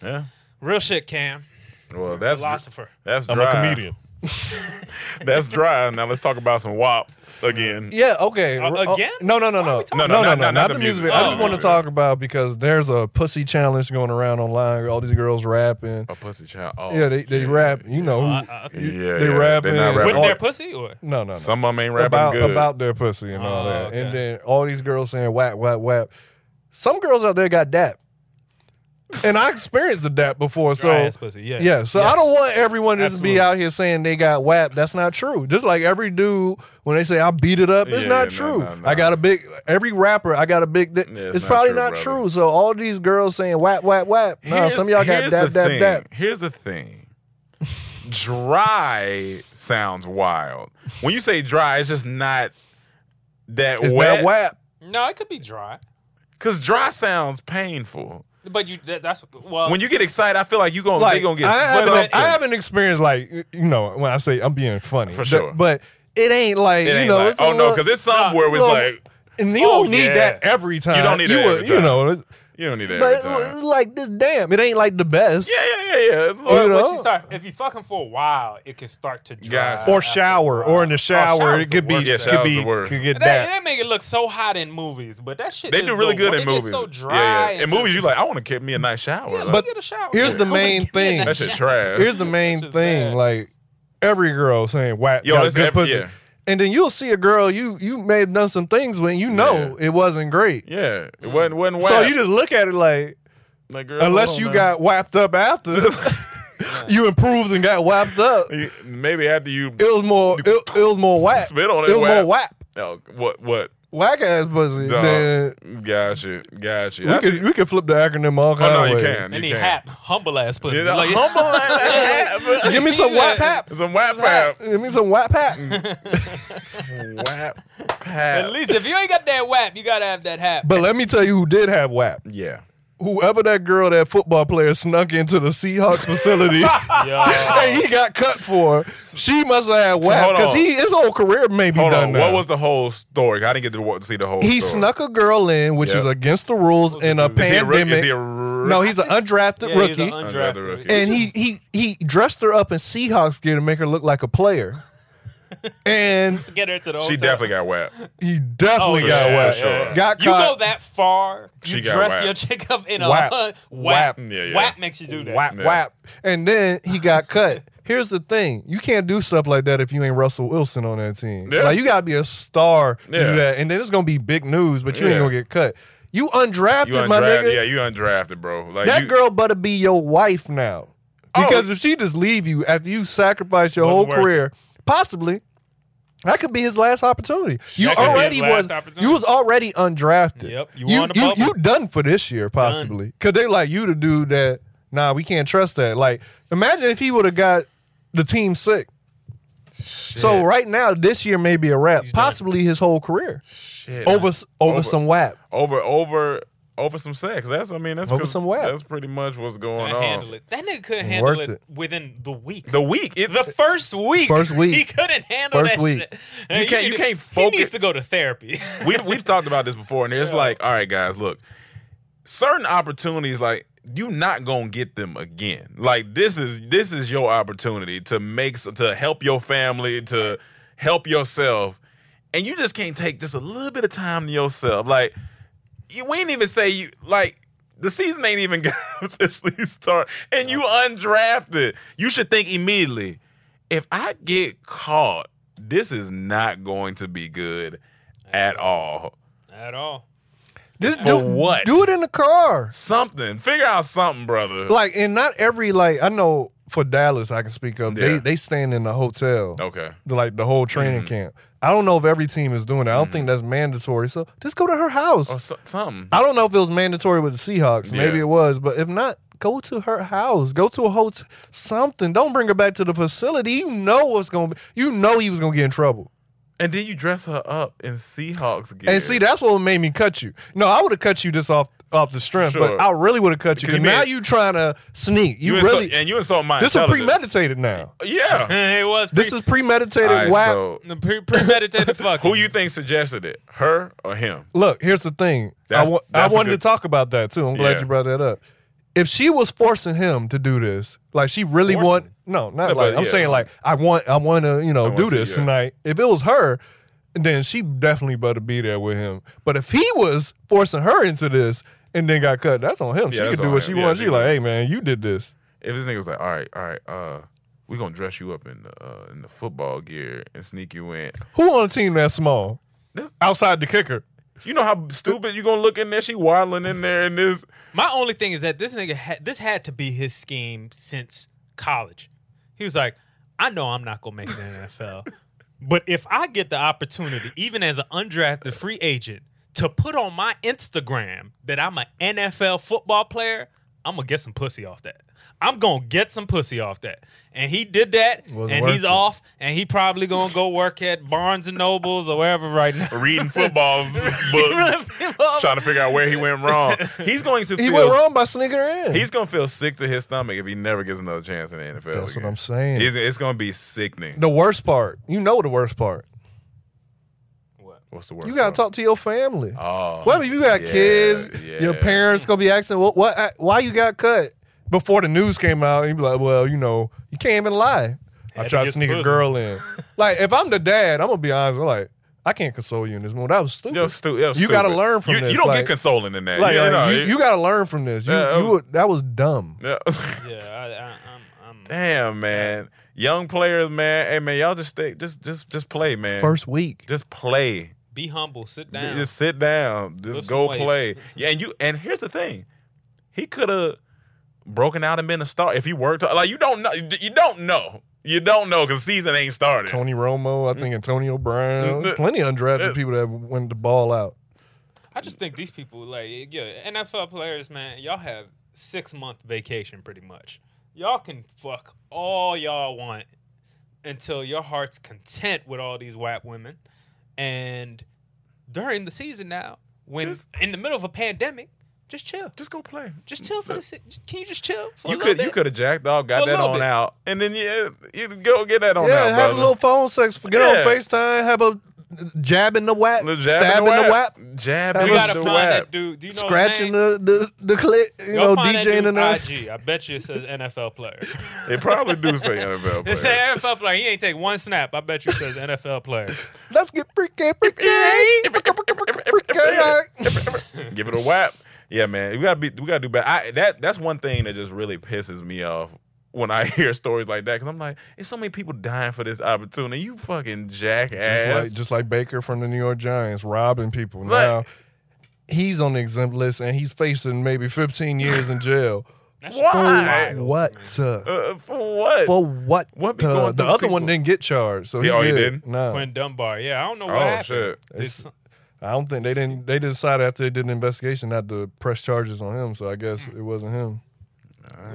Speaker 6: Yeah.
Speaker 7: Real shit, Cam.
Speaker 6: Well, that's
Speaker 7: Philosopher.
Speaker 6: That's dry. *laughs* That's dry. Now let's talk about some WAP again.
Speaker 5: Yeah, okay.
Speaker 7: Uh,
Speaker 5: Oh,
Speaker 7: again?
Speaker 5: No, no, no, no.
Speaker 6: No, no, not- not- not
Speaker 5: the
Speaker 6: the
Speaker 5: music.
Speaker 6: music.
Speaker 5: I
Speaker 6: Oh,
Speaker 5: just want to
Speaker 6: okay.
Speaker 5: talk about because there's a pussy challenge going around online. All these girls rapping.
Speaker 6: A pussy child. Oh,
Speaker 5: Yeah, they, they
Speaker 6: shit.
Speaker 5: rap. You know,
Speaker 6: Yeah,
Speaker 5: they
Speaker 6: yeah.
Speaker 5: rapping.
Speaker 6: They're not
Speaker 5: With
Speaker 6: rapping. Oh,
Speaker 7: With
Speaker 5: all-
Speaker 7: their pussy or
Speaker 5: no, no, no.
Speaker 6: Some of them ain't rapping
Speaker 5: about
Speaker 6: good.
Speaker 5: about their pussy and all
Speaker 7: Oh,
Speaker 5: that.
Speaker 7: okay.
Speaker 5: And then all these girls saying whap, whap, whap. Some girls out there got dap. And I experienced the dap before, so
Speaker 7: Dry ass pussy, yeah.
Speaker 5: yeah. So I
Speaker 7: Yes.
Speaker 5: don't want everyone to just be
Speaker 7: Absolutely.
Speaker 5: out here saying they got whap. That's not true. Just like every dude when they say I beat it up, it's
Speaker 6: Yeah,
Speaker 5: not
Speaker 6: yeah, no,
Speaker 5: true.
Speaker 6: no, no.
Speaker 5: I got a big every rapper, I got a big. Di-
Speaker 6: Yeah,
Speaker 5: it's, probably not true,
Speaker 6: brother.
Speaker 5: So all these girls saying whap, whap, whap. No,
Speaker 6: Here's-
Speaker 5: some of y'all got
Speaker 6: here's
Speaker 5: dap,
Speaker 6: the
Speaker 5: dap,
Speaker 6: thing.
Speaker 5: dap.
Speaker 6: Here's the thing. Dry sounds wild. When you say dry, it's just not that
Speaker 5: It's
Speaker 6: wet.
Speaker 5: that whap.
Speaker 7: no, it could be dry.
Speaker 6: Cause dry sounds painful.
Speaker 7: But you that, that's well
Speaker 6: When you get excited, I feel like you gonna
Speaker 5: like
Speaker 6: they gonna get
Speaker 5: I, haven't,
Speaker 6: something.
Speaker 5: I haven't experienced like you know when I say I'm being funny
Speaker 6: For sure.
Speaker 5: but it ain't like
Speaker 6: It
Speaker 5: you
Speaker 6: ain't
Speaker 5: know.
Speaker 6: like,
Speaker 5: it's a
Speaker 6: oh no,
Speaker 5: little-
Speaker 6: because it's something where it's
Speaker 5: little-
Speaker 6: like
Speaker 5: and you
Speaker 7: Oh,
Speaker 5: don't need
Speaker 7: yeah.
Speaker 5: that every time.
Speaker 6: don't need
Speaker 5: you
Speaker 6: that
Speaker 5: would-
Speaker 6: every
Speaker 5: you
Speaker 6: time.
Speaker 5: know. it-
Speaker 6: you don't need that.
Speaker 5: But
Speaker 6: every
Speaker 5: it was
Speaker 6: time.
Speaker 5: like this, damn, it ain't like the best.
Speaker 6: Yeah, yeah, yeah, yeah. It's like-
Speaker 5: You know?
Speaker 7: once you start if you fucking for a while, it can start to dry.
Speaker 6: Gotcha.
Speaker 5: Or
Speaker 7: after a
Speaker 5: shower,
Speaker 7: while.
Speaker 5: or in the
Speaker 7: Oh,
Speaker 5: shower,
Speaker 7: shower's
Speaker 5: it
Speaker 7: the
Speaker 5: could be,
Speaker 7: worst.
Speaker 6: Yeah,
Speaker 5: it
Speaker 6: shower's
Speaker 5: could
Speaker 6: the
Speaker 5: be,
Speaker 6: worst.
Speaker 5: could get
Speaker 7: That,
Speaker 5: that.
Speaker 7: they make it look so hot in movies, but that shit
Speaker 6: They
Speaker 7: is
Speaker 6: do really
Speaker 7: the-
Speaker 6: good
Speaker 7: it
Speaker 6: in
Speaker 7: gets
Speaker 6: movies.
Speaker 7: so
Speaker 6: Yeah,
Speaker 7: dry.
Speaker 6: yeah. In
Speaker 7: and-
Speaker 6: movies, you like, I want to get me a nice shower.
Speaker 7: Yeah,
Speaker 6: Like,
Speaker 7: *laughs* let me get a shower.
Speaker 5: Here's the
Speaker 7: *laughs* Let me
Speaker 5: main
Speaker 7: get in
Speaker 5: thing.
Speaker 7: that
Speaker 6: that shit
Speaker 7: *laughs* shower.
Speaker 6: trash.
Speaker 5: Here's the main
Speaker 7: Shit's
Speaker 5: thing,
Speaker 7: bad.
Speaker 5: like every girl saying whack,
Speaker 6: Yo,
Speaker 5: got
Speaker 6: it's
Speaker 5: good
Speaker 6: ev-
Speaker 5: pussy.
Speaker 6: yeah.
Speaker 5: And then you'll see a girl you you may have done some things when you know it wasn't great.
Speaker 6: yeah, it wasn't wasn't
Speaker 5: So
Speaker 6: whack.
Speaker 5: you just look at it like,
Speaker 6: Like, girl,
Speaker 5: unless
Speaker 6: hold
Speaker 5: you
Speaker 6: on now.
Speaker 5: got whapped up after,
Speaker 6: *laughs*
Speaker 5: *laughs* you improved and got whapped up. It
Speaker 6: You- maybe after you
Speaker 5: was more, it, it was more whap.
Speaker 6: Spit on
Speaker 5: It
Speaker 6: it,
Speaker 5: was more
Speaker 6: whap.
Speaker 5: whap.
Speaker 6: oh, what what
Speaker 5: whack ass pussy, then
Speaker 6: Dog. Gotcha. Gotcha.
Speaker 5: we could, we could flip the acronym all
Speaker 6: oh,
Speaker 5: kinds
Speaker 6: no,
Speaker 5: of
Speaker 6: you
Speaker 5: ways.
Speaker 6: can. You
Speaker 7: And he
Speaker 6: can.
Speaker 7: hap, humble ass pussy.
Speaker 6: Yeah, that *laughs*
Speaker 7: Like-
Speaker 6: humble *laughs* ass
Speaker 5: *laughs*
Speaker 6: hap.
Speaker 5: Give me some whack pap.
Speaker 6: Some whap pap.
Speaker 5: Give me some whack
Speaker 6: *laughs*
Speaker 5: pap.
Speaker 6: Whap pap.
Speaker 7: At least if you ain't got that whap, you gotta have that hap.
Speaker 5: But let me tell you who did have WAP.
Speaker 6: Yeah.
Speaker 5: Whoever that girl, that football player, snuck into the Seahawks
Speaker 6: *laughs*
Speaker 5: facility
Speaker 7: *laughs*
Speaker 5: and he got cut for, she must have had WAP
Speaker 6: hold
Speaker 5: because
Speaker 6: on.
Speaker 5: he his whole career may be
Speaker 6: Hold
Speaker 5: done
Speaker 6: on.
Speaker 5: now.
Speaker 6: What was the whole story? I didn't get to wa- see the whole
Speaker 5: he
Speaker 6: story.
Speaker 5: snuck a girl in, which
Speaker 6: Yep.
Speaker 5: is against the rules in a
Speaker 6: Is he a rookie?
Speaker 5: pandemic.
Speaker 6: Is he a rookie?
Speaker 5: no, he's an undrafted
Speaker 7: Yeah, he's
Speaker 5: rookie,
Speaker 7: an undrafted
Speaker 6: Undrafted
Speaker 7: rookie.
Speaker 6: rookie.
Speaker 5: and he he he dressed her up in Seahawks gear to make her look like a
Speaker 6: *laughs*
Speaker 5: player. and
Speaker 7: Get her to the
Speaker 6: She
Speaker 7: hotel.
Speaker 6: definitely got
Speaker 5: *laughs*
Speaker 6: whapped.
Speaker 5: he definitely
Speaker 7: Oh,
Speaker 5: got
Speaker 6: yeah,
Speaker 5: whacked.
Speaker 6: for sure.
Speaker 5: Got
Speaker 7: You go
Speaker 5: caught.
Speaker 7: that far,
Speaker 6: She
Speaker 7: you
Speaker 6: got
Speaker 7: dress
Speaker 6: whapped.
Speaker 7: your chick up in a
Speaker 5: Whap.
Speaker 7: whap.
Speaker 5: Whap.
Speaker 7: Whap.
Speaker 6: Yeah, yeah.
Speaker 7: Whap makes you do that.
Speaker 5: whap
Speaker 6: Yeah.
Speaker 5: whap, and then he got cut. Here's the thing: you can't do stuff like that if you ain't Russell Wilson on that team.
Speaker 6: Yeah.
Speaker 5: Like you gotta be a star to
Speaker 6: Yeah.
Speaker 5: do that, and then it's gonna be big news. But you
Speaker 6: Yeah.
Speaker 5: ain't gonna get cut. You undrafted,
Speaker 6: You
Speaker 5: my
Speaker 6: undrafted.
Speaker 5: nigga.
Speaker 6: Yeah, you undrafted, bro. Like
Speaker 5: that
Speaker 6: you,
Speaker 5: girl better be your wife now, because if she just leave you after you sacrifice your whole
Speaker 7: Oh. Wasn't worth it.
Speaker 5: career, possibly. That could be his last opportunity. You
Speaker 7: could be his
Speaker 5: already
Speaker 7: last
Speaker 5: was
Speaker 7: opportunity.
Speaker 5: you was already undrafted.
Speaker 7: Yep, you
Speaker 5: You you,
Speaker 7: were on the
Speaker 5: you,
Speaker 7: bubble.
Speaker 5: done for this year possibly because they like you to do that. Nah, we can't trust that. Like, imagine if he would have got the team sick. So right now, this year may be a wrap. possibly his whole career
Speaker 6: shit,
Speaker 5: over, s over
Speaker 6: Over.
Speaker 5: some whap.
Speaker 6: over over over some sex. That's I mean that's
Speaker 5: Over
Speaker 6: 'cause
Speaker 5: some whack.
Speaker 6: That's pretty much what's going
Speaker 7: Couldn't handle
Speaker 6: on.
Speaker 7: it. That nigga couldn't
Speaker 5: It
Speaker 7: handle
Speaker 5: worked
Speaker 7: it,
Speaker 5: it.
Speaker 7: within the week.
Speaker 6: The week, it,
Speaker 7: The first week.
Speaker 5: First week.
Speaker 7: He couldn't handle
Speaker 5: First
Speaker 7: that
Speaker 5: week.
Speaker 7: shit.
Speaker 6: You can't- you can't
Speaker 7: He
Speaker 6: focus-
Speaker 7: needs to go to therapy. *laughs*
Speaker 6: we we've talked about this before, and it's like, all right, guys, look, certain opportunities like you not gonna get them again. Like this is this is your opportunity to make s- to help your family to help yourself, and you just can't take just a little bit of time to yourself. Like you, we didn't even say you like. The season ain't even *laughs* got officially start, and you undrafted. You should think immediately. If I get caught, this is not going to be good at all.
Speaker 7: At all. *laughs*
Speaker 5: This
Speaker 6: For
Speaker 5: do,
Speaker 6: what?
Speaker 5: Do it in the car.
Speaker 6: Something. Figure out something, brother.
Speaker 5: Like, and not every like I know for Dallas, I can speak up. They
Speaker 6: Yeah. Mm-hmm.
Speaker 5: they staying in the hotel,
Speaker 6: okay.
Speaker 5: the- like the whole training camp. I don't know if every team is doing that. I don't think
Speaker 6: Mm-hmm.
Speaker 5: that's mandatory. So just go to her house.
Speaker 6: Or so, something.
Speaker 5: I don't know if it was mandatory with the Seahawks. Maybe
Speaker 6: Oh, Yeah.
Speaker 5: it was, but if not, go to her house. Go to a hotel. Something. Don't bring her back to the facility. You know what's gonna be. You know he was gonna get in trouble.
Speaker 6: And then you dress her up in Seahawks gear.
Speaker 5: And see, that's what made me cut you. No, I would have cut you just off off the strength,
Speaker 6: Sure.
Speaker 5: but I really would have cut you
Speaker 6: Because
Speaker 5: because
Speaker 6: you
Speaker 5: now
Speaker 6: mean-
Speaker 5: you trying to sneak. You,
Speaker 6: you insult-
Speaker 5: really.
Speaker 6: and you insult my
Speaker 5: this is
Speaker 6: intelligence.
Speaker 5: premeditated now. *laughs*
Speaker 6: Yeah.
Speaker 7: it was pre-
Speaker 5: This is premeditated.
Speaker 6: All right,
Speaker 5: whap.
Speaker 6: so
Speaker 7: the pre- premeditated fuck.
Speaker 6: who you think suggested it? Her or him?
Speaker 5: Look, here's the thing. I,
Speaker 6: That's-
Speaker 5: wa- I
Speaker 6: that's a
Speaker 5: wanted
Speaker 6: good-
Speaker 5: to talk about that too. I'm glad
Speaker 6: Yeah.
Speaker 5: you brought that up. If she was forcing him to do this, like she really
Speaker 7: Forcing?
Speaker 5: want, no, not
Speaker 6: No,
Speaker 5: like
Speaker 6: but
Speaker 5: I'm
Speaker 6: yeah.
Speaker 5: saying like I want, I want to, you know,
Speaker 6: wanna
Speaker 5: do
Speaker 6: see
Speaker 5: this
Speaker 6: her.
Speaker 5: tonight. If it was her, then she definitely better be there with him. But if he was forcing her into this and then got cut, that's on him.
Speaker 6: Yeah,
Speaker 5: she
Speaker 6: that's
Speaker 5: can do
Speaker 6: on
Speaker 5: what
Speaker 6: him.
Speaker 5: she
Speaker 6: Yeah,
Speaker 5: wants.
Speaker 6: she
Speaker 5: She like,
Speaker 6: can.
Speaker 5: hey man, you did this.
Speaker 6: If this nigga was like, all right, all right, uh, we gonna dress you up in the uh, in the football gear and sneak you in.
Speaker 5: Who on a team that small?
Speaker 6: This-
Speaker 5: Outside the kicker,
Speaker 6: You know how stupid you gonna look in there? She waddling in there in this.
Speaker 7: My only thing is that this nigga had this had to be his scheme since college. He was like, I know I'm not gonna make the
Speaker 5: *laughs*
Speaker 7: NFL, but if I get the opportunity, even as an undrafted free agent, to put on my Instagram that I'm an NFL football player, I'm gonna get some pussy off that. I'm gonna get some pussy off that. And he did that,
Speaker 5: Was
Speaker 7: and
Speaker 5: worth
Speaker 7: he's
Speaker 5: it.
Speaker 7: off, and he probably gonna go work at Barnes and Nobles or wherever right now.
Speaker 6: reading *laughs* football books,
Speaker 7: *laughs*
Speaker 6: trying to figure out where he went *laughs* wrong. He's going to
Speaker 5: he
Speaker 6: feel
Speaker 5: went wrong by sneaking her in.
Speaker 6: He's gonna feel sick to his stomach if he never gets another chance in the NFL.
Speaker 5: That's what
Speaker 6: again.
Speaker 5: I'm saying.
Speaker 6: He's- it's gonna be sickening.
Speaker 5: the worst part, you know, the worst part.
Speaker 6: What's the word?
Speaker 5: You gotta talk to your family.
Speaker 6: Oh,
Speaker 5: What if you got
Speaker 6: yeah,
Speaker 5: kids?
Speaker 6: yeah.
Speaker 5: Your parents gonna be asking, "What? What? I- Why you got cut?" Before the news came out, you'd be like, "Well, you know, you can't even lie. I
Speaker 7: to
Speaker 5: tried to
Speaker 7: get some
Speaker 5: sneak a
Speaker 7: pussy.
Speaker 5: girl in." like, if I'm the dad, I'm gonna be honest. I'm like, I can't console you in this moment. That was stupid.
Speaker 6: Yo, stu- yo,
Speaker 5: you
Speaker 6: stupid.
Speaker 5: gotta learn from
Speaker 6: you,
Speaker 5: this.
Speaker 6: You don't
Speaker 5: like,
Speaker 6: get consoling in that.
Speaker 5: Like,
Speaker 6: *laughs* yeah,
Speaker 5: like,
Speaker 6: no,
Speaker 5: you, you gotta learn from this. You,
Speaker 6: Yeah, oh. that
Speaker 5: you
Speaker 6: was-
Speaker 5: were- that was dumb.
Speaker 6: yeah. *laughs*
Speaker 7: Yeah, I, I, I'm, I'm
Speaker 6: Damn, man. Young players, man. Hey, man, y'all just stay, just, just, just play, man.
Speaker 5: First week,
Speaker 6: just play.
Speaker 7: be humble, sit down.
Speaker 6: Just sit down. Just
Speaker 7: Lift
Speaker 6: go
Speaker 7: some weights.
Speaker 6: play. Yeah, and you and here's the thing. He could have broken out and been a star if he worked like you don't know you don't know. You don't know because season ain't started.
Speaker 5: Tony Romo, I think Antonio Brown,
Speaker 6: Mm.
Speaker 5: plenty of undrafted
Speaker 6: Mm.
Speaker 5: people that went the ball out.
Speaker 7: I just think these people like yeah, NFL players, man, y'all have six month vacation pretty much. Y'all can fuck all y'all want until your heart's content with all these whack women. And during the season now, when
Speaker 6: Just-
Speaker 7: in the middle of a pandemic, just chill.
Speaker 6: Just go play.
Speaker 7: Just chill for the se- Can you just chill for
Speaker 6: You
Speaker 7: a little
Speaker 6: could you
Speaker 7: bit?
Speaker 6: could have jacked off, got
Speaker 7: For a
Speaker 6: that
Speaker 7: little
Speaker 6: on
Speaker 7: bit.
Speaker 6: out, and then yeah, you go get that on
Speaker 5: yeah,
Speaker 6: out.
Speaker 5: have a
Speaker 6: brother.
Speaker 5: little phone sex. Get
Speaker 6: Yeah.
Speaker 5: on FaceTime. Have a jab in the whack.
Speaker 6: Little jab
Speaker 5: stab in the whack.
Speaker 6: Jab
Speaker 5: We
Speaker 6: in
Speaker 7: You gotta
Speaker 5: the
Speaker 6: the
Speaker 7: find
Speaker 6: whap.
Speaker 7: that dude. Do you know his
Speaker 5: Scratching
Speaker 7: name?
Speaker 5: the, the, the clip. You
Speaker 7: Y'all
Speaker 5: know,
Speaker 7: find
Speaker 5: DJing
Speaker 7: that
Speaker 5: the night.
Speaker 7: dude's IG. I bet you
Speaker 6: *laughs*
Speaker 7: it says NFL player.
Speaker 6: They probably do say NFL
Speaker 7: *laughs* It
Speaker 6: players.
Speaker 7: say NFL player. He ain't take one snap. I bet you it says NFL player.
Speaker 5: Let's get freaky,
Speaker 6: *laughs*
Speaker 5: freaky, freaky, freaky, freaky.
Speaker 6: *laughs* Give it a whap. Yeah, man. We gotta be. We gotta do better. I, that that's one thing that just really pisses me off when I *laughs* hear stories like that. Because I'm like, it's so many people dying for this opportunity. You fucking
Speaker 5: Just
Speaker 6: jackass.
Speaker 5: like, just like Baker from the New York Giants, robbing people.
Speaker 6: Like-
Speaker 5: now, he's on the exempt list and he's facing maybe 15 years in jail.
Speaker 6: *laughs* Why?
Speaker 5: what? uh,
Speaker 6: Uh, for what?
Speaker 5: for what?
Speaker 6: What be
Speaker 5: uh,
Speaker 6: going
Speaker 5: the
Speaker 6: through
Speaker 5: other one
Speaker 6: people?
Speaker 5: didn't get charged. So he,
Speaker 6: Yeah, oh, he
Speaker 5: good.
Speaker 6: didn't?
Speaker 5: No,
Speaker 7: Quinn Dunbar. Yeah, I don't know what
Speaker 6: oh
Speaker 7: happened.
Speaker 6: shit.
Speaker 7: This-
Speaker 5: It's- I don't think they didn't. They decided after they did an investigation not to press charges on him. So I guess
Speaker 6: Mm.
Speaker 5: it wasn't him.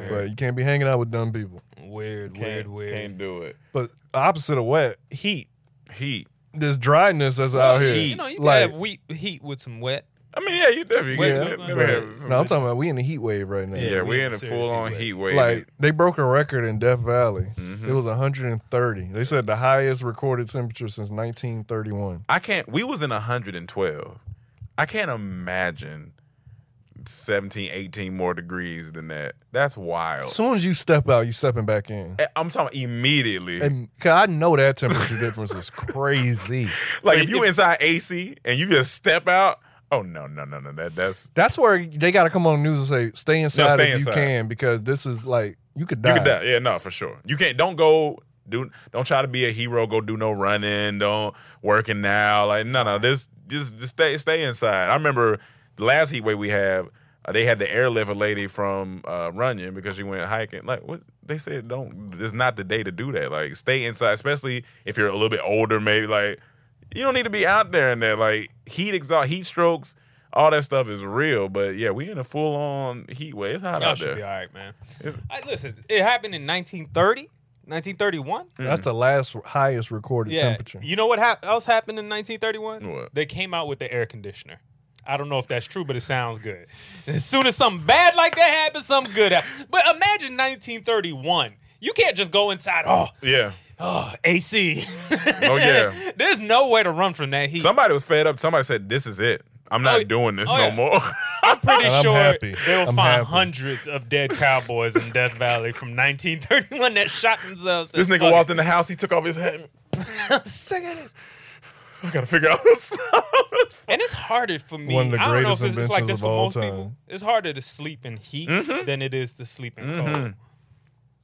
Speaker 5: But you can't be hanging out with dumb people.
Speaker 7: weird, weird,
Speaker 6: Can't,
Speaker 7: weird.
Speaker 6: can't do it.
Speaker 5: But the opposite of wet, heat.
Speaker 6: Heat.
Speaker 5: This dryness that's out here.
Speaker 6: heat.
Speaker 7: You know, you can
Speaker 5: Like-
Speaker 7: have wheat, heat with some wet.
Speaker 6: I mean, yeah, you definitely.
Speaker 7: Wait,
Speaker 6: can-
Speaker 7: wait,
Speaker 6: yeah,
Speaker 7: wait.
Speaker 6: yeah.
Speaker 5: No, I'm talking about we in the heat wave right now.
Speaker 6: Yeah, we in a
Speaker 7: seriously,
Speaker 6: full on
Speaker 7: but-
Speaker 6: heat wave.
Speaker 5: Like they broke a record in Death Valley.
Speaker 6: Mm-hmm.
Speaker 5: It was 130. They said the highest recorded temperature since 1931.
Speaker 6: I can't. We was in 112. I can't imagine 17, 18 more degrees than that. That's wild.
Speaker 5: As soon as you step out, you stepping back in.
Speaker 6: I- I'm talking immediately.
Speaker 5: And 'cause I know that temperature *laughs* difference is crazy.
Speaker 6: like if you inside AC and you just step out. Oh no no no no that that's
Speaker 5: That's where they got to come on the news and say, "Stay inside
Speaker 6: stay
Speaker 5: if
Speaker 6: inside.
Speaker 5: you can," because this is like you could die.
Speaker 6: you could die. Yeah no for sure. You can't. Don't go. Do don't try to be a hero. Go do no running. Don't working now. Like no no this just just stay stay inside. I remember the last heat wave we have. Uh, they had the airlift lady from uh, Runyon because she went hiking. Like what they said, don't. It's not the day to do that. Like stay inside, especially if you're a little bit older. Maybe like you don't need to be out there in that. Like heat exhaust, heat strokes, all that stuff is real. But yeah, we in a full on heat wave. It's hot
Speaker 7: Y'all
Speaker 6: out
Speaker 7: should be all
Speaker 6: there.
Speaker 7: right, man.
Speaker 6: It's-
Speaker 7: Like, listen, it happened in 1930, 1931.
Speaker 6: Mm.
Speaker 5: That's the last highest recorded
Speaker 7: Yeah.
Speaker 5: temperature.
Speaker 7: You know what hap- else happened in 1931?
Speaker 6: What?
Speaker 7: They came out with the air conditioner. I don't know if that's true, but it sounds good. As soon as something bad like that happens, something good happens. But imagine 1931. You can't just go inside. Oh,
Speaker 6: Yeah.
Speaker 7: oh, AC.
Speaker 6: Oh
Speaker 7: *laughs*
Speaker 6: yeah.
Speaker 7: There's no way to run from that heat.
Speaker 6: *laughs* Somebody was fed up. Somebody said, "This is it. I'm not
Speaker 7: Oh,
Speaker 6: doing this
Speaker 7: oh,
Speaker 6: no
Speaker 7: yeah. *laughs*
Speaker 6: more."
Speaker 7: I'm pretty
Speaker 5: And I'm
Speaker 7: sure
Speaker 5: happy.
Speaker 7: they'll
Speaker 5: I'm
Speaker 7: find
Speaker 5: happy.
Speaker 7: hundreds of dead cowboys in Death Valley from 1931 that shot themselves.
Speaker 6: this nigga walked in the house. He took off his hat. and-
Speaker 7: Sick of this.
Speaker 6: I gotta figure out. *laughs*
Speaker 7: And it's harder for me.
Speaker 5: One of the
Speaker 7: I don't know if
Speaker 5: greatest
Speaker 7: it's, it's like
Speaker 5: inventions
Speaker 7: this
Speaker 5: of
Speaker 7: for
Speaker 5: all
Speaker 7: most people.
Speaker 5: time. Mm-hmm.
Speaker 7: It's harder to sleep in heat than it is to sleep in cold.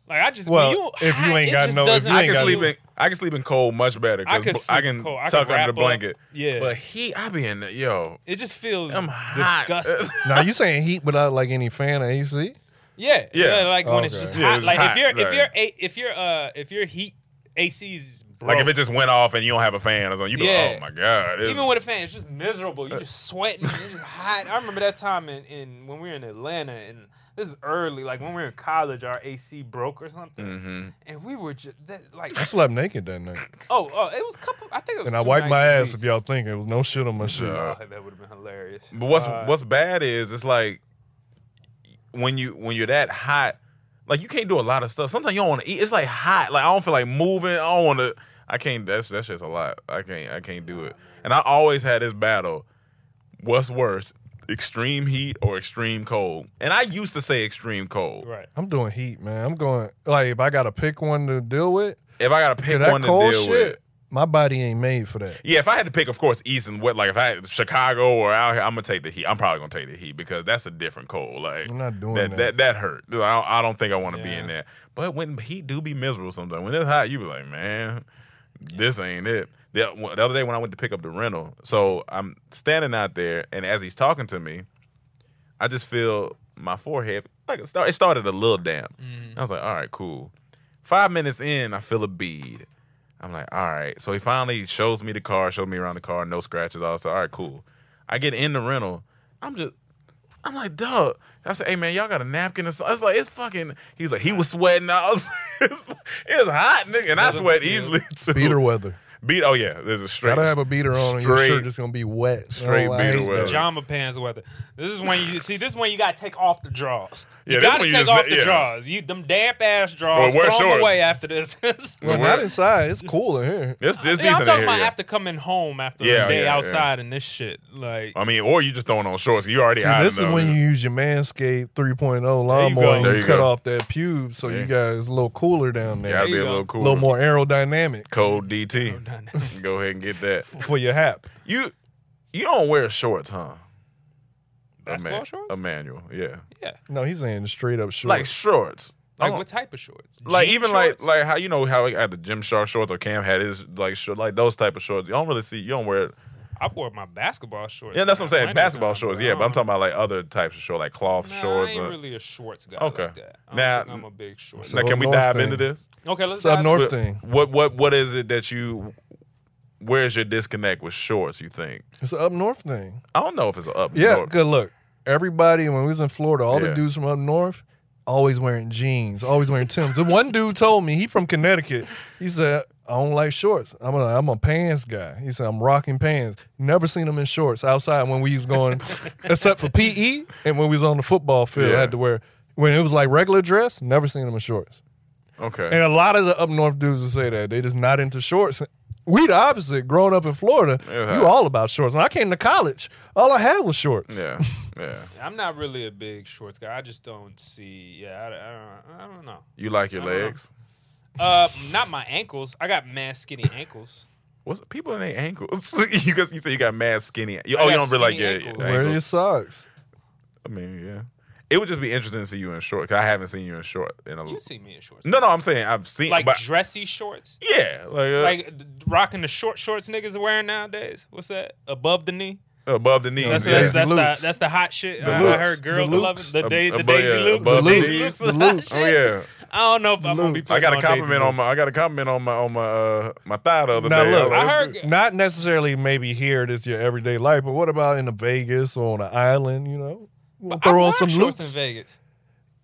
Speaker 7: Like I just
Speaker 5: Well,
Speaker 7: when you
Speaker 5: if you
Speaker 7: hot,
Speaker 5: ain't
Speaker 7: it
Speaker 5: got
Speaker 7: just
Speaker 5: no- if
Speaker 7: doesn't
Speaker 5: you
Speaker 6: I
Speaker 5: ain't
Speaker 6: can
Speaker 5: got
Speaker 6: sleep
Speaker 7: do-
Speaker 6: in. I can sleep in cold much better.
Speaker 7: I
Speaker 6: 'cause
Speaker 7: could
Speaker 6: bl-
Speaker 7: sleep cold. I
Speaker 6: tuck under the
Speaker 7: could wrap up.
Speaker 6: blanket.
Speaker 7: Yeah.
Speaker 6: But heat, I be in. The, yo,
Speaker 7: It just feels
Speaker 6: I'm hot. *laughs*
Speaker 7: disgusting.
Speaker 5: now you saying heat without like any fan or AC?
Speaker 7: Yeah,
Speaker 6: Yeah.
Speaker 7: yeah. Like when it's
Speaker 5: Okay.
Speaker 7: just
Speaker 6: Yeah,
Speaker 7: hot.
Speaker 6: it's
Speaker 7: like
Speaker 6: hot,
Speaker 7: if you're
Speaker 6: right.
Speaker 7: if you're a, if you're uh if your heat AC's broke,
Speaker 6: Like if it just went off and you don't have a fan or something, you be
Speaker 7: Yeah.
Speaker 6: like, oh my god. it's- Uh,
Speaker 7: Even with a fan, it's just miserable. You just sweating, it's just hot. I remember that time in, in when we were in Atlanta, and this is early, like when we were in college, our AC broke or something,
Speaker 6: Mm-hmm.
Speaker 7: and we were just that, like,
Speaker 5: I slept naked that night,
Speaker 7: oh, oh, it was a couple. I think it was.
Speaker 5: and I
Speaker 7: two
Speaker 5: wiped my
Speaker 7: nights at
Speaker 5: ass.
Speaker 7: least.
Speaker 5: If y'all think it was no shit on my shit.
Speaker 7: Oh, that would have been hilarious.
Speaker 6: But what's
Speaker 7: Uh,
Speaker 6: what's bad is it's like when you when you're that hot, like you can't do a lot of stuff. Sometimes you don't want to eat. It's like hot. Like I don't feel like moving. I don't want to. I can't. That's that's just a lot. I can't. I can't do it. And I always had this battle. What's worse, extreme heat or extreme cold? And I used to say extreme cold.
Speaker 7: Uh, right?
Speaker 5: I'm doing heat, man. I'm going like if I got to pick one to deal with,
Speaker 6: If I got to pick
Speaker 5: that
Speaker 6: one to
Speaker 5: cold
Speaker 6: deal
Speaker 5: shit,
Speaker 6: with.
Speaker 5: my body ain't made for that.
Speaker 6: Yeah, if I had to pick, of course, east and west. Like if I had Chicago or out here, I'm gonna take the heat. I'm probably gonna take the heat because that's a different cold. Like
Speaker 5: I'm not doing
Speaker 6: that. That
Speaker 5: that.
Speaker 6: that hurt. I don't, I don't think I want to be
Speaker 7: Yeah.
Speaker 6: in that. But when heat do be miserable sometimes. When it's hot, you be like, man, this ain't it. The, the other day when I went to pick up the rental, so I'm standing out there, and as he's talking to me, I
Speaker 5: Mm-hmm.
Speaker 6: just feel my forehead like it, start, it started a little damp. I was like, all right, cool. Five minutes in, I feel a bead. I'm like, all right. So he finally shows me the car, shows me around the car, no scratches, all that stuff. All right, cool. I get in the rental. I'm just, I'm like, dog. I said, hey man, y'all got a napkin or something? It's like it's fucking. He's like, he was sweating. I was, *laughs* it's, it's hot, nigga, and I sweat easily too.
Speaker 5: Beater weather.
Speaker 6: Beat. Oh yeah, there's a straight.
Speaker 5: Gotta have a beater on, or your
Speaker 6: straight-
Speaker 5: shirt just gonna be wet. Oh,
Speaker 6: straight
Speaker 5: I
Speaker 6: beater
Speaker 5: hate that.
Speaker 6: weather.
Speaker 7: Pajama pants weather. This is when you see. This is when you gotta take off the drawers. You
Speaker 6: Yeah, this
Speaker 7: gotta
Speaker 6: when you
Speaker 7: take
Speaker 6: just-
Speaker 7: off the
Speaker 6: yeah.
Speaker 7: drawers. You them damp ass drawers.
Speaker 6: Well, wear
Speaker 7: throw 'em
Speaker 6: shorts.
Speaker 7: away after this. *laughs*
Speaker 5: Well,
Speaker 6: Wear-
Speaker 5: not inside. It's cool in here.
Speaker 6: This this
Speaker 7: Yeah, I'm
Speaker 6: decent in
Speaker 7: talking
Speaker 6: here.
Speaker 7: about
Speaker 6: yeah.
Speaker 7: after coming home after a
Speaker 6: Yeah,
Speaker 7: day
Speaker 6: yeah,
Speaker 7: outside and this shit. Like
Speaker 6: I mean, or you just throwing on shorts. You already
Speaker 5: See,
Speaker 6: hot
Speaker 5: this is
Speaker 6: enough.
Speaker 5: when you use your Manscaped 3.0
Speaker 7: you go.
Speaker 5: lawnmower and
Speaker 6: There
Speaker 5: you,
Speaker 6: you
Speaker 5: cut
Speaker 6: go.
Speaker 5: off that pube so
Speaker 6: Yeah.
Speaker 5: you guys a little cooler down there.
Speaker 6: gotta be
Speaker 7: you
Speaker 6: a
Speaker 7: go.
Speaker 6: little
Speaker 5: a
Speaker 6: cool,
Speaker 5: little more aerodynamic
Speaker 6: cold
Speaker 7: *laughs*
Speaker 6: DT. *laughs* Go ahead and get that.
Speaker 5: for your hap.
Speaker 6: You you don't wear shorts, huh?
Speaker 7: Basketball shorts?
Speaker 6: Emmanuel, yeah,
Speaker 5: No, he's saying straight up short.
Speaker 6: like shorts. I
Speaker 7: Like
Speaker 6: don't-
Speaker 7: what type of shorts?
Speaker 6: Oh. like
Speaker 7: Jean
Speaker 6: even
Speaker 7: shorts?
Speaker 6: like like how you know how I had the Gym Shark shorts or Cam had his like short like those type of shorts. You don't really see. You don't wear.
Speaker 7: I wore my basketball shorts.
Speaker 6: Yeah, that's what I'm
Speaker 7: when I
Speaker 6: saying.
Speaker 7: went
Speaker 6: Basketball
Speaker 7: down,
Speaker 6: shorts.
Speaker 7: but
Speaker 6: Yeah,
Speaker 7: I
Speaker 6: but I'm
Speaker 7: don't-
Speaker 6: talking about like other types of shorts, like cloth
Speaker 7: nah,
Speaker 6: shorts.
Speaker 7: I ain't
Speaker 6: or-
Speaker 7: really a shorts guy.
Speaker 6: Okay.
Speaker 7: Like that. I don't
Speaker 6: Now-
Speaker 7: think I'm a big shorts.
Speaker 6: now,
Speaker 5: Up
Speaker 6: can we
Speaker 5: north
Speaker 6: dive
Speaker 5: thing.
Speaker 6: into this?
Speaker 7: Okay, let's
Speaker 5: It's up
Speaker 7: dive-
Speaker 5: north.
Speaker 6: What,
Speaker 5: thing.
Speaker 6: what what what is it that you? Where's your disconnect with shorts? You think?
Speaker 5: it's an up north thing.
Speaker 6: I don't know if it's a up.
Speaker 5: Yeah,
Speaker 6: north.
Speaker 5: good look. Everybody when we was in Florida, all
Speaker 6: Yeah.
Speaker 5: the dudes from up north always wearing jeans, always wearing Tims. the one dude told me he from Connecticut. He said, "I don't like shorts. I'm a I'm a pants guy." He said, "I'm rocking pants. Never seen him in shorts outside when we was
Speaker 6: *laughs*
Speaker 5: going, except for PE and when we was on the football field.
Speaker 6: Yeah.
Speaker 5: I had to wear when it was like regular dress. Never seen him in shorts."
Speaker 6: Okay.
Speaker 5: And a lot of the up north dudes will say that they just not into shorts. We the opposite. Growing up in Florida,
Speaker 6: Yeah.
Speaker 5: you all about shorts. When I came to college, all I had was shorts.
Speaker 6: yeah. Yeah.
Speaker 7: I'm not really a big shorts guy. I just don't see. Yeah, I, I, don't, I don't know.
Speaker 6: You like your
Speaker 7: I don't know.
Speaker 6: legs?
Speaker 7: Uh, not my ankles. I got mad skinny ankles.
Speaker 6: What's people in their ankles? *laughs* you guys, you say you got mad skinny. You,
Speaker 7: I
Speaker 6: oh, you
Speaker 7: got
Speaker 6: don't really like your
Speaker 7: skinny
Speaker 6: ankles.
Speaker 7: ankles.
Speaker 5: Where are your socks?
Speaker 6: I mean, yeah. It would just be interesting to see you in short. 'cause I haven't seen you in short in a.
Speaker 7: You see me in shorts?
Speaker 6: no, no, I'm saying I've seen.
Speaker 7: like
Speaker 6: but,
Speaker 7: dressy shorts.
Speaker 6: yeah, like, uh,
Speaker 7: Like d- rocking the short shorts niggas are wearing nowadays. What's that? Above the knee.
Speaker 6: above the knee.
Speaker 7: That's
Speaker 6: yeah.
Speaker 7: that's, that's,
Speaker 5: Loops.
Speaker 7: the, that's the hot shit.
Speaker 6: The
Speaker 7: I, I
Speaker 6: loops.
Speaker 7: heard
Speaker 6: The
Speaker 7: girls
Speaker 5: loops.
Speaker 7: loops. the, da- the
Speaker 6: Above-
Speaker 7: daisy
Speaker 6: yeah,
Speaker 7: loops.
Speaker 6: above
Speaker 5: the
Speaker 7: daisy
Speaker 5: loops.
Speaker 7: loops.
Speaker 5: The loops.
Speaker 6: oh yeah.
Speaker 7: I don't know if I'm gonna be.
Speaker 5: Loops.
Speaker 6: I
Speaker 7: putting
Speaker 6: got a
Speaker 7: on daisy
Speaker 6: compliment
Speaker 7: loops.
Speaker 6: on my. I got a compliment on my on my uh my thigh the other
Speaker 5: Now
Speaker 6: day.
Speaker 5: look,
Speaker 6: I, was-
Speaker 7: I heard-
Speaker 5: not necessarily maybe here this your everyday life, but what about in a Vegas or on an island? You know,
Speaker 7: But I
Speaker 5: throw
Speaker 7: rock
Speaker 5: on some
Speaker 7: shorts
Speaker 5: loops.
Speaker 7: in Vegas.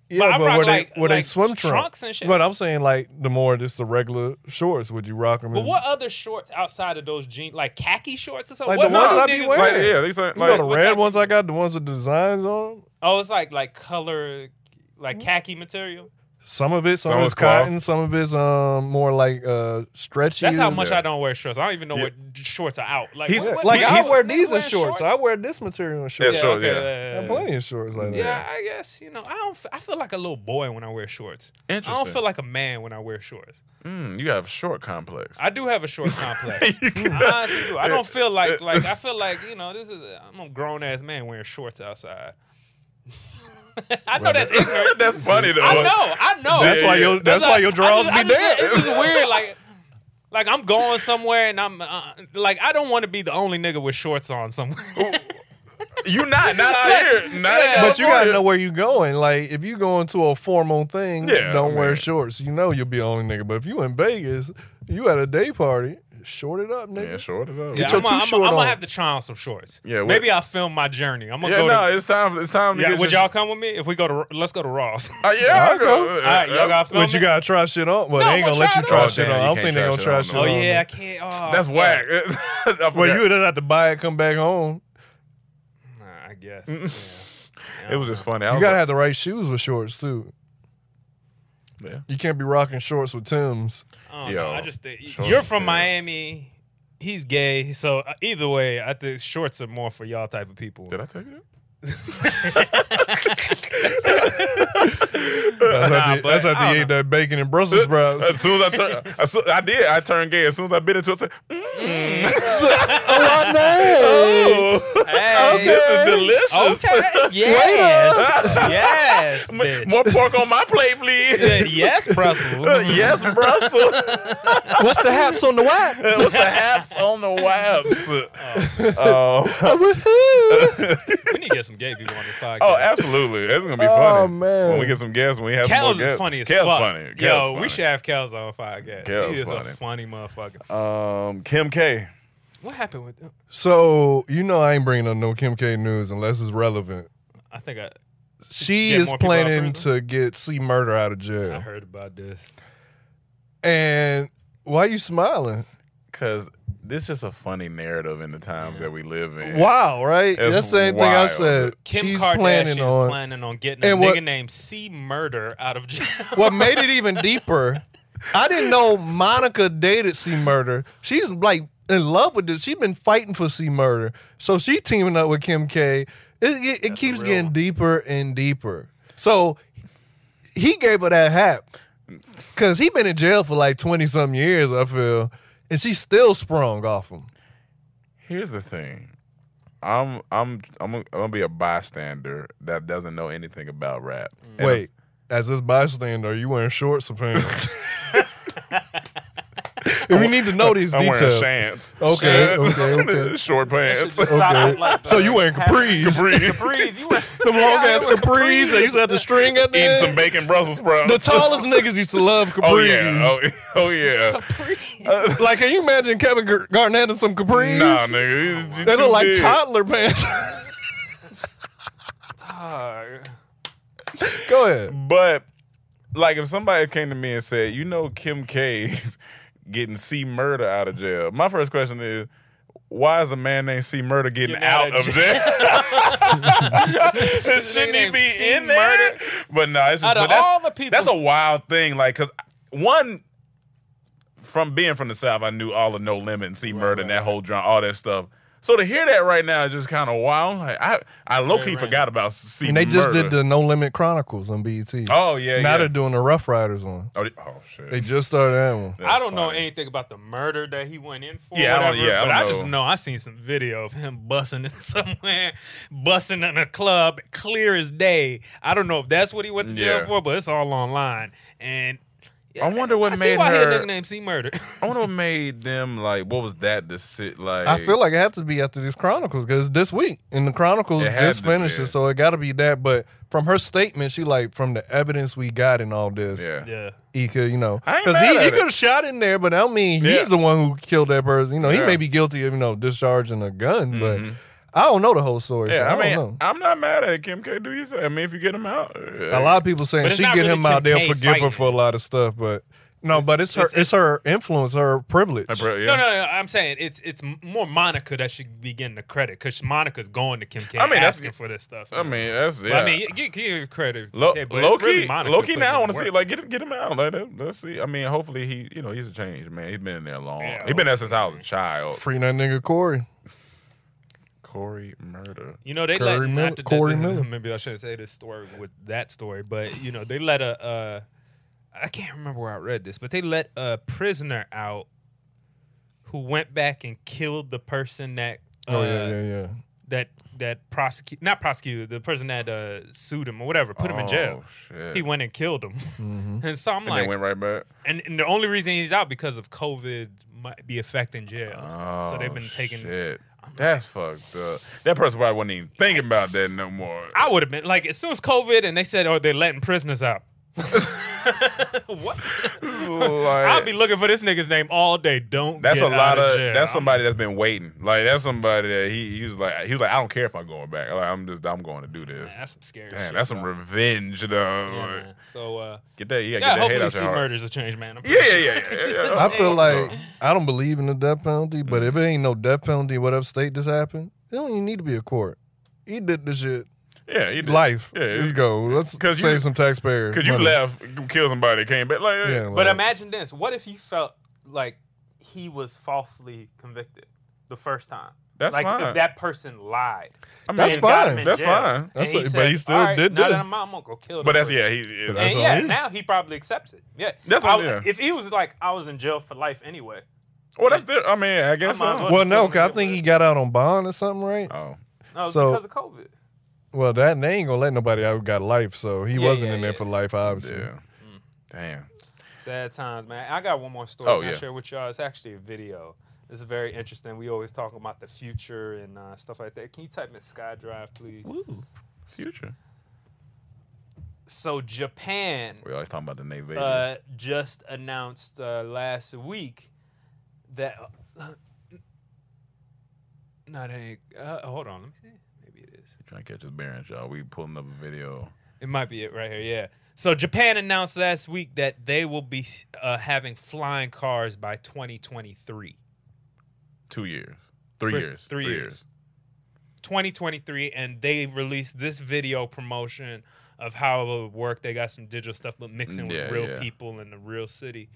Speaker 5: yeah,
Speaker 7: but I rock
Speaker 5: where
Speaker 7: like-
Speaker 5: they where
Speaker 7: like
Speaker 5: they swim
Speaker 7: trunks and shit.
Speaker 5: But I'm saying like the more just the regular shorts, would you rock them?
Speaker 7: But what other shorts outside of those jeans, like khaki shorts or something?
Speaker 5: Like
Speaker 7: what
Speaker 5: the ones
Speaker 7: other
Speaker 5: I be
Speaker 7: niggas-
Speaker 5: wearing.
Speaker 6: like yeah, they say,
Speaker 5: You know
Speaker 6: like
Speaker 5: the
Speaker 7: what
Speaker 5: red
Speaker 7: type-
Speaker 5: ones I got, the ones with designs on. 'em?
Speaker 7: Oh, it's like like color, like
Speaker 5: Mm.
Speaker 7: khaki material.
Speaker 5: Some of it, some,
Speaker 6: Some
Speaker 5: of
Speaker 6: is
Speaker 5: it's
Speaker 6: cloth.
Speaker 5: cotton, some of it's um more like uh stretchy.
Speaker 7: That's how much
Speaker 6: Yeah.
Speaker 7: I don't wear shorts. I don't even know
Speaker 6: Yeah.
Speaker 7: what shorts are out. Like,
Speaker 6: He's-
Speaker 7: what- what-
Speaker 5: Like
Speaker 6: He-
Speaker 5: I
Speaker 6: he's-
Speaker 5: wear
Speaker 7: niggas
Speaker 5: these in
Speaker 7: wearing
Speaker 5: shorts. I wear this material in shorts.
Speaker 6: Yeah, shorts,
Speaker 7: okay,
Speaker 6: yeah.
Speaker 5: I have
Speaker 7: yeah.
Speaker 5: plenty of shorts like
Speaker 7: Yeah,
Speaker 5: that.
Speaker 7: I guess you know. I don't. f- I feel like a little boy when I wear shorts. I don't
Speaker 6: Interesting.
Speaker 7: feel like a man when I wear shorts.
Speaker 6: mm, you have short complex.
Speaker 7: I do have a
Speaker 5: *laughs*
Speaker 7: short complex. I honestly do. I don't feel like like I feel like you know this is. A, I'm a grown ass man wearing shorts outside. *laughs* I know that's
Speaker 6: *laughs*
Speaker 7: ignorant.
Speaker 6: that's funny though.
Speaker 7: I know. I know.
Speaker 5: That's why your that's why your drawers
Speaker 7: I
Speaker 5: be
Speaker 7: just, I
Speaker 5: there.
Speaker 7: just, It's just weird.
Speaker 5: *laughs*
Speaker 7: Like, like I'm going somewhere and I'm uh, like I don't want to be the only nigga with shorts on somewhere.
Speaker 6: You not
Speaker 7: *laughs*
Speaker 6: not out here. Not in
Speaker 7: Yeah.
Speaker 5: But you
Speaker 6: California.
Speaker 5: gotta know where you going. Like if you going to a formal thing,
Speaker 6: Yeah,
Speaker 5: don't
Speaker 6: I mean-
Speaker 5: wear shorts. You know you'll be the only nigga. But if you in Vegas, you at a day party, short it up, nigga.
Speaker 6: Yeah, short it up.
Speaker 7: Yeah,
Speaker 5: your
Speaker 7: I'm, gonna-
Speaker 5: too
Speaker 7: I'm,
Speaker 5: short
Speaker 7: gonna- I'm
Speaker 5: on.
Speaker 7: gonna have to try on some shorts.
Speaker 6: Yeah, what-
Speaker 7: maybe I'll film my journey. I'm gonna
Speaker 6: Yeah,
Speaker 7: go
Speaker 6: no,
Speaker 7: to.
Speaker 6: it's time. It's time. to
Speaker 7: Yeah,
Speaker 6: get
Speaker 7: would
Speaker 6: your-
Speaker 7: y'all come with me if we go to? Let's go
Speaker 5: *laughs*
Speaker 7: to Ross.
Speaker 6: Uh, yeah, I'll
Speaker 5: Okay.
Speaker 6: go. uh,
Speaker 5: All
Speaker 7: All right, y'all got film.
Speaker 5: But you gotta try shit on. Well,
Speaker 7: No,
Speaker 5: they ain't gonna
Speaker 7: I'm gonna
Speaker 5: let you
Speaker 7: try
Speaker 5: try
Speaker 7: it
Speaker 5: shit
Speaker 6: on.
Speaker 5: on. I
Speaker 6: Oh,
Speaker 5: don't
Speaker 6: damn,
Speaker 5: think
Speaker 6: you
Speaker 5: they
Speaker 6: can't
Speaker 5: gonna try
Speaker 6: try
Speaker 5: shit
Speaker 6: shit
Speaker 5: on.
Speaker 7: Oh yeah, I can't. Oh,
Speaker 6: That's
Speaker 7: fuck.
Speaker 6: whack. *laughs* I
Speaker 5: Well,
Speaker 6: forgot.
Speaker 5: you would have to buy it, come back home.
Speaker 7: Nah, I guess.
Speaker 6: *laughs*
Speaker 7: yeah.
Speaker 6: it was just funny. I
Speaker 5: You
Speaker 6: was
Speaker 5: gotta
Speaker 6: like,
Speaker 5: have the right shoes with shorts too.
Speaker 6: Yeah.
Speaker 5: You can't be rocking shorts with
Speaker 6: *laughs*
Speaker 5: Tim's.
Speaker 7: I don't
Speaker 6: Yo,
Speaker 7: know. I just think
Speaker 6: shorts
Speaker 7: you're
Speaker 6: is terrible.
Speaker 7: from Miami. He's gay, so uh, either way, I think shorts are more for y'all type of people. *laughs*
Speaker 5: *laughs*
Speaker 6: Did I tell you
Speaker 5: That's how
Speaker 7: Nah,
Speaker 5: they,
Speaker 7: but
Speaker 5: that's how they
Speaker 7: I don't
Speaker 5: ate that bacon and Brussels
Speaker 6: that?
Speaker 5: sprouts.
Speaker 6: *laughs* As soon as I turned, as soon, I did. I turned gay. As soon as I bit into it, I said, mm.
Speaker 5: Oh, I know.
Speaker 6: oh, Oh,
Speaker 7: Hey. Oh,
Speaker 6: this is
Speaker 5: *laughs*
Speaker 6: delicious.
Speaker 7: Okay. Yes. yes.
Speaker 6: M- *laughs*
Speaker 7: Bitch.
Speaker 6: More pork on my plate, *laughs* please.
Speaker 7: yes,
Speaker 6: *laughs*
Speaker 7: Brussels.
Speaker 6: yes,
Speaker 5: *laughs*
Speaker 6: Brussels.
Speaker 9: What's the haps on the
Speaker 6: *laughs*
Speaker 9: whack?
Speaker 6: What's the haps on the wabs? *laughs* Oh.
Speaker 9: Woohoo!
Speaker 7: We need to get some gay people on this podcast.
Speaker 6: oh, absolutely. That's gonna be
Speaker 9: Oh,
Speaker 6: funny.
Speaker 9: man.
Speaker 6: When we get some guests, when we have some
Speaker 7: Kel's
Speaker 6: more
Speaker 7: is
Speaker 6: guests.
Speaker 7: funny as
Speaker 6: Kel's
Speaker 7: fuck.
Speaker 6: funny.
Speaker 7: Yo,
Speaker 6: Kel's
Speaker 7: we
Speaker 6: funny.
Speaker 7: should have Kel's on podcast.
Speaker 6: Kel's
Speaker 7: he is
Speaker 6: funny.
Speaker 7: a funny motherfucker.
Speaker 6: Um, Kim K.
Speaker 7: What happened with?
Speaker 5: So you know I ain't bringing up no Kim K news unless it's relevant.
Speaker 7: I think I,
Speaker 5: She
Speaker 7: Get
Speaker 5: is
Speaker 7: more people out of
Speaker 5: planning
Speaker 7: prison?
Speaker 5: to get C Murder out of
Speaker 7: I
Speaker 5: jail.
Speaker 7: heard about this.
Speaker 5: And why you smiling?
Speaker 6: Cause this is just a funny narrative in the times that we live in.
Speaker 5: Wow, right?
Speaker 6: It's
Speaker 5: That's the same thing I
Speaker 6: wild.
Speaker 5: said.
Speaker 7: Kim
Speaker 5: She's
Speaker 7: Kardashian
Speaker 5: planning
Speaker 7: is
Speaker 5: on.
Speaker 7: planning on getting a
Speaker 5: And
Speaker 7: nigga
Speaker 5: what-
Speaker 7: named C Murder out of jail.
Speaker 5: *laughs*
Speaker 7: *laughs*
Speaker 5: what made it even deeper, I didn't know Monica dated C Murder. She's like in love with this. She's been fighting for C Murder. So she teaming up with Kim K. It, it, it keeps getting deeper and deeper. So he gave her that hat because he been in jail for like 20 something years, I feel. And she still sprung off him.
Speaker 6: Here's the thing. I'm I'm I'm gonna, I'm gonna be a bystander that doesn't know anything about rap. And
Speaker 5: Wait, as this bystander, are you wearing shorts or
Speaker 6: *laughs*
Speaker 5: pants? And we need to know these
Speaker 6: I'm wearing
Speaker 5: details.
Speaker 6: shants.
Speaker 5: Okay,
Speaker 6: Shants.
Speaker 5: okay, okay.
Speaker 6: *laughs* Short pants. *laughs*
Speaker 5: Okay. So you wearing capris? *laughs*
Speaker 6: Capris.
Speaker 7: You were-
Speaker 5: Them long ass capris. They used to have the string at the
Speaker 6: Eating
Speaker 5: end.
Speaker 6: some bacon Brussels sprouts.
Speaker 5: The tallest niggas used to love capris.
Speaker 6: *laughs* Oh yeah. Oh, oh yeah.
Speaker 5: Uh, like, can you imagine Kevin Gar- Garnett in some capris?
Speaker 6: Nah, nigga. you- you
Speaker 5: They
Speaker 6: too
Speaker 5: look like
Speaker 6: big.
Speaker 5: toddler *laughs* pants. Go ahead.
Speaker 6: But like, if somebody came to me and said, "You know, Kim K's *laughs* getting C Murder out of jail," my first question is. Why is a man named C Murder getting
Speaker 7: Getting
Speaker 6: out of
Speaker 7: *laughs*
Speaker 6: jail? Shouldn't he
Speaker 7: named
Speaker 6: be
Speaker 7: C.
Speaker 6: in there?
Speaker 7: Murder?
Speaker 6: But no, it's just,
Speaker 7: Out
Speaker 6: but
Speaker 7: of
Speaker 6: that's,
Speaker 7: all the people,
Speaker 6: that's a wild thing. Like, cause one from being from the south, I knew all of No Limit and C Murder and that whole drama, all that stuff. So to hear that right now is just kind of wild. Like, I I low key
Speaker 7: random.
Speaker 6: forgot about C
Speaker 5: And they just
Speaker 6: Murder.
Speaker 5: did the No Limit Chronicles on BET.
Speaker 6: oh yeah,
Speaker 5: now
Speaker 6: yeah.
Speaker 5: they're doing the Rough Riders one.
Speaker 6: Oh, they- oh, shit.
Speaker 5: They just started that one.
Speaker 6: That's
Speaker 7: I don't know
Speaker 6: funny.
Speaker 7: anything about the murder that he went in for.
Speaker 6: Yeah, I don't-
Speaker 7: whatever,
Speaker 6: yeah, I
Speaker 7: but
Speaker 6: don't
Speaker 7: I just
Speaker 6: know.
Speaker 7: know I seen some video of him busting *laughs* in somewhere, busting in a club, clear as day. I don't know if that's what he went to jail
Speaker 6: Yeah.
Speaker 7: for, but it's all online. And
Speaker 6: I wonder what
Speaker 7: I see
Speaker 6: made
Speaker 7: why he a
Speaker 6: her.
Speaker 7: nigga named
Speaker 6: *laughs*
Speaker 7: C Murder. *laughs*
Speaker 6: I wonder what made them like. What was that? The sit like.
Speaker 5: I feel like it had to be after these Chronicles because this week and the Chronicles
Speaker 6: It had
Speaker 5: just
Speaker 6: to be.
Speaker 5: finished, it, so it got to be that. But from her statement, she like from the evidence we got in all this,
Speaker 6: Yeah.
Speaker 7: yeah.
Speaker 5: he could you know
Speaker 6: I ain't
Speaker 5: because
Speaker 6: mad
Speaker 5: he,
Speaker 6: at
Speaker 5: he
Speaker 6: it.
Speaker 5: could have shot in there, but I don't mean
Speaker 6: Yeah.
Speaker 5: he's the one who killed that person. You know, he
Speaker 6: Yeah. Mm-hmm.
Speaker 5: may be guilty of you know discharging a gun, but I don't know the whole story. so
Speaker 6: Yeah, I,
Speaker 5: I,
Speaker 6: mean,
Speaker 5: don't know.
Speaker 6: I'm not mad at it, Kim K. Do you? Think? I mean, if you get him out, uh,
Speaker 5: A lot of people saying
Speaker 7: But it's
Speaker 5: she
Speaker 7: not
Speaker 5: get
Speaker 7: really
Speaker 5: him out,
Speaker 7: Kim
Speaker 5: they'll
Speaker 7: K
Speaker 5: forgive her
Speaker 7: fighting
Speaker 5: for a lot of stuff, but. No, but it's her. It's,
Speaker 7: it's-
Speaker 5: her influence, her privilege.
Speaker 6: yeah.
Speaker 7: No, no, no, I'm saying it's it's more Monica that should be getting the credit because Monica's going to Kim K.
Speaker 6: I mean, that's-
Speaker 7: asking for this stuff.
Speaker 6: I mean, that's
Speaker 7: But
Speaker 6: yeah.
Speaker 7: I mean, you- you give her credit.
Speaker 6: Lo-
Speaker 7: yeah, but it's
Speaker 6: Loki,
Speaker 7: really Monica
Speaker 6: Loki.
Speaker 7: putting
Speaker 6: Now I
Speaker 7: in
Speaker 6: want to
Speaker 7: the
Speaker 6: see
Speaker 7: work.
Speaker 6: like get get him out. Like, let- let's see. I mean, hopefully he, you know, he's a changed man. He's been in there long.
Speaker 7: Yeah.
Speaker 6: he's been there since I was a child.
Speaker 5: Free that nigga Corey.
Speaker 6: Corey murder.
Speaker 7: You know, they
Speaker 5: Curry
Speaker 7: let not
Speaker 5: Miller-
Speaker 7: to- *laughs*
Speaker 5: Corey Miller.
Speaker 7: Maybe I shouldn't say this story with that story, but you know, they let a uh, I can't remember where I read this, but they let a prisoner out who went back and killed the person that uh,
Speaker 5: Oh yeah, yeah, yeah.
Speaker 7: that that prosecute not prosecuted the person that uh, sued him or whatever put him in jail.
Speaker 6: Oh, shit.
Speaker 7: He went and killed him,
Speaker 5: Mm-hmm.
Speaker 7: *laughs* and so I'm
Speaker 6: and
Speaker 7: like,
Speaker 6: then went right back.
Speaker 7: and, and the only reason he's out because of COVID might be affecting jails.
Speaker 6: Oh,
Speaker 7: so they've been taking.
Speaker 6: Shit. That's fucked up. That person probably wasn't even thinking about that no more.
Speaker 7: I would have been like, as soon as COVID and they said, oh, they're letting prisoners out. what?
Speaker 6: Like-
Speaker 7: I'll be looking for this nigga's name all day. Don't.
Speaker 6: That's
Speaker 7: get
Speaker 6: a lot
Speaker 7: out of,
Speaker 6: of.
Speaker 7: jail.
Speaker 6: That's somebody that's been waiting. Like that's somebody that he, he was like he was like I don't care if I'm going back. Like I'm just I'm going to do this.
Speaker 7: Man, that's some scary. shit,
Speaker 6: Damn, that's some
Speaker 7: bro.
Speaker 6: revenge though.
Speaker 7: Yeah,
Speaker 6: Like,
Speaker 7: man. So uh,
Speaker 6: get that. You gotta
Speaker 7: yeah,
Speaker 6: get that head
Speaker 7: hopefully
Speaker 6: out
Speaker 7: see
Speaker 6: your heart.
Speaker 7: murders a change, man. I'm
Speaker 6: Yeah,
Speaker 7: pretty
Speaker 6: yeah,
Speaker 7: sure.
Speaker 6: yeah, yeah, yeah.
Speaker 5: I feel
Speaker 6: So-
Speaker 5: like I don't believe in the death penalty, but if it ain't no death penalty, in whatever state this happened, it don't even need to be a court. He did this shit.
Speaker 6: yeah, you did.
Speaker 5: Life.
Speaker 6: Yeah,
Speaker 5: Let's
Speaker 6: you-
Speaker 5: go. Let's
Speaker 6: 'cause
Speaker 5: save
Speaker 6: you-
Speaker 5: some taxpayers.
Speaker 6: Cause you
Speaker 5: money.
Speaker 6: left, killed somebody, came back. Like,
Speaker 5: Yeah,
Speaker 7: But
Speaker 5: like-
Speaker 7: imagine this: what if he felt like he was falsely convicted the first time?
Speaker 6: That's
Speaker 7: like
Speaker 6: fine.
Speaker 7: if that person lied.
Speaker 6: I mean,
Speaker 5: That's
Speaker 7: and got him
Speaker 5: fine.
Speaker 7: in
Speaker 6: That's
Speaker 7: jail,
Speaker 6: fine.
Speaker 7: and
Speaker 5: That's
Speaker 7: he
Speaker 5: what- but
Speaker 7: said,
Speaker 5: he still
Speaker 7: "All right,
Speaker 5: did
Speaker 7: Now
Speaker 5: this."
Speaker 7: that I'm out, I'm gonna go kill. this
Speaker 6: But that's
Speaker 7: person."
Speaker 6: yeah. He,
Speaker 5: That's
Speaker 7: And
Speaker 5: what
Speaker 7: yeah,
Speaker 5: it is.
Speaker 7: now he probably accepts it. Yeah,
Speaker 6: That's
Speaker 7: I-
Speaker 6: what it is.
Speaker 7: If he was like, I was in jail for life anyway,
Speaker 6: Well, that's the. I mean, I guess.
Speaker 7: might as
Speaker 6: so.
Speaker 7: well
Speaker 5: Well, no, 'cause I think he got out on bond or something, right?
Speaker 6: Oh,
Speaker 7: No, it's
Speaker 5: So-
Speaker 7: because of COVID.
Speaker 5: Well, that they ain't gonna let nobody out who got life, so he
Speaker 7: Yeah,
Speaker 5: wasn't
Speaker 7: yeah,
Speaker 5: in there
Speaker 7: yeah.
Speaker 5: for life, obviously.
Speaker 6: yeah.
Speaker 7: Mm.
Speaker 6: Damn.
Speaker 7: Sad times, man. I got one more story
Speaker 6: Oh,
Speaker 7: I
Speaker 6: yeah.
Speaker 7: share with y'all. It's actually a video. It's very interesting. We always talk about the future and uh, stuff like that. Can you type in SkyDrive, please?
Speaker 6: Woo. Future.
Speaker 7: So Japan
Speaker 6: We always talking about the Navy.
Speaker 7: uh, just announced uh, last week that. uh, no, they ain't. Uh, hold on. Let me see. Maybe it is.
Speaker 6: trying to catch his bearings, y'all. We pulling up a video.
Speaker 7: It might be it right here. Yeah. So Japan announced last week that they will be uh, having flying cars by 2023.
Speaker 6: Two years. Three
Speaker 7: Three-
Speaker 6: years.
Speaker 7: three years. 2023 and they released this video promotion of how it would work. They got some digital stuff, but mixing
Speaker 6: Yeah,
Speaker 7: with real
Speaker 6: yeah.
Speaker 7: people in the real city.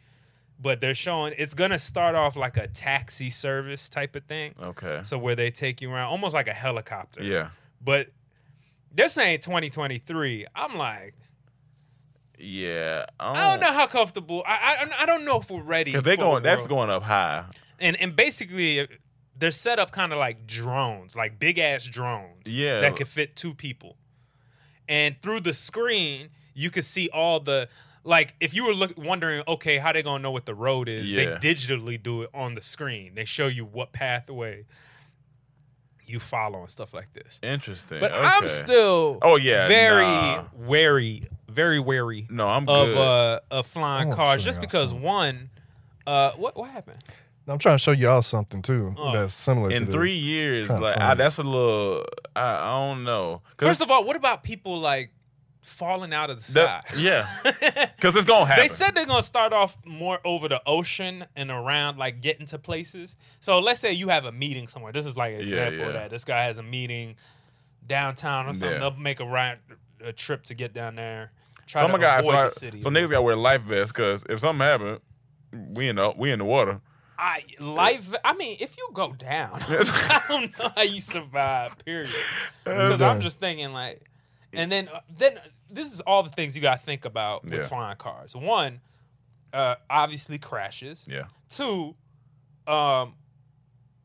Speaker 7: But they're showing it's gonna start off like a taxi service type of thing.
Speaker 6: Okay.
Speaker 7: So where they take you around almost like a helicopter.
Speaker 6: Yeah.
Speaker 7: But they're saying 2023. I'm like,
Speaker 6: Yeah.
Speaker 7: I don't know how comfortable. I I, I don't know if we're ready.
Speaker 6: Because Oh. they
Speaker 7: for
Speaker 6: going.
Speaker 7: the
Speaker 6: That's
Speaker 7: world.
Speaker 6: going up high.
Speaker 7: And and basically, uh, they're set up kind of like drones, like big ass drones.
Speaker 6: Yeah.
Speaker 7: that could fit two people. And through the screen, you could see all the like if you were look, wondering, okay, how they gonna know what the road is?
Speaker 6: Yeah.
Speaker 7: They digitally do it on the screen. They show you what pathway you follow and stuff like this.
Speaker 6: Interesting.
Speaker 7: But
Speaker 6: okay.
Speaker 7: I'm still,
Speaker 6: Oh, yeah,
Speaker 7: very
Speaker 6: nah.
Speaker 7: wary, very wary
Speaker 6: No, I'm
Speaker 7: of
Speaker 6: good.
Speaker 7: uh of
Speaker 5: I
Speaker 7: flying
Speaker 5: wanna
Speaker 7: cars
Speaker 5: show
Speaker 7: just
Speaker 5: y'all
Speaker 7: because
Speaker 5: something.
Speaker 7: one, uh, what what happened?
Speaker 5: I'm trying to show y'all something too
Speaker 7: Oh.
Speaker 5: that's similar. to
Speaker 6: in
Speaker 5: this.
Speaker 6: three years,
Speaker 5: Kinda
Speaker 6: like
Speaker 5: funny.
Speaker 6: I, that's a little. I, I don't know.
Speaker 7: First of all, what about people like falling out of the sky?
Speaker 6: that,
Speaker 7: *laughs*
Speaker 6: yeah, because it's gonna happen.
Speaker 7: They said they're gonna start off more over the ocean and around, like getting to places. So let's say you have a meeting somewhere. This is like an
Speaker 6: Yeah,
Speaker 7: example
Speaker 6: yeah.
Speaker 7: of that. This guy has a meeting downtown or something.
Speaker 6: Yeah.
Speaker 7: They'll make a ride, a trip to get down there. Try
Speaker 6: some
Speaker 7: to
Speaker 6: guys,
Speaker 7: avoid
Speaker 6: so,
Speaker 7: the
Speaker 6: I-
Speaker 7: city.
Speaker 6: so niggas gotta wear life vests because if something happen, we in the we in the water.
Speaker 7: I life. I mean, if you go down, *laughs* I don't know how you survive. Period. Because I'm just thinking like, and then uh, then this is all the things you gotta think about with
Speaker 6: Yeah.
Speaker 7: flying cars. One, uh, obviously crashes.
Speaker 6: Yeah,
Speaker 7: Two, um,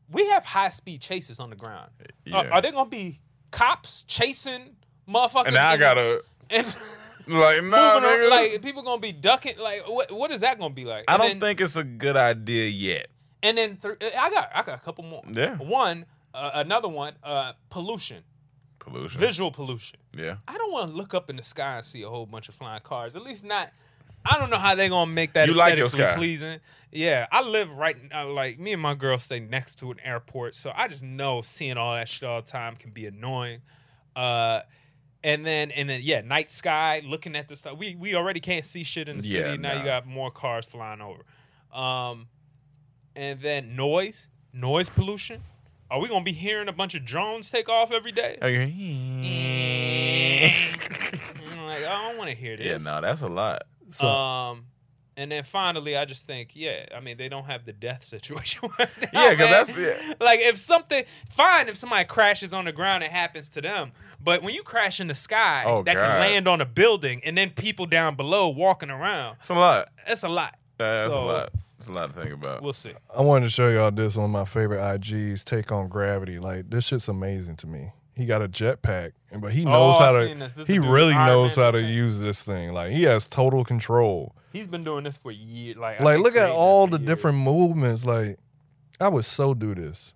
Speaker 7: we have high speed chases on the ground. Uh,
Speaker 6: yeah.
Speaker 7: Are, are there gonna be cops chasing motherfuckers?
Speaker 6: and now I
Speaker 7: in-
Speaker 6: gotta
Speaker 7: *laughs* and
Speaker 6: *laughs* like no,
Speaker 7: moving
Speaker 6: nigga.
Speaker 7: on, like people gonna be ducking. Like what? What is that gonna be like?
Speaker 6: I
Speaker 7: And
Speaker 6: don't
Speaker 7: then-
Speaker 6: think it's a good idea yet.
Speaker 7: And then three, uh, I got I got a couple more.
Speaker 6: Yeah.
Speaker 7: One, uh, another one, uh, pollution,
Speaker 6: Pollution.
Speaker 7: visual pollution.
Speaker 6: Yeah,
Speaker 7: I don't want to look up in the sky and see a whole bunch of flying cars. At least not. I don't know how they're gonna make that
Speaker 6: You like your
Speaker 7: aesthetically
Speaker 6: sky.
Speaker 7: pleasing. Yeah, I live right uh, like me and my girl stay next to an airport, so I just know seeing all that shit all the time can be annoying. Uh, and then and then yeah, night sky, looking at the stuff. We we already can't see shit in the
Speaker 6: Yeah,
Speaker 7: city. Now
Speaker 6: nah.
Speaker 7: you got more cars flying over. Um, and then noise, noise pollution. Are we gonna be hearing a bunch of drones take off
Speaker 6: *laughs*
Speaker 7: every day? *laughs*
Speaker 6: okay.
Speaker 7: I'm like, I don't want to hear this.
Speaker 6: yeah, no, that's a lot.
Speaker 5: So,
Speaker 7: Um, and then finally, I just think, yeah, I mean, they don't have the death *laughs* situation. right now,
Speaker 6: Yeah, 'cause that's-
Speaker 7: man.
Speaker 6: yeah.
Speaker 7: like if something fine, if somebody crashes on the ground, it happens to them. But when you crash in the sky,
Speaker 6: Oh,
Speaker 7: that
Speaker 6: God.
Speaker 7: can land on a building, and then people down below walking around.
Speaker 6: It's a lot.
Speaker 7: That's a lot.
Speaker 6: That's
Speaker 7: So,
Speaker 6: a lot. It's a lot to think about.
Speaker 7: We'll see.
Speaker 5: I wanted to show y'all this on my favorite IG's take on gravity. Like this shit's amazing to me. He got a jetpack, and but he knows
Speaker 7: I've
Speaker 5: how to.
Speaker 7: Oh, seen this. This
Speaker 5: he
Speaker 7: the dude,
Speaker 5: really
Speaker 7: Iron
Speaker 5: knows
Speaker 7: Man
Speaker 5: how to
Speaker 7: jetpack.
Speaker 5: use this thing. Like he has total control.
Speaker 7: He's been doing this for years. Like, I've
Speaker 5: like
Speaker 7: been
Speaker 5: look at
Speaker 7: creating it
Speaker 5: all
Speaker 7: for
Speaker 5: the
Speaker 7: years.
Speaker 5: different movements. Like I would so do this.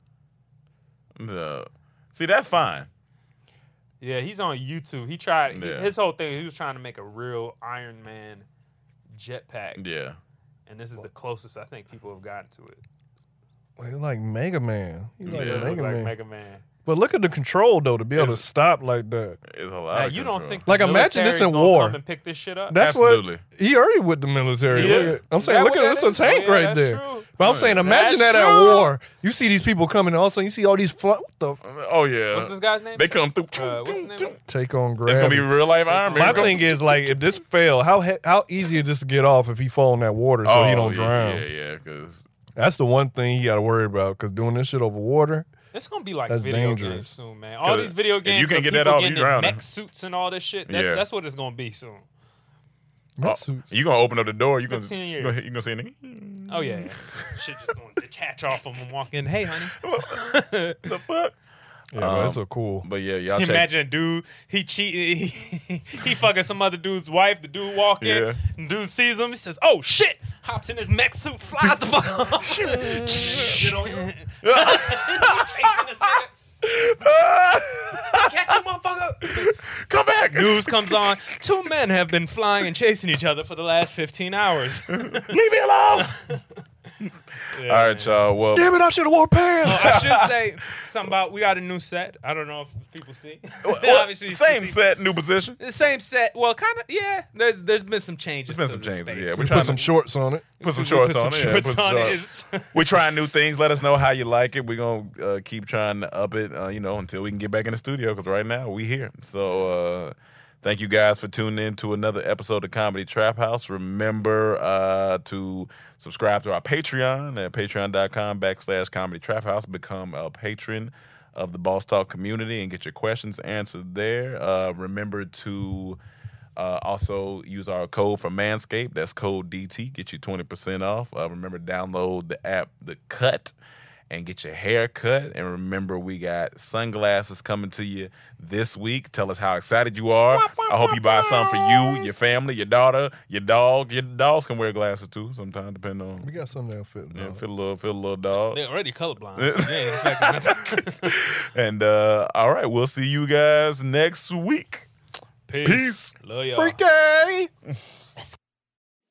Speaker 6: No. See, that's fine.
Speaker 7: Yeah, he's on YouTube. He tried he-
Speaker 6: Yeah.
Speaker 7: his whole thing. He was trying to make a real Iron Man jetpack,
Speaker 6: Yeah.
Speaker 7: and this is the closest I think people have gotten to it.
Speaker 5: Like, like Mega Man. He like Mega
Speaker 6: Yeah,
Speaker 7: Look like
Speaker 5: Man.
Speaker 7: Mega Man.
Speaker 5: But look at the control though to be able to
Speaker 6: It's-
Speaker 5: stop like that.
Speaker 6: It's a lot.
Speaker 7: Now,
Speaker 6: of
Speaker 7: you don't
Speaker 6: control.
Speaker 7: think the
Speaker 5: Like, imagine this
Speaker 7: military's
Speaker 5: in
Speaker 7: gonna
Speaker 5: war.
Speaker 7: come and pick this shit up?
Speaker 5: That's
Speaker 6: Absolutely.
Speaker 5: what he already with the military.
Speaker 7: He
Speaker 5: Look
Speaker 7: is.
Speaker 5: at- I'm saying,
Speaker 7: That
Speaker 5: look
Speaker 7: what
Speaker 5: at
Speaker 7: that
Speaker 5: this a
Speaker 7: is?
Speaker 5: tank
Speaker 7: Yeah,
Speaker 5: right
Speaker 7: that's
Speaker 5: there.
Speaker 7: true.
Speaker 5: But I'm saying, imagine
Speaker 7: That's
Speaker 5: that at
Speaker 7: true.
Speaker 5: war. You see these people coming, and all of a sudden you see all these fly, what the f-
Speaker 6: Oh yeah.
Speaker 7: What's this guy's name?
Speaker 6: They come through.
Speaker 7: Uh, what's
Speaker 6: *laughs*
Speaker 7: his name?
Speaker 5: take on gravity.
Speaker 6: It's gonna be real life Iron Man.
Speaker 5: My
Speaker 6: Go-
Speaker 5: thing is like, if this fail, how he- how easy is this to get off if he fall in that water so he don't
Speaker 6: Oh, yeah,
Speaker 5: drown?
Speaker 6: Yeah, yeah, because
Speaker 5: That's the one thing he got to worry about because doing this shit over water.
Speaker 7: It's gonna be like
Speaker 5: That's
Speaker 7: video
Speaker 5: dangerous.
Speaker 7: games soon, man. All
Speaker 6: 'Cause
Speaker 7: these video
Speaker 6: if you
Speaker 7: games,
Speaker 6: can't
Speaker 7: of
Speaker 6: get that
Speaker 7: people
Speaker 6: off, you
Speaker 7: getting in
Speaker 6: drowning.
Speaker 7: mech suits and all this shit. That's
Speaker 6: Yeah.
Speaker 7: that's what it's gonna be soon.
Speaker 5: Wetsuits.
Speaker 6: oh, You gonna open up the door? You gonna
Speaker 7: 15
Speaker 6: you gonna, you gonna see a nigga?
Speaker 7: Oh
Speaker 6: *laughs*
Speaker 7: yeah, yeah. shit just going to detach off of him walking. Hey, honey.
Speaker 6: *laughs* the fuck?
Speaker 5: Yeah, well, that's
Speaker 6: Um,
Speaker 5: a cool.
Speaker 6: But yeah, y'all check.
Speaker 7: *laughs* Imagine a dude *laughs* he cheated, he, he fucking some other dude's wife. The dude walk in,
Speaker 6: Yeah.
Speaker 7: and dude sees him. He says, "Oh shit!" Hops in his mech suit, flies the fuck. off. Get on him. He's chasing this nigga. Catch you, motherfucker!
Speaker 6: Ah, Come back.
Speaker 7: News comes on. Two men have been flying and chasing each other for the last 15 hours.
Speaker 6: Leave me
Speaker 7: *laughs*
Speaker 6: alone. All right, y'all. Well,
Speaker 5: Damn it, I should have wore pants.
Speaker 7: I should say something about we got a new set. I don't know if people see. *laughs*
Speaker 6: well,
Speaker 7: Obviously, you
Speaker 6: same
Speaker 7: see-
Speaker 6: set, new position.
Speaker 7: The same set. Well, kind of. Yeah. There's there's been some changes.
Speaker 6: There's been
Speaker 7: to
Speaker 6: some
Speaker 7: the
Speaker 6: changes.
Speaker 7: space.
Speaker 6: Yeah, we're
Speaker 5: We
Speaker 6: trying
Speaker 5: put some
Speaker 6: to
Speaker 5: shorts on it.
Speaker 6: put some
Speaker 7: We
Speaker 6: shorts
Speaker 7: put
Speaker 6: on
Speaker 7: some
Speaker 6: it. Yeah,
Speaker 7: shorts
Speaker 6: put some
Speaker 7: on it.
Speaker 6: shorts. We're trying new things. Let us know how you like it. We're gonna uh, keep trying to up it, uh, you know, until we can get back in the studio. Because right now we here. So uh, thank you guys for tuning in to another episode of Comedy Trap House. Remember uh, to subscribe to our Patreon at patreon.com backslash Comedy Trap House. Become a patron of the Boss Talk community and get your questions answered there. Uh, remember to. Uh, also, use our code for Manscaped. That's code DT. Get you 20% off. Uh, remember, download the app, The Cut, and get your hair cut. And remember, we got sunglasses coming to you this week. Tell us how excited you are. I hope you buy some for you, your family, your daughter, your dog. Your dogs can wear glasses too, sometimes, depending
Speaker 5: We
Speaker 6: on.
Speaker 5: got something that'll fit.
Speaker 6: Yeah,
Speaker 5: dog.
Speaker 6: feel a little, feel a little dog.
Speaker 7: They're already colorblind. *laughs* so yeah, in
Speaker 6: *laughs*
Speaker 7: fact, *laughs*
Speaker 6: And uh, all right, we'll see you guys next week.
Speaker 7: peace.
Speaker 6: Peace.
Speaker 7: Love y'all.
Speaker 6: Freaky.